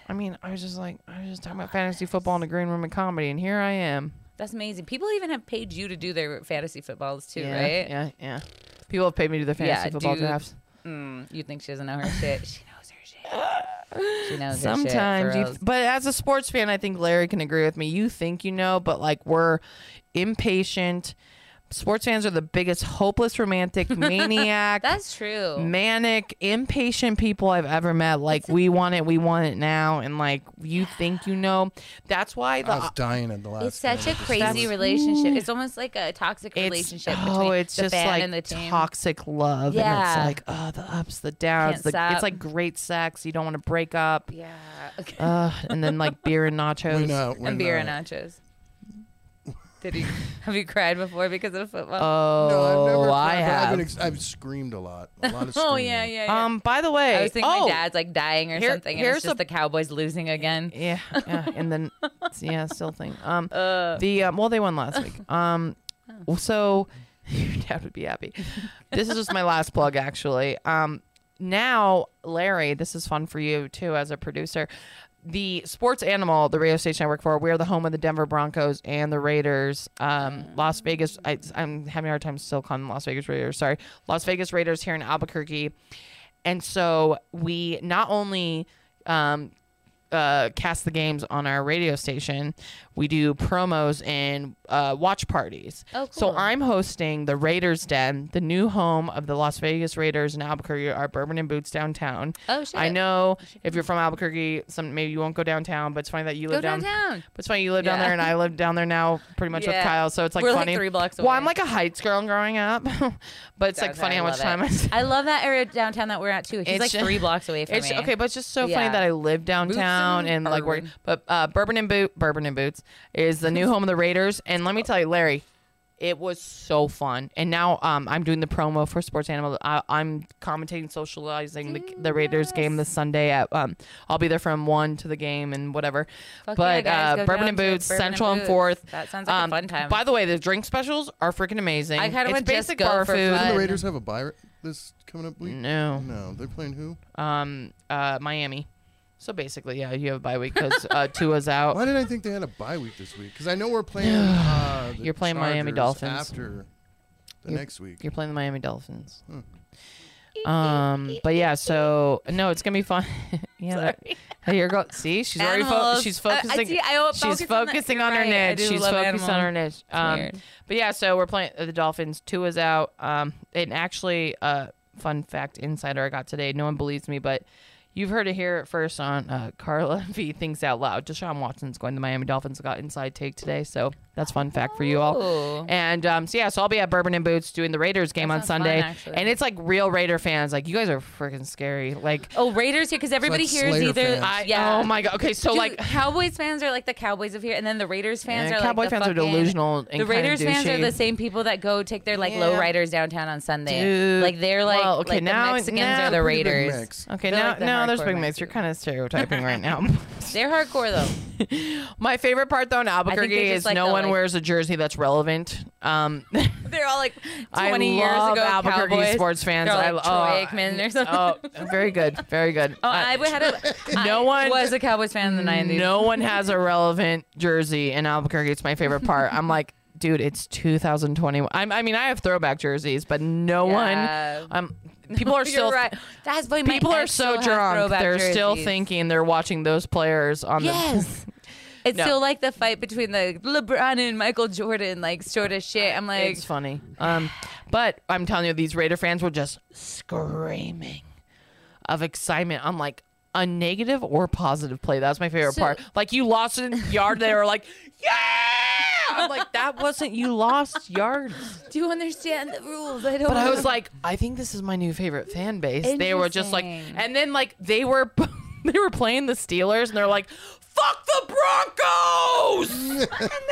Speaker 2: I mean, I was just like, I was just talking about fantasy football in the green room and comedy, and here I am.
Speaker 1: that's amazing. People even have paid you to do their fantasy footballs too,
Speaker 2: yeah,
Speaker 1: right?
Speaker 2: Yeah, yeah. People have paid me to do their fantasy
Speaker 1: Yeah,
Speaker 2: football
Speaker 1: dude.
Speaker 2: drafts.
Speaker 1: Mm, you think she doesn't know her shit? She knows her shit. She knows her
Speaker 2: Sometimes,
Speaker 1: shit.
Speaker 2: you, but as a sports fan, I think Larry can agree with me. You think you know, but like we're impatient. Sports fans are the biggest
Speaker 1: *laughs*
Speaker 2: hopeless romantic maniac.
Speaker 1: that's true.
Speaker 2: manic impatient people i've ever met like we want it we want it now and like you think you know that's why the
Speaker 3: I was dying at the last.
Speaker 1: Oh, It's such a
Speaker 3: minute.
Speaker 1: crazy
Speaker 2: That's-
Speaker 1: relationship. It's almost like a toxic
Speaker 2: it's,
Speaker 1: relationship
Speaker 2: oh
Speaker 1: between
Speaker 2: it's
Speaker 1: the
Speaker 2: just
Speaker 1: fan
Speaker 2: like
Speaker 1: and the team.
Speaker 2: toxic love and it's
Speaker 1: Yeah.
Speaker 2: like oh the ups the downs
Speaker 1: Can't
Speaker 2: the, it's
Speaker 1: stop.
Speaker 2: like great sex you don't want to break up
Speaker 1: yeah. Okay.
Speaker 2: uh, and then like beer and nachos
Speaker 3: We're not.
Speaker 1: *laughs*
Speaker 3: We're
Speaker 1: and beer and
Speaker 3: not.
Speaker 1: nachos.
Speaker 2: *laughs*
Speaker 1: Did you have you cried before because of football?
Speaker 2: oh
Speaker 3: No, I've never.
Speaker 2: i
Speaker 3: cried, but I've,
Speaker 2: have
Speaker 3: been ex- I've screamed a lot. A lot
Speaker 1: *laughs* *laughs*
Speaker 3: of
Speaker 1: oh
Speaker 3: screaming.
Speaker 1: yeah, yeah, yeah.
Speaker 2: Um, by the way,
Speaker 1: I was thinking
Speaker 2: oh,
Speaker 1: my dad's like dying or
Speaker 2: here-
Speaker 1: something, and
Speaker 2: here's
Speaker 1: it's just
Speaker 2: a-
Speaker 1: the Cowboys losing again.
Speaker 2: Yeah, *laughs* yeah, and then yeah, still thing. Um,
Speaker 1: Uh, Oh.
Speaker 2: the um, well, they won last
Speaker 1: *laughs*
Speaker 2: week. Um, so *laughs* your dad would be happy. This is just my last plug, actually. Um, now Larry, this is fun for you too as a producer. The sports animal, the radio station I work for, we are the home of the Denver Broncos and the Raiders. Um, Las Vegas, I, I'm having a hard time still calling them Las Vegas Raiders. Sorry, Las Vegas Raiders here in Albuquerque, and so we not only um, uh, cast the games on our radio station. We do promos and uh, watch parties.
Speaker 1: Oh,
Speaker 2: So
Speaker 1: cool.
Speaker 2: I'm hosting the Raiders Den, the new home of the Las Vegas Raiders in Albuquerque, our Bourbon and Boots downtown.
Speaker 1: Oh, shit.
Speaker 2: I know if you're from Albuquerque, some maybe you won't go downtown, but it's funny that you
Speaker 1: go
Speaker 2: live down.
Speaker 1: downtown.
Speaker 2: But it's funny you live down
Speaker 1: Yeah.
Speaker 2: there and I live down there now, pretty much with
Speaker 1: Yeah.
Speaker 2: Kyle. So it's like
Speaker 1: We're, like,
Speaker 2: funny.
Speaker 1: three blocks
Speaker 2: Well, I'm
Speaker 1: away.
Speaker 2: like a heights girl growing up, *laughs* but it's like
Speaker 1: Downtown,
Speaker 2: funny how
Speaker 1: I
Speaker 2: much
Speaker 1: love
Speaker 2: time I. *laughs*
Speaker 1: it. I love that area downtown that we're at too. He's
Speaker 2: It's
Speaker 1: like
Speaker 2: ju-
Speaker 1: three blocks away from
Speaker 2: It's
Speaker 1: me.
Speaker 2: okay, but it's just so funny
Speaker 1: Yeah.
Speaker 2: that I live downtown
Speaker 1: and
Speaker 2: and like work.
Speaker 1: bourbon. *laughs*
Speaker 2: But uh, Bourbon and Boot, Bourbon and Boots is the new home of the Raiders. And let me tell you, Larry, It was so fun. And now um, I'm doing the promo for Sports Animal. I, I'm commentating, socializing the, the Raiders game this Sunday. At, um, I'll be there from 1 to the game and whatever.
Speaker 1: Fuck
Speaker 2: but
Speaker 1: yeah, guys, go
Speaker 2: uh, Bourbon
Speaker 1: down
Speaker 2: and
Speaker 1: to
Speaker 2: Boots,
Speaker 1: Bourbon and
Speaker 2: Central and
Speaker 1: Boots.
Speaker 2: 4th.
Speaker 1: That sounds like a fun time.
Speaker 2: By the way, the drink specials are freaking amazing.
Speaker 1: I kinda
Speaker 2: It's
Speaker 1: wanna just
Speaker 2: basic
Speaker 1: go
Speaker 2: bar
Speaker 1: for
Speaker 2: food.
Speaker 1: fun.
Speaker 3: Do the
Speaker 1: Fun.
Speaker 3: Raiders have a bye r- this coming up week?
Speaker 2: No.
Speaker 3: No, they're playing who?
Speaker 2: Um, uh, Miami. So basically, yeah, you have a bye week because uh, Tua's out.
Speaker 3: Why did I think they had a bye week this week? Because I know
Speaker 2: *sighs*
Speaker 3: we're playing. Uh, the
Speaker 2: You're playing Miami
Speaker 3: Chargers
Speaker 2: Dolphins.
Speaker 3: after the
Speaker 2: You're-
Speaker 3: next week.
Speaker 2: You're playing the Miami Dolphins.
Speaker 1: *laughs*
Speaker 2: Um, but yeah, so no, it's gonna be fun. *laughs* yeah, that- hey, you're go- see, she's already fo-
Speaker 1: Animals. Uh,
Speaker 2: she's
Speaker 1: I- I
Speaker 2: focusing.
Speaker 1: see, I will
Speaker 2: she's
Speaker 1: focus on that.
Speaker 2: focusing
Speaker 1: You're
Speaker 2: on her
Speaker 1: right, I
Speaker 2: niche.
Speaker 1: do
Speaker 2: She's
Speaker 1: love
Speaker 2: focused on her
Speaker 1: animals.
Speaker 2: niche. Um,
Speaker 1: weird.
Speaker 2: but yeah, so we're playing uh, the Dolphins. Tua's out. Um, and actually, uh, fun fact insider I got today. No one believes me, but. You've heard it here at first on uh, Carla *laughs* V Thinks Out Loud. Deshaun Watson's going to Miami Dolphins. Got inside take today, so that's fun fact for you all.
Speaker 1: Oh.
Speaker 2: And um, so yeah, so I'll be at Bourbon and Boots doing the Raiders game
Speaker 1: That
Speaker 2: on
Speaker 1: sounds fun,
Speaker 2: Sunday,
Speaker 1: actually.
Speaker 2: and it's like real Raider fans. Like you guys are freaking scary. Like
Speaker 1: Oh, Raiders here because everybody
Speaker 3: like
Speaker 1: here is
Speaker 3: Slayer
Speaker 1: either
Speaker 3: fans.
Speaker 2: I
Speaker 1: yeah.
Speaker 2: oh my god. Okay, so
Speaker 1: Dude,
Speaker 2: like
Speaker 1: Cowboys fans are like the Cowboys of here, and then the Raiders fans
Speaker 2: Yeah,
Speaker 1: are
Speaker 2: Cowboy
Speaker 1: like the
Speaker 2: fans are
Speaker 1: fucking-
Speaker 2: delusional and
Speaker 1: the
Speaker 2: kinda
Speaker 1: Raiders fans are
Speaker 2: douchey.
Speaker 1: the same people that go take their like
Speaker 2: Yeah.
Speaker 1: lowriders downtown on Sunday.
Speaker 2: Dude.
Speaker 1: Like they're like,
Speaker 2: Well, okay,
Speaker 1: like
Speaker 2: now-
Speaker 1: the Mexicans
Speaker 2: now-
Speaker 1: are the
Speaker 3: Pretty big
Speaker 1: Raiders.
Speaker 3: mix.
Speaker 2: okay
Speaker 1: They're
Speaker 2: now
Speaker 1: like the
Speaker 2: no, there's
Speaker 1: hardcore
Speaker 2: big
Speaker 1: Mexicans.
Speaker 2: mates. You're kind of stereotyping
Speaker 1: *laughs*
Speaker 2: right now.
Speaker 1: They're hardcore though.
Speaker 2: My favorite part though in
Speaker 1: they're
Speaker 2: Albuquerque
Speaker 1: just
Speaker 2: is
Speaker 1: like
Speaker 2: no
Speaker 1: the,
Speaker 2: one
Speaker 1: like-
Speaker 2: wears a jersey that's relevant.
Speaker 1: *laughs*
Speaker 2: Um,
Speaker 1: *laughs* They're all like
Speaker 2: I
Speaker 1: 20 years
Speaker 2: love
Speaker 1: ago
Speaker 2: Albuquerque
Speaker 1: Cowboys.
Speaker 2: sports fans.
Speaker 1: They're all
Speaker 2: I
Speaker 1: like
Speaker 2: oh,
Speaker 1: Troy Aikman or something.
Speaker 2: Oh, very good, very good.
Speaker 1: *laughs*
Speaker 2: Uh,
Speaker 1: Oh, I had a *laughs*
Speaker 2: No
Speaker 1: I
Speaker 2: one-
Speaker 1: was a Cowboys fan in the nineties.
Speaker 2: No one has a relevant jersey in Albuquerque. It's my favorite part. I'm like, *laughs* dude, it's 2021. I'm, I mean, I have throwback jerseys, but no
Speaker 1: Yeah.
Speaker 2: one. Um, people
Speaker 1: *laughs*
Speaker 2: are
Speaker 1: You're
Speaker 2: still.
Speaker 1: right. That's why my
Speaker 2: People are
Speaker 1: ex
Speaker 2: so
Speaker 1: still has
Speaker 2: drunk.
Speaker 1: throwback
Speaker 2: They're still
Speaker 1: jerseys.
Speaker 2: thinking they're watching those players on
Speaker 1: Yes. *laughs* It's
Speaker 2: No.
Speaker 1: still like the fight between the LeBron and Michael Jordan, like sort of shit. I'm
Speaker 2: the.
Speaker 1: like,
Speaker 2: It's funny. Um, but I'm telling you, these Raider fans were just screaming of excitement. I'm like. A negative or positive play. That was my favorite
Speaker 1: So-
Speaker 2: part. Like you lost in yard, they were like, *laughs* "Yeah!" I'm like, "That wasn't you lost yards."
Speaker 1: do you understand the rules? I don't.
Speaker 2: But I was like, I think this is my new favorite fan base. They were just like,
Speaker 1: Interesting.
Speaker 2: and then like they were, *laughs* they were playing the Steelers, and they're like, "Fuck the Broncos!"
Speaker 1: *laughs*
Speaker 2: *laughs* and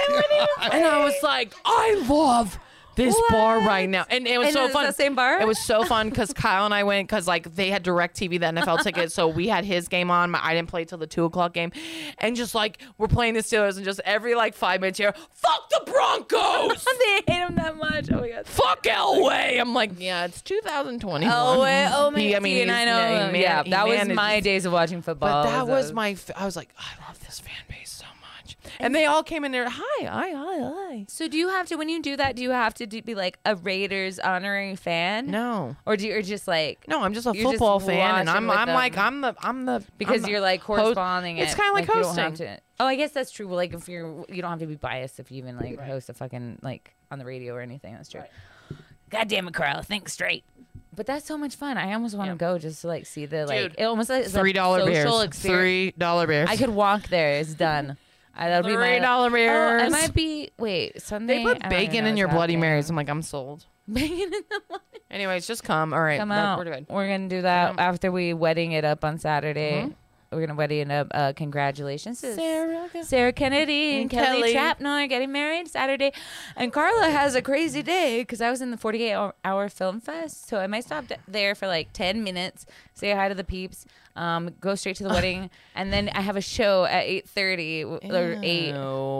Speaker 2: I was like, I love this bar right now, and it was
Speaker 1: And
Speaker 2: so
Speaker 1: it's
Speaker 2: fun.
Speaker 1: the same bar?
Speaker 2: It was so fun because Kyle and I went because like they had Direct TV, the NFL ticket, so we had his game on. My, I didn't play till the two o'clock game, and just like we're playing the Steelers, and just every like five minutes here, "Fuck the Broncos!" *laughs*
Speaker 1: they hate him that much. Oh my god.
Speaker 2: fuck Elway. I'm like, yeah, it's 2021.
Speaker 1: Oh, wait, oh my.
Speaker 2: He- I mean,
Speaker 1: and
Speaker 2: he's-
Speaker 1: I
Speaker 2: yeah, he
Speaker 1: know.
Speaker 2: man-
Speaker 1: yeah,
Speaker 2: he
Speaker 1: that was
Speaker 2: manages- Oh,
Speaker 1: my days of watching football.
Speaker 2: But that
Speaker 1: those.
Speaker 2: was my. f- I was like, I love this fan base so much, and they all came in there. Hi, hi, hi, hi.
Speaker 1: So do you have to when you do that? Do you have to do, be like a Raiders honoring fan?
Speaker 2: No.
Speaker 1: Or do you or just like
Speaker 2: No, I'm just a
Speaker 1: You're just
Speaker 2: football fan, and
Speaker 1: watching
Speaker 2: I'm,
Speaker 1: with
Speaker 2: I'm
Speaker 1: them.
Speaker 2: like, I'm the, I'm the
Speaker 1: because
Speaker 2: I'm
Speaker 1: you're like
Speaker 2: host-
Speaker 1: corresponding?
Speaker 2: It's
Speaker 1: it,
Speaker 2: kind of like,
Speaker 1: you don't have
Speaker 2: hosting.
Speaker 1: to- oh, I guess that's true. Well, like if you're you don't have to be biased if you even like host a fucking like on the radio or anything. That's true. God damn it, Carl, think straight. But that's so much fun. I almost want to go just to like see the like
Speaker 2: Dude,
Speaker 1: it almost like, it's a
Speaker 2: Three dollar beers.
Speaker 1: social experience.
Speaker 2: Three dollar beers.
Speaker 1: I could walk there. It's
Speaker 2: *laughs*
Speaker 1: done. I, that'll be my
Speaker 2: $3
Speaker 1: Oh, I
Speaker 2: beers.
Speaker 1: might be wait Sunday.
Speaker 2: They
Speaker 1: I
Speaker 2: put
Speaker 1: don't even
Speaker 2: bacon
Speaker 1: know
Speaker 2: in your
Speaker 1: what's
Speaker 2: Bloody
Speaker 1: happening.
Speaker 2: Marys. I'm like, I'm sold.
Speaker 1: *laughs* Bacon in the Bloody
Speaker 2: Anyways, just come. All right,
Speaker 1: come
Speaker 2: we're-
Speaker 1: out.
Speaker 2: We're
Speaker 1: We're,
Speaker 2: good.
Speaker 1: gonna do that
Speaker 2: Um,
Speaker 1: after we wedding it up on Saturday.
Speaker 2: Mm-hmm.
Speaker 1: We're gonna wedding it up. Uh, congratulations, to
Speaker 2: Sarah.
Speaker 1: Sarah Kennedy and
Speaker 2: And
Speaker 1: Kelly,
Speaker 2: Kelly.
Speaker 1: Chapman are getting married Saturday, and Carla has a crazy day because I was in the 48 hour- hour film fest, so I might stop d- there for like 10 minutes, say hi to the peeps, um, go straight to
Speaker 2: *laughs*
Speaker 1: the wedding, and then I have a show at 8:30 w- or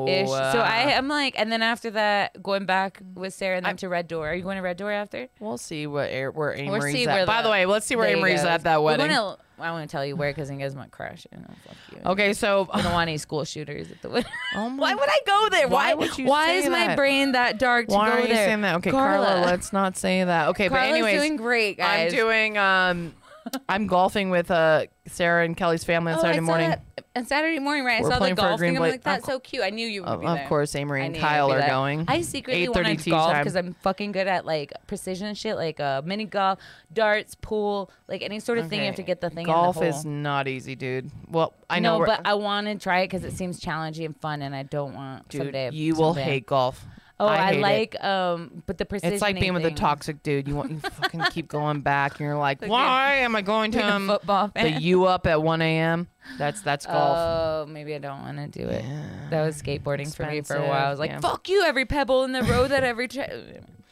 Speaker 1: 8 ish. So I am like, and then after that, going back with Sarah and them to Red Door. Are you going to Red Door after?
Speaker 2: We'll see what air, where
Speaker 1: We'll
Speaker 2: Amory's
Speaker 1: see
Speaker 2: at.
Speaker 1: where
Speaker 2: By the
Speaker 1: the
Speaker 2: way, let's see where
Speaker 1: There you
Speaker 2: Amory's
Speaker 1: go.
Speaker 2: at that
Speaker 1: We're *laughs*
Speaker 2: wedding.
Speaker 1: gonna- I want to tell you where because you guys might crash. You know, fuck you.
Speaker 2: Okay, so
Speaker 1: I don't want any school shooters at the wedding.
Speaker 2: *laughs* Oh my-
Speaker 1: why would I go there? Why,
Speaker 2: Why would you
Speaker 1: Why
Speaker 2: say
Speaker 1: is my
Speaker 2: that?
Speaker 1: brain that dark to
Speaker 2: why
Speaker 1: go
Speaker 2: are you
Speaker 1: there?
Speaker 2: saying that? Okay, Carla, let's not say that. Okay,
Speaker 1: Carla's
Speaker 2: but anyways,
Speaker 1: doing great,
Speaker 2: I'm
Speaker 1: guys.
Speaker 2: doing um, I'm golfing with uh Sarah and Kelly's family on
Speaker 1: Oh, I
Speaker 2: Saturday
Speaker 1: saw
Speaker 2: morning.
Speaker 1: that- And Saturday morning, right?
Speaker 2: We're
Speaker 1: I saw the
Speaker 2: playing for a
Speaker 1: golf
Speaker 2: green
Speaker 1: thing. I'm
Speaker 2: plate.
Speaker 1: like, that's
Speaker 2: Of-
Speaker 1: so cute. I knew you would
Speaker 2: Of,
Speaker 1: be
Speaker 2: of
Speaker 1: there.
Speaker 2: course, Amory
Speaker 1: I
Speaker 2: and
Speaker 1: knew you'd
Speaker 2: Kyle
Speaker 1: be
Speaker 2: are
Speaker 1: there.
Speaker 2: going.
Speaker 1: I secretly
Speaker 2: 8:30
Speaker 1: want to
Speaker 2: tee
Speaker 1: golf
Speaker 2: time.
Speaker 1: because I'm fucking good at like precision shit, like uh, mini golf, darts, pool, like any sort of thing. You have to
Speaker 2: Okay,
Speaker 1: get the thing.
Speaker 2: Golf
Speaker 1: in the hole.
Speaker 2: is not easy, dude. Well, I know,
Speaker 1: no,
Speaker 2: we're-
Speaker 1: but I want to try it because it seems challenging and fun, and I don't want
Speaker 2: dude,
Speaker 1: someday.
Speaker 2: you will
Speaker 1: someday.
Speaker 2: hate golf.
Speaker 1: Oh,
Speaker 2: I
Speaker 1: I,
Speaker 2: hate it.
Speaker 1: like um, but the precision.
Speaker 2: It's like being with a toxic dude. You want
Speaker 1: *laughs*
Speaker 2: you fucking keep going back, and you're like, why am I going to um,
Speaker 1: football
Speaker 2: the
Speaker 1: fan.
Speaker 2: U up at 1 a.m.? That's that's golf.
Speaker 1: Oh, maybe I don't want to do it. That was skateboarding for me for a while. I was like,
Speaker 2: Expensive, yeah.
Speaker 1: "Fuck you!" Every pebble in the road that every. Tra- *laughs*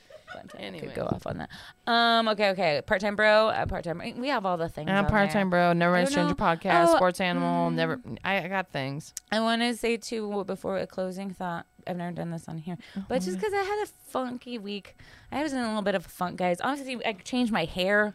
Speaker 1: anyway,
Speaker 2: Anyway.
Speaker 1: could go off on that. Um. Okay. Okay. Part time bro. Uh, part time. We have all the things.
Speaker 2: I'm
Speaker 1: on
Speaker 2: a part time bro. Never
Speaker 1: I
Speaker 2: mind
Speaker 1: don't
Speaker 2: stranger
Speaker 1: know.
Speaker 2: podcast.
Speaker 1: Oh, mm.
Speaker 2: sports animal. Never. I, I got things.
Speaker 1: there. I want to say too w- before a closing thought. I've never done this on here, but
Speaker 2: Mm-hmm.
Speaker 1: just because I had a funky week, I was in a little bit of a funk, guys. Honestly, I changed my hair.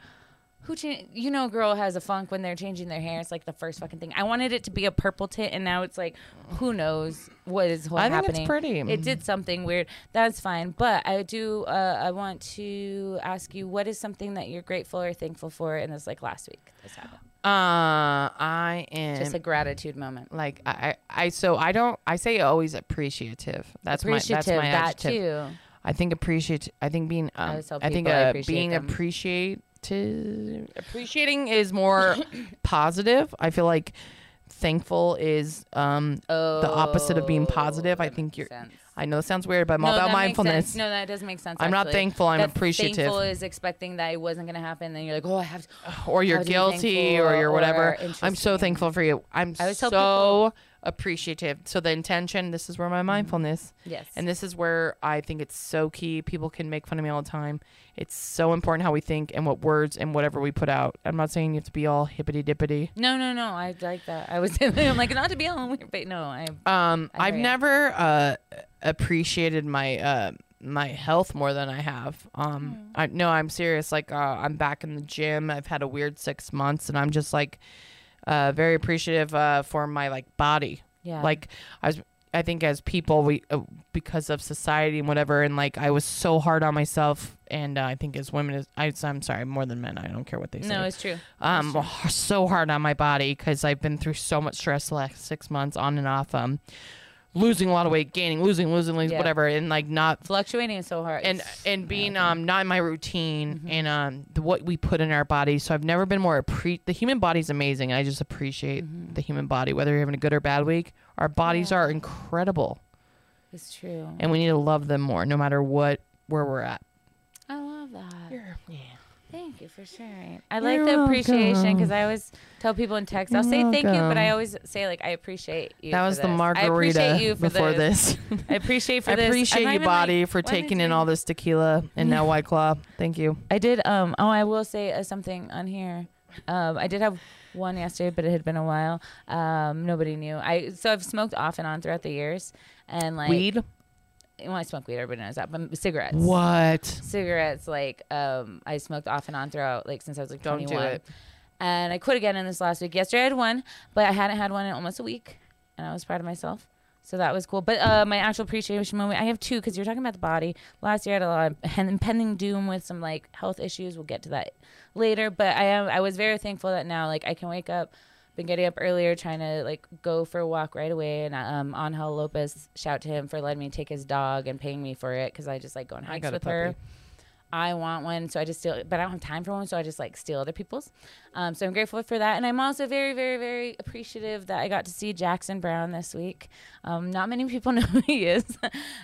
Speaker 1: Who cha- you know, a girl has a funk when they're changing their hair. It's like the first fucking thing. I wanted it to be a purple tint, and now it's like, who knows what is whole
Speaker 2: I think
Speaker 1: happening.
Speaker 2: it's pretty.
Speaker 1: It did something weird. That's fine. But I do. Uh, I want to ask you, what is something that you're grateful or thankful for in this like last week? This happened.
Speaker 2: Uh, I am
Speaker 1: Just a gratitude moment.
Speaker 2: like I, I I- so I don't I say always appreciative. That's
Speaker 1: Appreciative.
Speaker 2: my that's my
Speaker 1: that
Speaker 2: adjective.
Speaker 1: too.
Speaker 2: I think appreciate. I think being. Um,
Speaker 1: always tell
Speaker 2: I think
Speaker 1: people I
Speaker 2: uh,
Speaker 1: appreciate
Speaker 2: being
Speaker 1: them.
Speaker 2: appreciated. Appreciating
Speaker 1: *coughs*
Speaker 2: is more positive. I feel like thankful is um the opposite of being positive.
Speaker 1: Oh,
Speaker 2: I
Speaker 1: that
Speaker 2: think
Speaker 1: makes
Speaker 2: you're.
Speaker 1: sense.
Speaker 2: I know it sounds weird, but I'm all
Speaker 1: No,
Speaker 2: about
Speaker 1: that makes sense.
Speaker 2: mindfulness.
Speaker 1: No, that does make sense.
Speaker 2: I'm not
Speaker 1: actually.
Speaker 2: thankful, I'm
Speaker 1: That
Speaker 2: appreciative.
Speaker 1: Thankful is expecting that it wasn't going to happen. Then you're like, oh, I
Speaker 2: *sighs*
Speaker 1: have to.
Speaker 2: or you're
Speaker 1: How do you
Speaker 2: guilty
Speaker 1: thankful
Speaker 2: or you're
Speaker 1: or
Speaker 2: whatever. I'm so
Speaker 1: interesting?
Speaker 2: thankful for you. I'm
Speaker 1: I always
Speaker 2: so
Speaker 1: tell people- Mm-hmm.
Speaker 2: appreciative. So the intention, this is where my mindfulness.
Speaker 1: Yes.
Speaker 2: And this is where I think it's so key. People can make fun of me all the time. It's so important how we think and what words and whatever we put out. I'm not saying you have to be all hippity dippity.
Speaker 1: No, no, no. I like that. I was. *laughs* I'm like not to be all weird, but no, I.
Speaker 2: Um,
Speaker 1: I
Speaker 2: I've
Speaker 1: hear ya.
Speaker 2: never uh, appreciated my uh, my health more than I have. Um,
Speaker 1: Hmm.
Speaker 2: I no, I'm serious. Like uh, I'm back in the gym. I've had a weird six months, and I'm just like uh, very appreciative uh, for my like body.
Speaker 1: Yeah.
Speaker 2: Like I was. I think as people, we uh, because of society and whatever, and like I was so hard on myself, and uh, I think as women, is I, I'm sorry, more than men. I don't care what they say
Speaker 1: No, it's true.
Speaker 2: um h- so hard on my body because i've been through so much stress the last six months on and off um losing a lot of weight gaining losing losing losing
Speaker 1: Yeah.
Speaker 2: whatever and like not
Speaker 1: Fluctuating is so hard.
Speaker 2: and and being um not in my routine
Speaker 1: Mm-hmm.
Speaker 2: and um the, what we put in our body so i've never been more appre- the human body's amazing and i just appreciate
Speaker 1: Mm-hmm.
Speaker 2: the human body whether you're having a good or bad week our bodies are incredible
Speaker 1: it's true.
Speaker 2: and we need to love them more no matter what where we're at
Speaker 1: I love that.
Speaker 2: yeah
Speaker 1: Thank you for sharing. I like
Speaker 2: You're
Speaker 1: the appreciation because
Speaker 2: welcome.
Speaker 1: I always tell people in text, I'll
Speaker 2: You're
Speaker 1: say thank you, but I
Speaker 2: welcome.
Speaker 1: always say like I appreciate you.
Speaker 2: that
Speaker 1: for
Speaker 2: was the
Speaker 1: this. I
Speaker 2: margarita
Speaker 1: appreciate you for
Speaker 2: before this.
Speaker 1: I appreciate for
Speaker 2: *laughs* I
Speaker 1: this. I'm
Speaker 2: appreciate
Speaker 1: not
Speaker 2: you,
Speaker 1: even,
Speaker 2: body,
Speaker 1: like,
Speaker 2: for
Speaker 1: what am I
Speaker 2: taking in
Speaker 1: doing?
Speaker 2: all this tequila and now White Claw. Thank you.
Speaker 1: I did. Um. Oh, I will say uh, something on here. Um. I did have one yesterday, but it had been a while. Um. Nobody knew. I so I've smoked off and on throughout the years, and like
Speaker 2: Weed.
Speaker 1: When I smoke weed, everybody knows that. But cigarettes.
Speaker 2: What?
Speaker 1: cigarettes like um I smoked off and on throughout like since I was like
Speaker 2: Don't do
Speaker 1: 21.
Speaker 2: it.
Speaker 1: And I quit again in this last week. Yesterday I had one, but I hadn't had one in almost a week and I was proud of myself. So that was cool. But uh, my actual appreciation moment, I have two because you're talking about the body. Last year I had a lot of hen- impending doom with some like health issues. We'll get to that later. But I am I was very thankful that now like I can wake up been getting up earlier trying to like go for a walk right away and um Angel Lopez shout to him for letting me take his dog and paying me for it because I just like go on hikes
Speaker 2: got a
Speaker 1: with her.
Speaker 2: puppy.
Speaker 1: I want one, so I just steal, but I don't have time for one, so I just like steal other people's. Um, so I'm grateful for that, and I'm also very, very, very appreciative that I got to see Jackson Brown this week. Um, not many people *laughs* know who he is.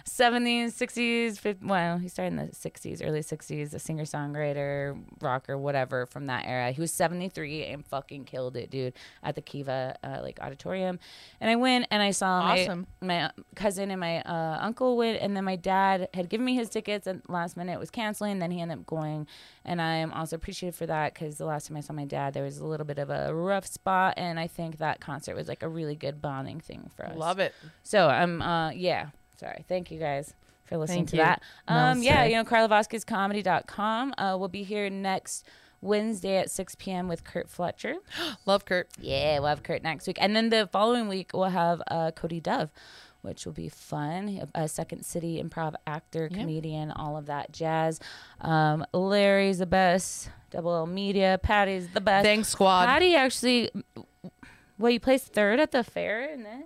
Speaker 1: 70s, 60s, 50, well, he started in the 60s, early 60s, a singer songwriter, rocker, whatever from that era. He was 73 and fucking killed it, dude, at the Kiva uh, like auditorium, and I went and I saw my-
Speaker 2: Awesome.
Speaker 1: my uh, cousin and my uh, uncle went, and then my dad had given me his tickets, and last minute was canceling. Then he ended up going, and I am also appreciative for that because the last time I saw my dad, there was a little bit of a rough spot, and I think that concert was like a really good bonding thing for us.
Speaker 2: Love it.
Speaker 1: So I'm, uh, yeah, sorry. Thank you guys for listening
Speaker 2: Thank
Speaker 1: to
Speaker 2: you.
Speaker 1: that. Um, yeah,
Speaker 2: Namaste.
Speaker 1: you know, CarlaVasquezComedy.com. Uh, we'll be here next Wednesday at 6 p.m. with Kurt Fletcher.
Speaker 2: Love Kurt.
Speaker 1: Yeah, we'll have Kurt next week. And then the following week, we'll have uh, Cody Dove, which will be fun. A Second City improv actor, comedian, all of that jazz. Um, Larry's the best. Double L Media. Patty's the best.
Speaker 2: Thanks, squad.
Speaker 1: Patty actually, well, you placed third at the fair, and then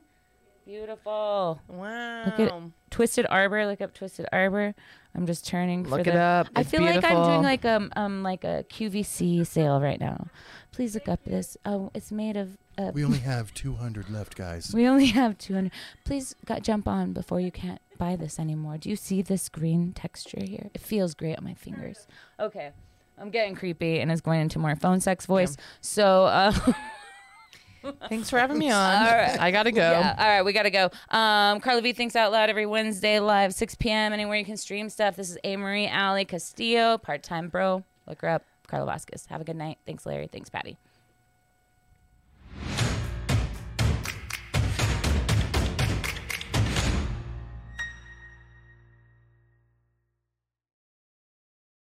Speaker 1: beautiful.
Speaker 2: Wow.
Speaker 1: Look at Twisted Arbor. Look up Twisted Arbor. I'm just turning. for
Speaker 2: Look
Speaker 1: the-
Speaker 2: it up.
Speaker 1: I
Speaker 2: It's
Speaker 1: feel like I'm
Speaker 2: beautiful.
Speaker 1: doing like um um like a QVC sale right now. Please look up this. Oh, it's made of up.
Speaker 3: We only have 200 left, guys.
Speaker 1: *laughs* We only have 200. Please got jump on before you can't buy this anymore. Do you see this green texture here? It feels great on my fingers. Okay. I'm getting creepy and it's going into more phone sex voice. So, *laughs* uh,
Speaker 2: Thanks for having me on.
Speaker 1: All right.
Speaker 2: I gotta go.
Speaker 1: yeah. All right. We got to go. Um, Carla V thinks out loud every Wednesday live, 6 p.m. Anywhere you can stream stuff. This is A. Marie Alley Castillo, part time bro. Look her up. Carla Vasquez. Have a good night. Thanks, Larry. Thanks, Patty.